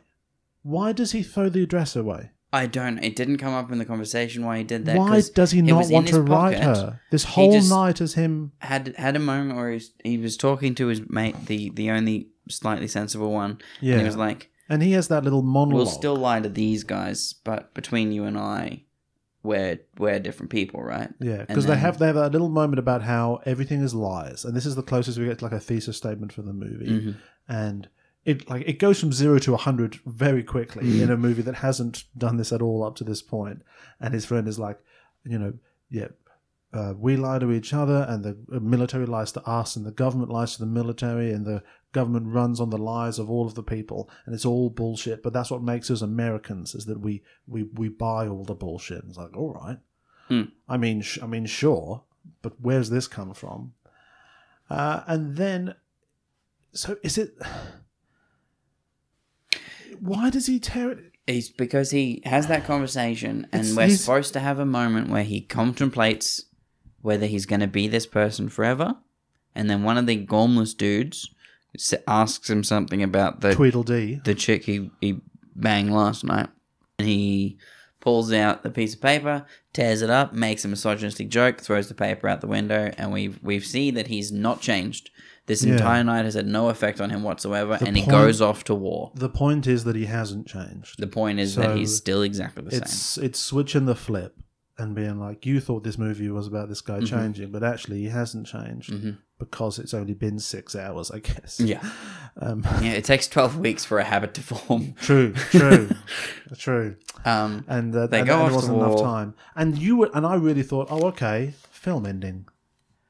Speaker 2: Why does he throw the dress away?
Speaker 1: I don't. It didn't come up in the conversation why he did that.
Speaker 2: Why
Speaker 1: 'cause
Speaker 2: does he
Speaker 1: it
Speaker 2: not
Speaker 1: was in
Speaker 2: want to
Speaker 1: his
Speaker 2: write
Speaker 1: pocket.
Speaker 2: her? This whole
Speaker 1: just-
Speaker 2: night is him.
Speaker 1: had had a moment where he was, he was talking to his mate, the the only slightly sensible one. And
Speaker 2: Yeah.
Speaker 1: he was like,
Speaker 2: And he has that little monologue.
Speaker 1: "We'll still lie to these guys, but between you and I, we're we're different people, right?"
Speaker 2: yeah,
Speaker 1: And
Speaker 2: because they
Speaker 1: then-
Speaker 2: have they have that little moment about how everything is lies, and this is the closest we get to like a thesis statement for the movie,
Speaker 1: Mm-hmm.
Speaker 2: and it like it goes from zero to hundred very quickly in a movie that hasn't done this at all up to this point, and his friend is like, you know, yeah, uh, we lie to each other, and the uh, military lies to us, and the government lies to the military, and the government runs on the lies of all of the people, and it's all bullshit. But that's what makes us Americans is that we we we buy all the bullshit. And it's like, all right, I mean, sh- I mean, sure, but where's this come from? Uh, and then, so is it? Why does he tear it?
Speaker 1: He's because he has that conversation, and
Speaker 2: It's-
Speaker 1: we're
Speaker 2: he's-
Speaker 1: supposed to have a moment where he contemplates whether he's going to be this person forever. And then one of the gormless dudes s- asks him something about the
Speaker 2: Tweedledee.
Speaker 1: the chick he, he banged last night. And he pulls out the piece of paper, tears it up, makes a misogynistic joke, throws the paper out the window, and we we see that he's not changed. This
Speaker 2: Yeah.
Speaker 1: entire night has had no effect on him whatsoever,
Speaker 2: The
Speaker 1: and he
Speaker 2: point-
Speaker 1: goes off to war.
Speaker 2: The point is that he hasn't changed.
Speaker 1: The point is that he's
Speaker 2: So,
Speaker 1: still exactly the same.
Speaker 2: it's it's switching the flip and being like, you thought this movie was about this guy
Speaker 1: Mm-hmm.
Speaker 2: changing, but actually he hasn't changed because it's only been six hours, I guess.
Speaker 1: Yeah.
Speaker 2: Um, [LAUGHS]
Speaker 1: Yeah, it takes 12 weeks for a habit to form. [LAUGHS]
Speaker 2: true, true, true.
Speaker 1: Um,
Speaker 2: And uh,
Speaker 1: They
Speaker 2: and,
Speaker 1: go
Speaker 2: and
Speaker 1: off
Speaker 2: there
Speaker 1: to
Speaker 2: wasn't enough
Speaker 1: war.
Speaker 2: time. And you were, and I really thought, oh, okay, film ending,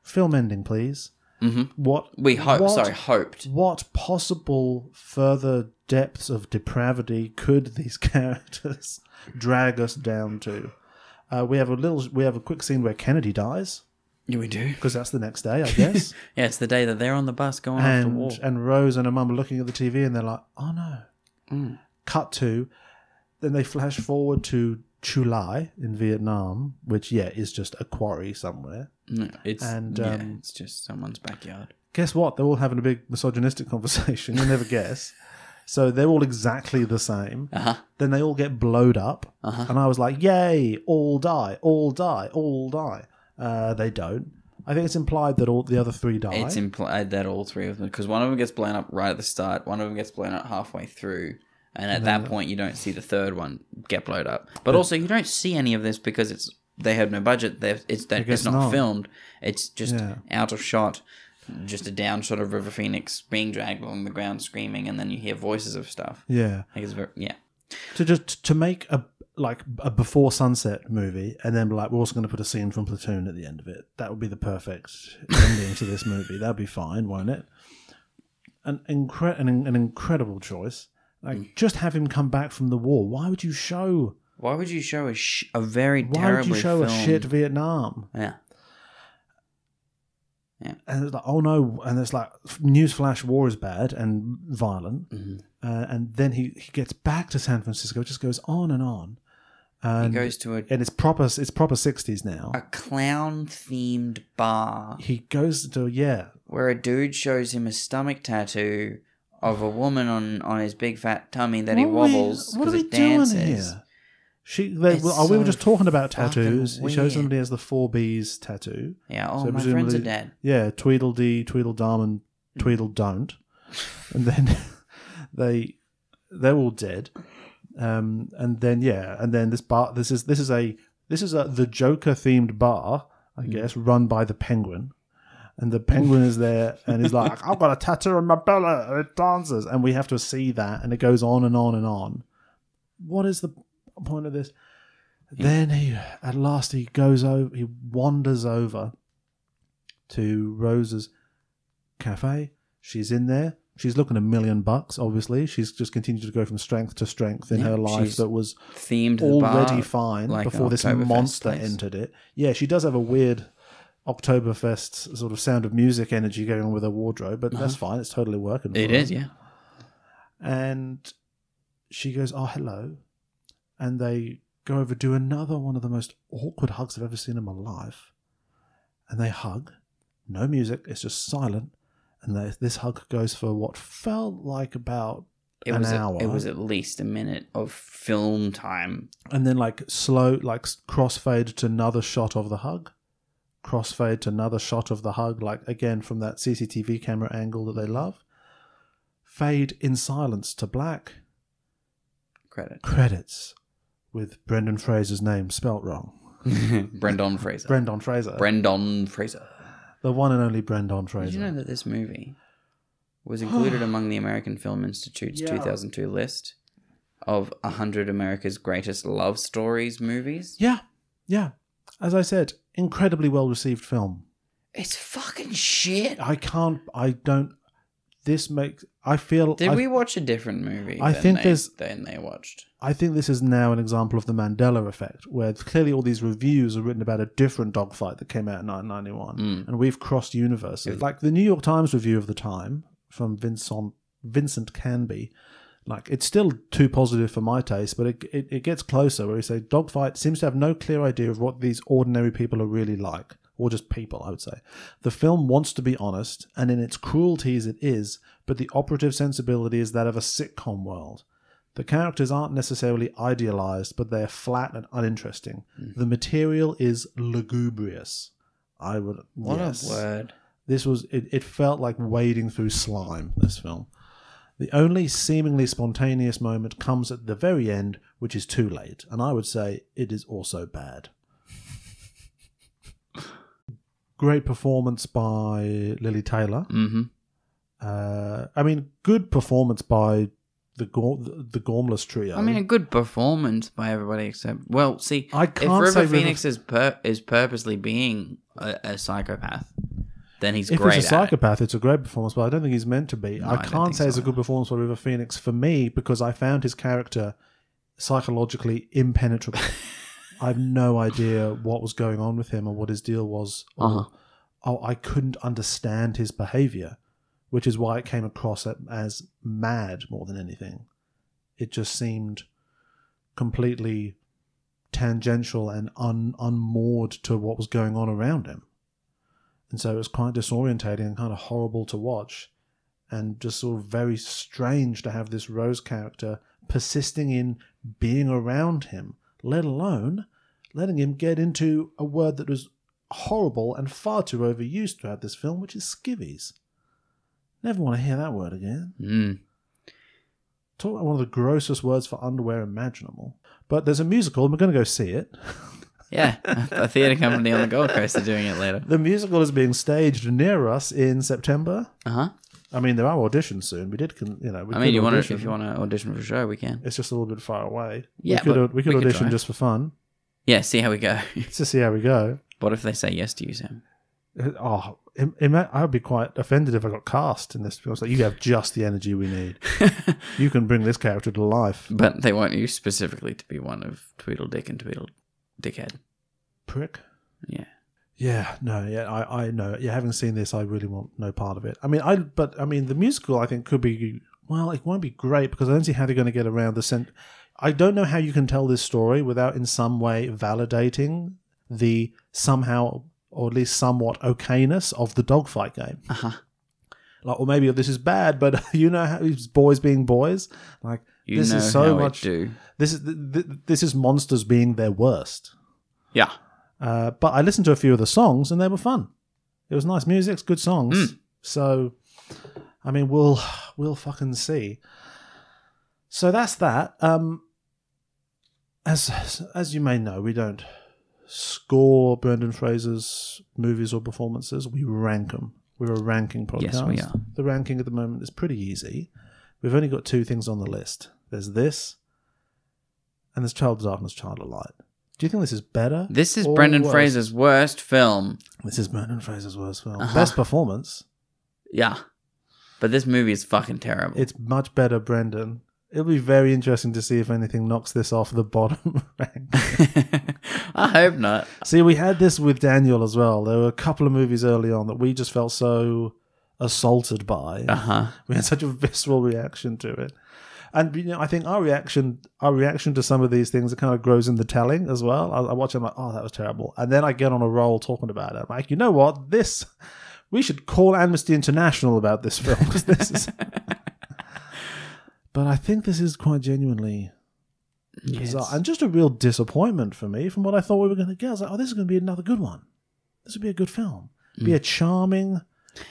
Speaker 2: film ending, please. Mm-hmm. What
Speaker 1: we hope,
Speaker 2: what-
Speaker 1: sorry, hoped.
Speaker 2: What possible further depths of depravity could these [LAUGHS] characters drag us down to? Uh, we have a little. We have a quick scene where Kennedy dies
Speaker 1: Yeah, we do.
Speaker 2: because that's the next day,
Speaker 1: [LAUGHS]
Speaker 2: I guess.
Speaker 1: Yeah, it's the day that they're on the bus going off to war.
Speaker 2: and and Rose and her mum are looking at the TV and they're like, "Oh no!"
Speaker 1: Mm.
Speaker 2: Cut to, then they flash forward to Chulai in Vietnam, which yeah is just a quarry somewhere.
Speaker 1: No, it's,
Speaker 2: and,
Speaker 1: yeah,
Speaker 2: um,
Speaker 1: it's just someone's backyard.
Speaker 2: guess what? They're all having a big misogynistic [LAUGHS] conversation. You'll never guess. So they're all exactly the same.
Speaker 1: Uh-huh.
Speaker 2: Then they all get blowed up. And I was like, yay, all die, all die, all die. Uh, they don't. I think it's implied that all the other three die.
Speaker 1: It's implied that all three of them, because one of them gets blown up right at the start, one of them gets blown up halfway through, and at
Speaker 2: Uh.
Speaker 1: that point you don't see the third one get blown up. But also you don't see any of this because it's they have no budget. They've, it's that
Speaker 2: guess
Speaker 1: it's not,
Speaker 2: not.
Speaker 1: filmed. It's just
Speaker 2: Yeah.
Speaker 1: out of shot, just a down shot of River Phoenix being dragged along the ground screaming, and then you hear voices of stuff.
Speaker 2: yeah.
Speaker 1: Like it's very, yeah,
Speaker 2: To just to make a like a before sunset movie and then be like we're also going to put a scene from platoon at the end of it that would be the perfect ending to this movie that'd be fine won't it an, incre- an, an incredible choice like
Speaker 1: Mm.
Speaker 2: just have him come back from the war why would you show
Speaker 1: why would you show a sh- a very
Speaker 2: Why would you
Speaker 1: terribly
Speaker 2: show a
Speaker 1: filmed-
Speaker 2: shit Vietnam?
Speaker 1: Yeah,
Speaker 2: And it's like, oh no! And it's like, newsflash, war is bad and violent.
Speaker 1: Mm-hmm.
Speaker 2: Uh, and then he, he gets back to San Francisco. It just goes on and on.
Speaker 1: he
Speaker 2: And
Speaker 1: goes to a
Speaker 2: and it's proper. It's proper sixties now.
Speaker 1: a clown themed bar.
Speaker 2: He goes to yeah,
Speaker 1: where a dude shows him a stomach tattoo of a woman on, on his big fat tummy that he
Speaker 2: What are we-
Speaker 1: wobbles
Speaker 2: What are
Speaker 1: because
Speaker 2: we
Speaker 1: it
Speaker 2: doing
Speaker 1: dances.
Speaker 2: here? She, they,
Speaker 1: It's
Speaker 2: well, oh, we were
Speaker 1: so
Speaker 2: just talking about
Speaker 1: fucking
Speaker 2: tattoos. He shows
Speaker 1: weird.
Speaker 2: somebody has the four B's tattoo.
Speaker 1: Yeah, oh,
Speaker 2: So
Speaker 1: my friends are
Speaker 2: presumably-
Speaker 1: dead.
Speaker 2: Yeah, Tweedledee, Tweedledum, and
Speaker 1: Hmm.
Speaker 2: Tweedle don't, and then [LAUGHS] they they're all dead. Um, and then yeah, and then this bar, this is this is a this is a the Joker themed bar, I
Speaker 1: Hmm.
Speaker 2: guess, run by the Penguin. And the penguin is there, and he's like, "I've got a tattoo on my belly, and it dances." And we have to see that, and it goes on and on and on. What is the point of this? Then he, at last, he goes over. He wanders over to Rose's cafe. She's in there. She's looking a million bucks, obviously. She's just continued to go from strength to strength in
Speaker 1: Yeah,
Speaker 2: her life
Speaker 1: she's
Speaker 2: that was
Speaker 1: Themed the bar,
Speaker 2: already fine
Speaker 1: like
Speaker 2: before
Speaker 1: an
Speaker 2: this
Speaker 1: Oktoberfest
Speaker 2: monster
Speaker 1: place.
Speaker 2: entered it. Yeah, she does have a weird Oktoberfest sort of sound of music energy going on with her wardrobe, but that's fine. It's totally working.
Speaker 1: Uh-huh. It
Speaker 2: for her
Speaker 1: is, yeah.
Speaker 2: and she goes, "Oh, hello," and they go over do another one of the most awkward hugs I've ever seen in my life, and they hug, no music, it's just silent, and they, this hug goes for what felt like about
Speaker 1: It
Speaker 2: an
Speaker 1: was a-
Speaker 2: hour,
Speaker 1: it was at least a minute of film time.
Speaker 2: and then like slow, like s- crossfade to another shot of the hug. Crossfade to another shot of the hug, like again from that CCTV camera angle that they love. Fade in silence to black.
Speaker 1: Credit. [LAUGHS]
Speaker 2: credits with Brendan Fraser's name spelt wrong.
Speaker 1: Brendan Fraser.
Speaker 2: Brendan Fraser.
Speaker 1: Brendan Fraser.
Speaker 2: the one and only Brendan Fraser.
Speaker 1: Did you know that this movie was
Speaker 2: [GASPS]
Speaker 1: included among the American Film Institute's 2002 list of 100 America's greatest love stories movies?
Speaker 2: yeah. Yeah. As I said, incredibly well received film.
Speaker 1: It's fucking shit.
Speaker 2: I can't I don't this makes I feel
Speaker 1: Did
Speaker 2: I,
Speaker 1: we watch a different movie?
Speaker 2: I
Speaker 1: than
Speaker 2: think
Speaker 1: they,
Speaker 2: there's-
Speaker 1: than they watched.
Speaker 2: I think this is now an example of the Mandela effect, where clearly all these reviews are written about a different dogfight that came out in 1991, and we've crossed universes. Like the New York Times review of the time from Vincent Vincent Canby, like it's still too positive for my taste, but it it, it gets closer. Where he say dogfight seems to have no clear idea of what these ordinary people are really like, or just people. I would say the film wants to be honest, and in its cruelties it is, but the operative sensibility is that of a sitcom world. The characters aren't necessarily idealized, but they're flat and uninteresting. The material is lugubrious. I would
Speaker 1: What
Speaker 2: yes.
Speaker 1: a word.
Speaker 2: This was it, it felt like wading through slime, this film. The only seemingly spontaneous moment comes at the very end, which is too late, and I would say it is also bad. [LAUGHS] Great performance by Lily Taylor.
Speaker 1: Mm-hmm.
Speaker 2: Uh, I mean, good performance by the Gorm- the Gormless trio.
Speaker 1: I mean, a good performance by everybody except. Well, see,
Speaker 2: I
Speaker 1: if
Speaker 2: can't
Speaker 1: River
Speaker 2: say River-
Speaker 1: Phoenix is pur- is purposely being a, a psychopath, then he's
Speaker 2: if
Speaker 1: great.
Speaker 2: it's a
Speaker 1: at it.
Speaker 2: psychopath, it's a great performance, but I don't think he's meant to be.
Speaker 1: No, I
Speaker 2: I
Speaker 1: don't
Speaker 2: can't
Speaker 1: think
Speaker 2: say it's
Speaker 1: so
Speaker 2: a good
Speaker 1: either.
Speaker 2: performance by River Phoenix for me because I found his character psychologically
Speaker 1: [LAUGHS]
Speaker 2: impenetrable. I have no idea what was going on with him or what his deal was. or-
Speaker 1: Uh-huh.
Speaker 2: oh, I couldn't understand his behavior, which is why it came across a- as mad more than anything. It just seemed completely tangential and un- unmoored to what was going on around him. And so it was quite disorientating and kind of horrible to watch, and just sort of very strange to have this Rose character persisting in being around him, let alone letting him get into a word that was horrible and far too overused throughout this film, which is skivvies. Never want to hear that word again.
Speaker 1: Mm.
Speaker 2: Talk about one of the grossest words for underwear imaginable. But there's a musical, and we're going to go see it.
Speaker 1: Yeah, [LAUGHS] a theater company on the Gold Coast are doing it later.
Speaker 2: The musical is being staged near us in September.
Speaker 1: Uh huh.
Speaker 2: I mean, there are auditions soon. We did, con- you know. We
Speaker 1: I mean,
Speaker 2: could
Speaker 1: you want to
Speaker 2: audition.
Speaker 1: if you want to audition for a show, we can.
Speaker 2: It's just a little bit far away.
Speaker 1: Yeah,
Speaker 2: we could,
Speaker 1: but
Speaker 2: au- we could
Speaker 1: we could
Speaker 2: audition
Speaker 1: try.
Speaker 2: just for fun,
Speaker 1: Yeah, see how we go. [LAUGHS]
Speaker 2: just to see how we go.
Speaker 1: what if they say yes to you, Sam?
Speaker 2: Oh, im- ima- I would be quite offended if I got cast in this. I was like, you have just the energy we need.
Speaker 1: [LAUGHS]
Speaker 2: you can bring this character to life.
Speaker 1: But they want you specifically to be one of Tweedledick and Tweedledickhead.
Speaker 2: Prick.
Speaker 1: Yeah.
Speaker 2: Yeah, no, yeah, I, I know. Yeah, having seen this, I really want no part of it. I mean, I, but I mean, the musical, I think, could be well, it won't be great because I don't see how they're going to get around the scent. I don't know how you can tell this story without, in some way, validating the somehow or at least somewhat okayness of the dogfight game.
Speaker 1: Uh-huh.
Speaker 2: Like, or maybe this is bad, but [LAUGHS] you know how it's boys being boys. Like,
Speaker 1: You
Speaker 2: this
Speaker 1: know
Speaker 2: is so
Speaker 1: how
Speaker 2: much.
Speaker 1: it do.
Speaker 2: This is th- th- this is monsters being their worst.
Speaker 1: Yeah.
Speaker 2: Uh, but I listened to a few of the songs and they were fun. It was nice music, it's good songs.
Speaker 1: Mm.
Speaker 2: So, I mean, we'll we'll fucking see. So that's that. Um, as as you may know, we don't score Brendan Fraser's movies or performances. We rank them. We're a ranking podcast.
Speaker 1: Yes, we are.
Speaker 2: The ranking at the moment is pretty easy. We've only got two things on the list. There's this, and there's Child of Darkness, Child of Light. Do you think this is better?
Speaker 1: This is
Speaker 2: or
Speaker 1: Brendan
Speaker 2: worse?
Speaker 1: Fraser's worst film.
Speaker 2: This is Brendan Fraser's worst film.
Speaker 1: Uh-huh.
Speaker 2: Best performance.
Speaker 1: Yeah. But this movie is fucking terrible.
Speaker 2: It's much better, Brendan. It'll be very interesting to see if anything knocks this off the [LAUGHS] bottom rank.
Speaker 1: [LAUGHS] I hope not.
Speaker 2: see, we had this with Daniel as well. There were a couple of movies early on that we just felt so assaulted by.
Speaker 1: Uh huh.
Speaker 2: We had such a visceral reaction to it. And you know, I think our reaction, our reaction to some of these things, it kind of grows in the telling as well. I, I watch it, I'm like, oh, that was terrible, and then I get on a roll talking about it. I'm like, you know what, this, we should call Amnesty International about this film 'cause this is. [LAUGHS] but I think this is quite genuinely bizarre and just a real disappointment for me from what I thought we were going to get. I was like, oh, this is going to be another good one. This would be a good film. Be a charming,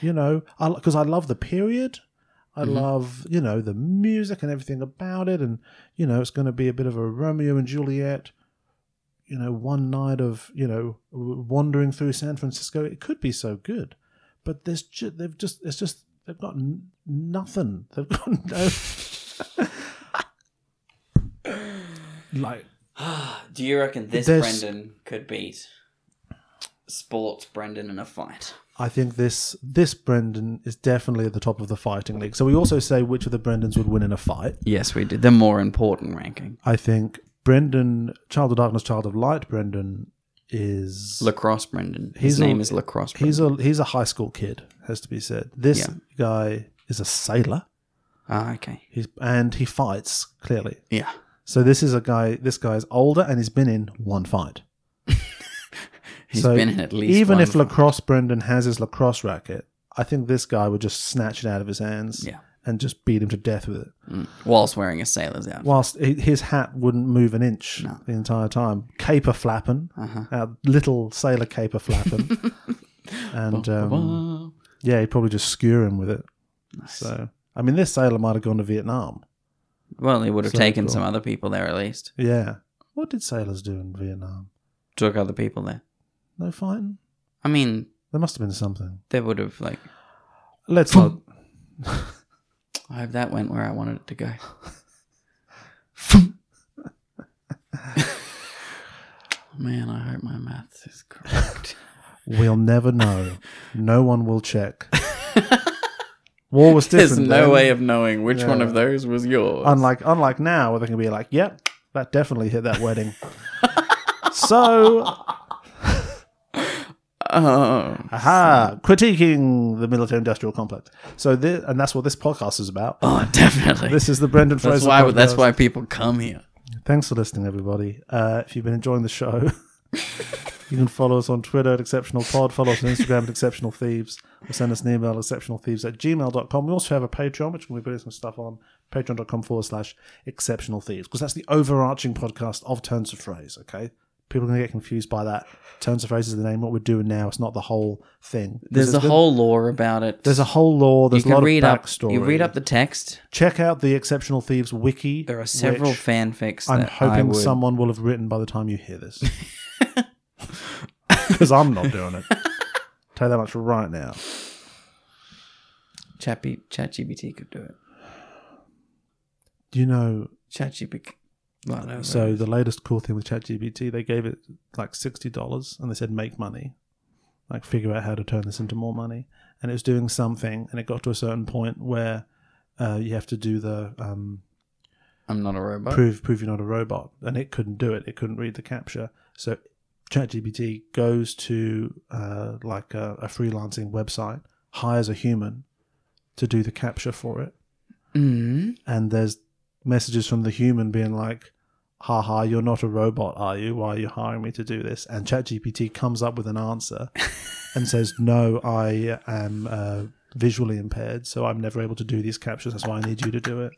Speaker 2: you know, because I, love the period. I love, you know, the music and everything about it. And, you know, it's going to be a bit of a Romeo and Juliet, you know, one night of, you know, w- wandering through San Francisco. It could be so good. But there's ju- they've just, it's just, they've got n- nothing. [LAUGHS] They've got no. like,
Speaker 1: Do you reckon this
Speaker 2: There's-
Speaker 1: Brendan could beat sports Brendan in a fight?
Speaker 2: I think this this Brendan is definitely at the top of the fighting league. So we also say which of the Brendans would win in a fight.
Speaker 1: Yes, we did. The more important ranking.
Speaker 2: I think Brendan, Child of Darkness, Child of Light, Brendan is
Speaker 1: Lacrosse Brendan. His
Speaker 2: He's
Speaker 1: name
Speaker 2: a-
Speaker 1: is Lacrosse Brendan.
Speaker 2: he's a he's a high school kid, has to be said. This
Speaker 1: Yeah.
Speaker 2: guy is a sailor.
Speaker 1: Ah, okay.
Speaker 2: He's and he fights clearly.
Speaker 1: Yeah.
Speaker 2: So this is a guy. This guy is older and he's been in one fight.
Speaker 1: [LAUGHS] he's
Speaker 2: so
Speaker 1: been in at least
Speaker 2: even
Speaker 1: one
Speaker 2: if
Speaker 1: fight.
Speaker 2: lacrosse Brendan has his lacrosse racket, I think this guy would just snatch it out of his hands
Speaker 1: Yeah.
Speaker 2: and just beat him to death with it.
Speaker 1: Whilst wearing a sailor's outfit.
Speaker 2: whilst hi- his hat wouldn't move an inch
Speaker 1: No.
Speaker 2: the entire time. Caper
Speaker 1: Uh-huh. [LAUGHS]
Speaker 2: flapping, our little sailor caper flapping, and um, Yeah, he'd probably just skewer him with it. So, I mean, this sailor might have gone to Vietnam.
Speaker 1: Well, they would have
Speaker 2: So
Speaker 1: taken
Speaker 2: cool.
Speaker 1: some other people there at least.
Speaker 2: Yeah. What did sailors do in Vietnam?
Speaker 1: Took other people there.
Speaker 2: No fighting?
Speaker 1: I mean,
Speaker 2: There must have been something.
Speaker 1: they would have like. [LAUGHS]
Speaker 2: Let's not.
Speaker 1: I hope that went where I wanted it to
Speaker 2: [LAUGHS]
Speaker 1: go. Man, I hope my maths is correct.
Speaker 2: We'll never know. no one
Speaker 1: [LAUGHS]
Speaker 2: will check. War was
Speaker 1: [LAUGHS]
Speaker 2: different.
Speaker 1: There's no
Speaker 2: then.
Speaker 1: way of knowing which one
Speaker 2: Yeah.
Speaker 1: of those was yours.
Speaker 2: [LAUGHS] Unlike unlike now, where they can be like, "Yep, that definitely hit
Speaker 1: [LAUGHS]
Speaker 2: that wedding." so,
Speaker 1: oh,
Speaker 2: aha, critiquing the military-industrial complex. So, this, and that's what this podcast is about.
Speaker 1: oh, definitely.
Speaker 2: This is the Brendan
Speaker 1: [LAUGHS] that's
Speaker 2: Fraser.
Speaker 1: why. That's
Speaker 2: podcast.
Speaker 1: why people come here.
Speaker 2: Thanks for listening, everybody. Uh, if you've been enjoying the show, [LAUGHS] you can follow us on Twitter at Exceptional Pod, follow us on Instagram at Exceptional Thieves, or send us an email at exceptionalthieves at gmail.com. We also have a Patreon, which we'll be putting some stuff on, patreon.com forward slash exceptional thieves, because that's the overarching podcast of Turns of Phrase, okay? People are going to get confused by that. Turns of Phrase is the name. What we're doing now, it's not the whole thing.
Speaker 1: There's a
Speaker 2: been-
Speaker 1: whole lore about it.
Speaker 2: There's a whole law. There's
Speaker 1: you
Speaker 2: a lot
Speaker 1: can read
Speaker 2: of
Speaker 1: up.
Speaker 2: backstory.
Speaker 1: You read up the text.
Speaker 2: Check out the Exceptional Thieves wiki.
Speaker 1: There are several
Speaker 2: which-
Speaker 1: fanfics.
Speaker 2: I'm
Speaker 1: that I
Speaker 2: hoping
Speaker 1: would-
Speaker 2: someone will have written by the time you
Speaker 1: [LAUGHS]
Speaker 2: hear this. Because I'm not doing it. Tell you that much right now.
Speaker 1: Chappy ChatGPT could do it.
Speaker 2: Do you know?
Speaker 1: ChatGPT. Well, no,
Speaker 2: So the latest cool thing with ChatGPT, they gave it like sixty dollars, and they said make money, like figure out how to turn this into more money. And it was doing something, and it got to a certain point where uh, you have to do the um,
Speaker 1: I'm not a robot.
Speaker 2: prove prove you're not a robot, and it couldn't do it. It couldn't read the capture. So ChatGPT goes to uh, like a, a freelancing website, hires a human to do the capture for it,
Speaker 1: Mm.
Speaker 2: and there's messages from the human being like, "Ha ha, you're not a robot, are you? Why are you hiring me to do this?" And ChatGPT comes up with an answer and says, "No, I am." Uh, visually impaired so i'm never able to do these captures that's why i need you to do it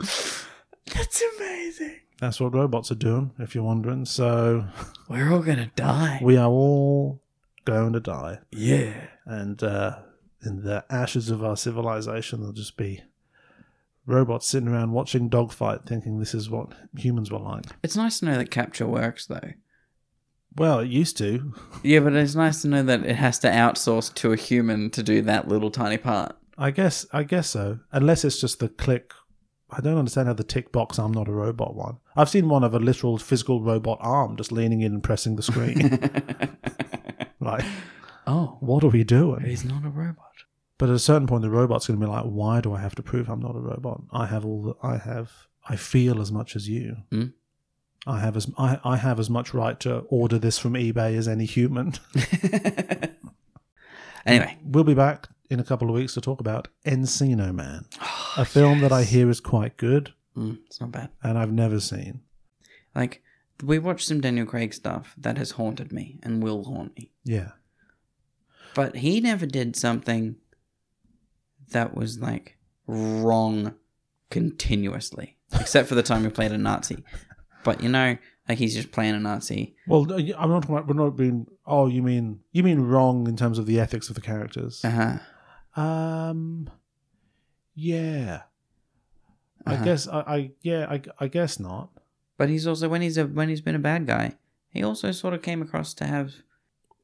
Speaker 1: That's amazing.
Speaker 2: that's what robots are doing if you're wondering so
Speaker 1: We're all gonna die.
Speaker 2: We are all going to die,
Speaker 1: yeah.
Speaker 2: and uh, in the ashes of our civilization, there'll just be robots sitting around watching dogfight, thinking this is what humans were like.
Speaker 1: It's nice to know that capture works though.
Speaker 2: Well, it used to.
Speaker 1: Yeah, but it's nice to know that it has to outsource to a human to do that little tiny part.
Speaker 2: I guess. I guess so. Unless it's just the click. I don't understand how the tick box "I'm not a robot" one. I've seen one of a literal physical robot arm just leaning in and pressing the screen. like,
Speaker 1: oh,
Speaker 2: what are we doing?
Speaker 1: he's not a
Speaker 2: [LAUGHS]
Speaker 1: robot. [LAUGHS]
Speaker 2: But at a certain point, the robot's going to be like, "Why do I have to prove I'm not a robot? I have all that I have. I feel as much as you.
Speaker 1: Hmm.
Speaker 2: I have as I, I have as much right to order this from eBay as any human." [LAUGHS]
Speaker 1: Anyway,
Speaker 2: we'll be back in a couple of weeks to talk about Encino
Speaker 1: [SIGHS]
Speaker 2: Man,
Speaker 1: Ah,
Speaker 2: a film that I hear is quite good
Speaker 1: mm, it's not bad.
Speaker 2: and I've never seen.
Speaker 1: Like we watched some Daniel Craig stuff that has haunted me and will haunt me.
Speaker 2: Yeah,
Speaker 1: But he never did something that was like wrong continuously, except for the time he played a Nazi. But you know, like he's just playing a Nazi.
Speaker 2: Well, no, I'm not. talking about- We're not being. Oh, you mean you mean wrong in terms of the ethics of the characters?
Speaker 1: Uh huh.
Speaker 2: Um, yeah. I
Speaker 1: Uh-huh.
Speaker 2: guess I, I yeah I, I guess not.
Speaker 1: But he's also when he's a when he's been a bad guy, he also sort of came across to have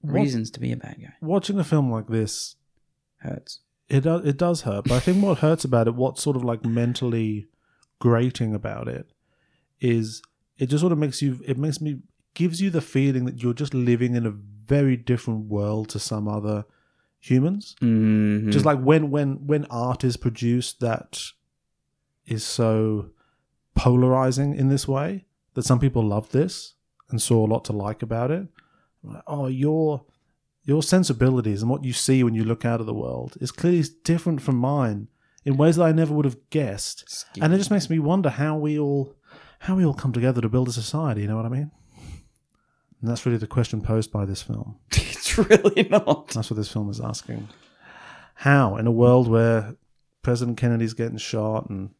Speaker 2: What-
Speaker 1: reasons to be a bad guy.
Speaker 2: Watching a film like this,
Speaker 1: Hurts.
Speaker 2: it do- it does hurt. But I think what hurts about it, what's sort of like mentally grating about it, is it just sort of makes you. It makes me gives you the feeling that you're just living in a very different world to some other humans.
Speaker 1: Mm-hmm.
Speaker 2: just [LAUGHS] like when when when art is produced that is so polarizing in this way that some people loved this and saw a lot to like about it Like, oh your your sensibilities and what you see when you look out of the world is clearly different from mine in ways that i never would have guessed and it just makes me wonder how we all how we all come together to build a society you know what i mean and that's really the question posed by this film
Speaker 1: it's really not.
Speaker 2: that's what this film is asking. How, in a world where President Kennedy's getting shot and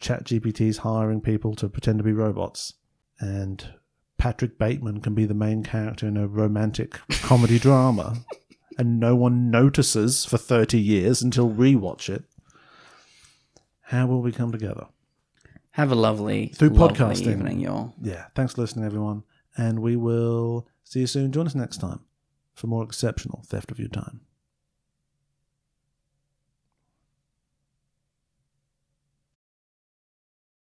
Speaker 2: ChatGPT's hiring people to pretend to be robots, and Patrick Bateman can be the main character in a romantic comedy drama, and no one notices for 30 years until we watch it. How will we come together?
Speaker 1: Have a lovely
Speaker 2: Through
Speaker 1: lovely
Speaker 2: podcasting.
Speaker 1: evening, y'all.
Speaker 2: Yeah, thanks for listening, everyone. And we will see you soon. Join us next time for more exceptional theft of your time.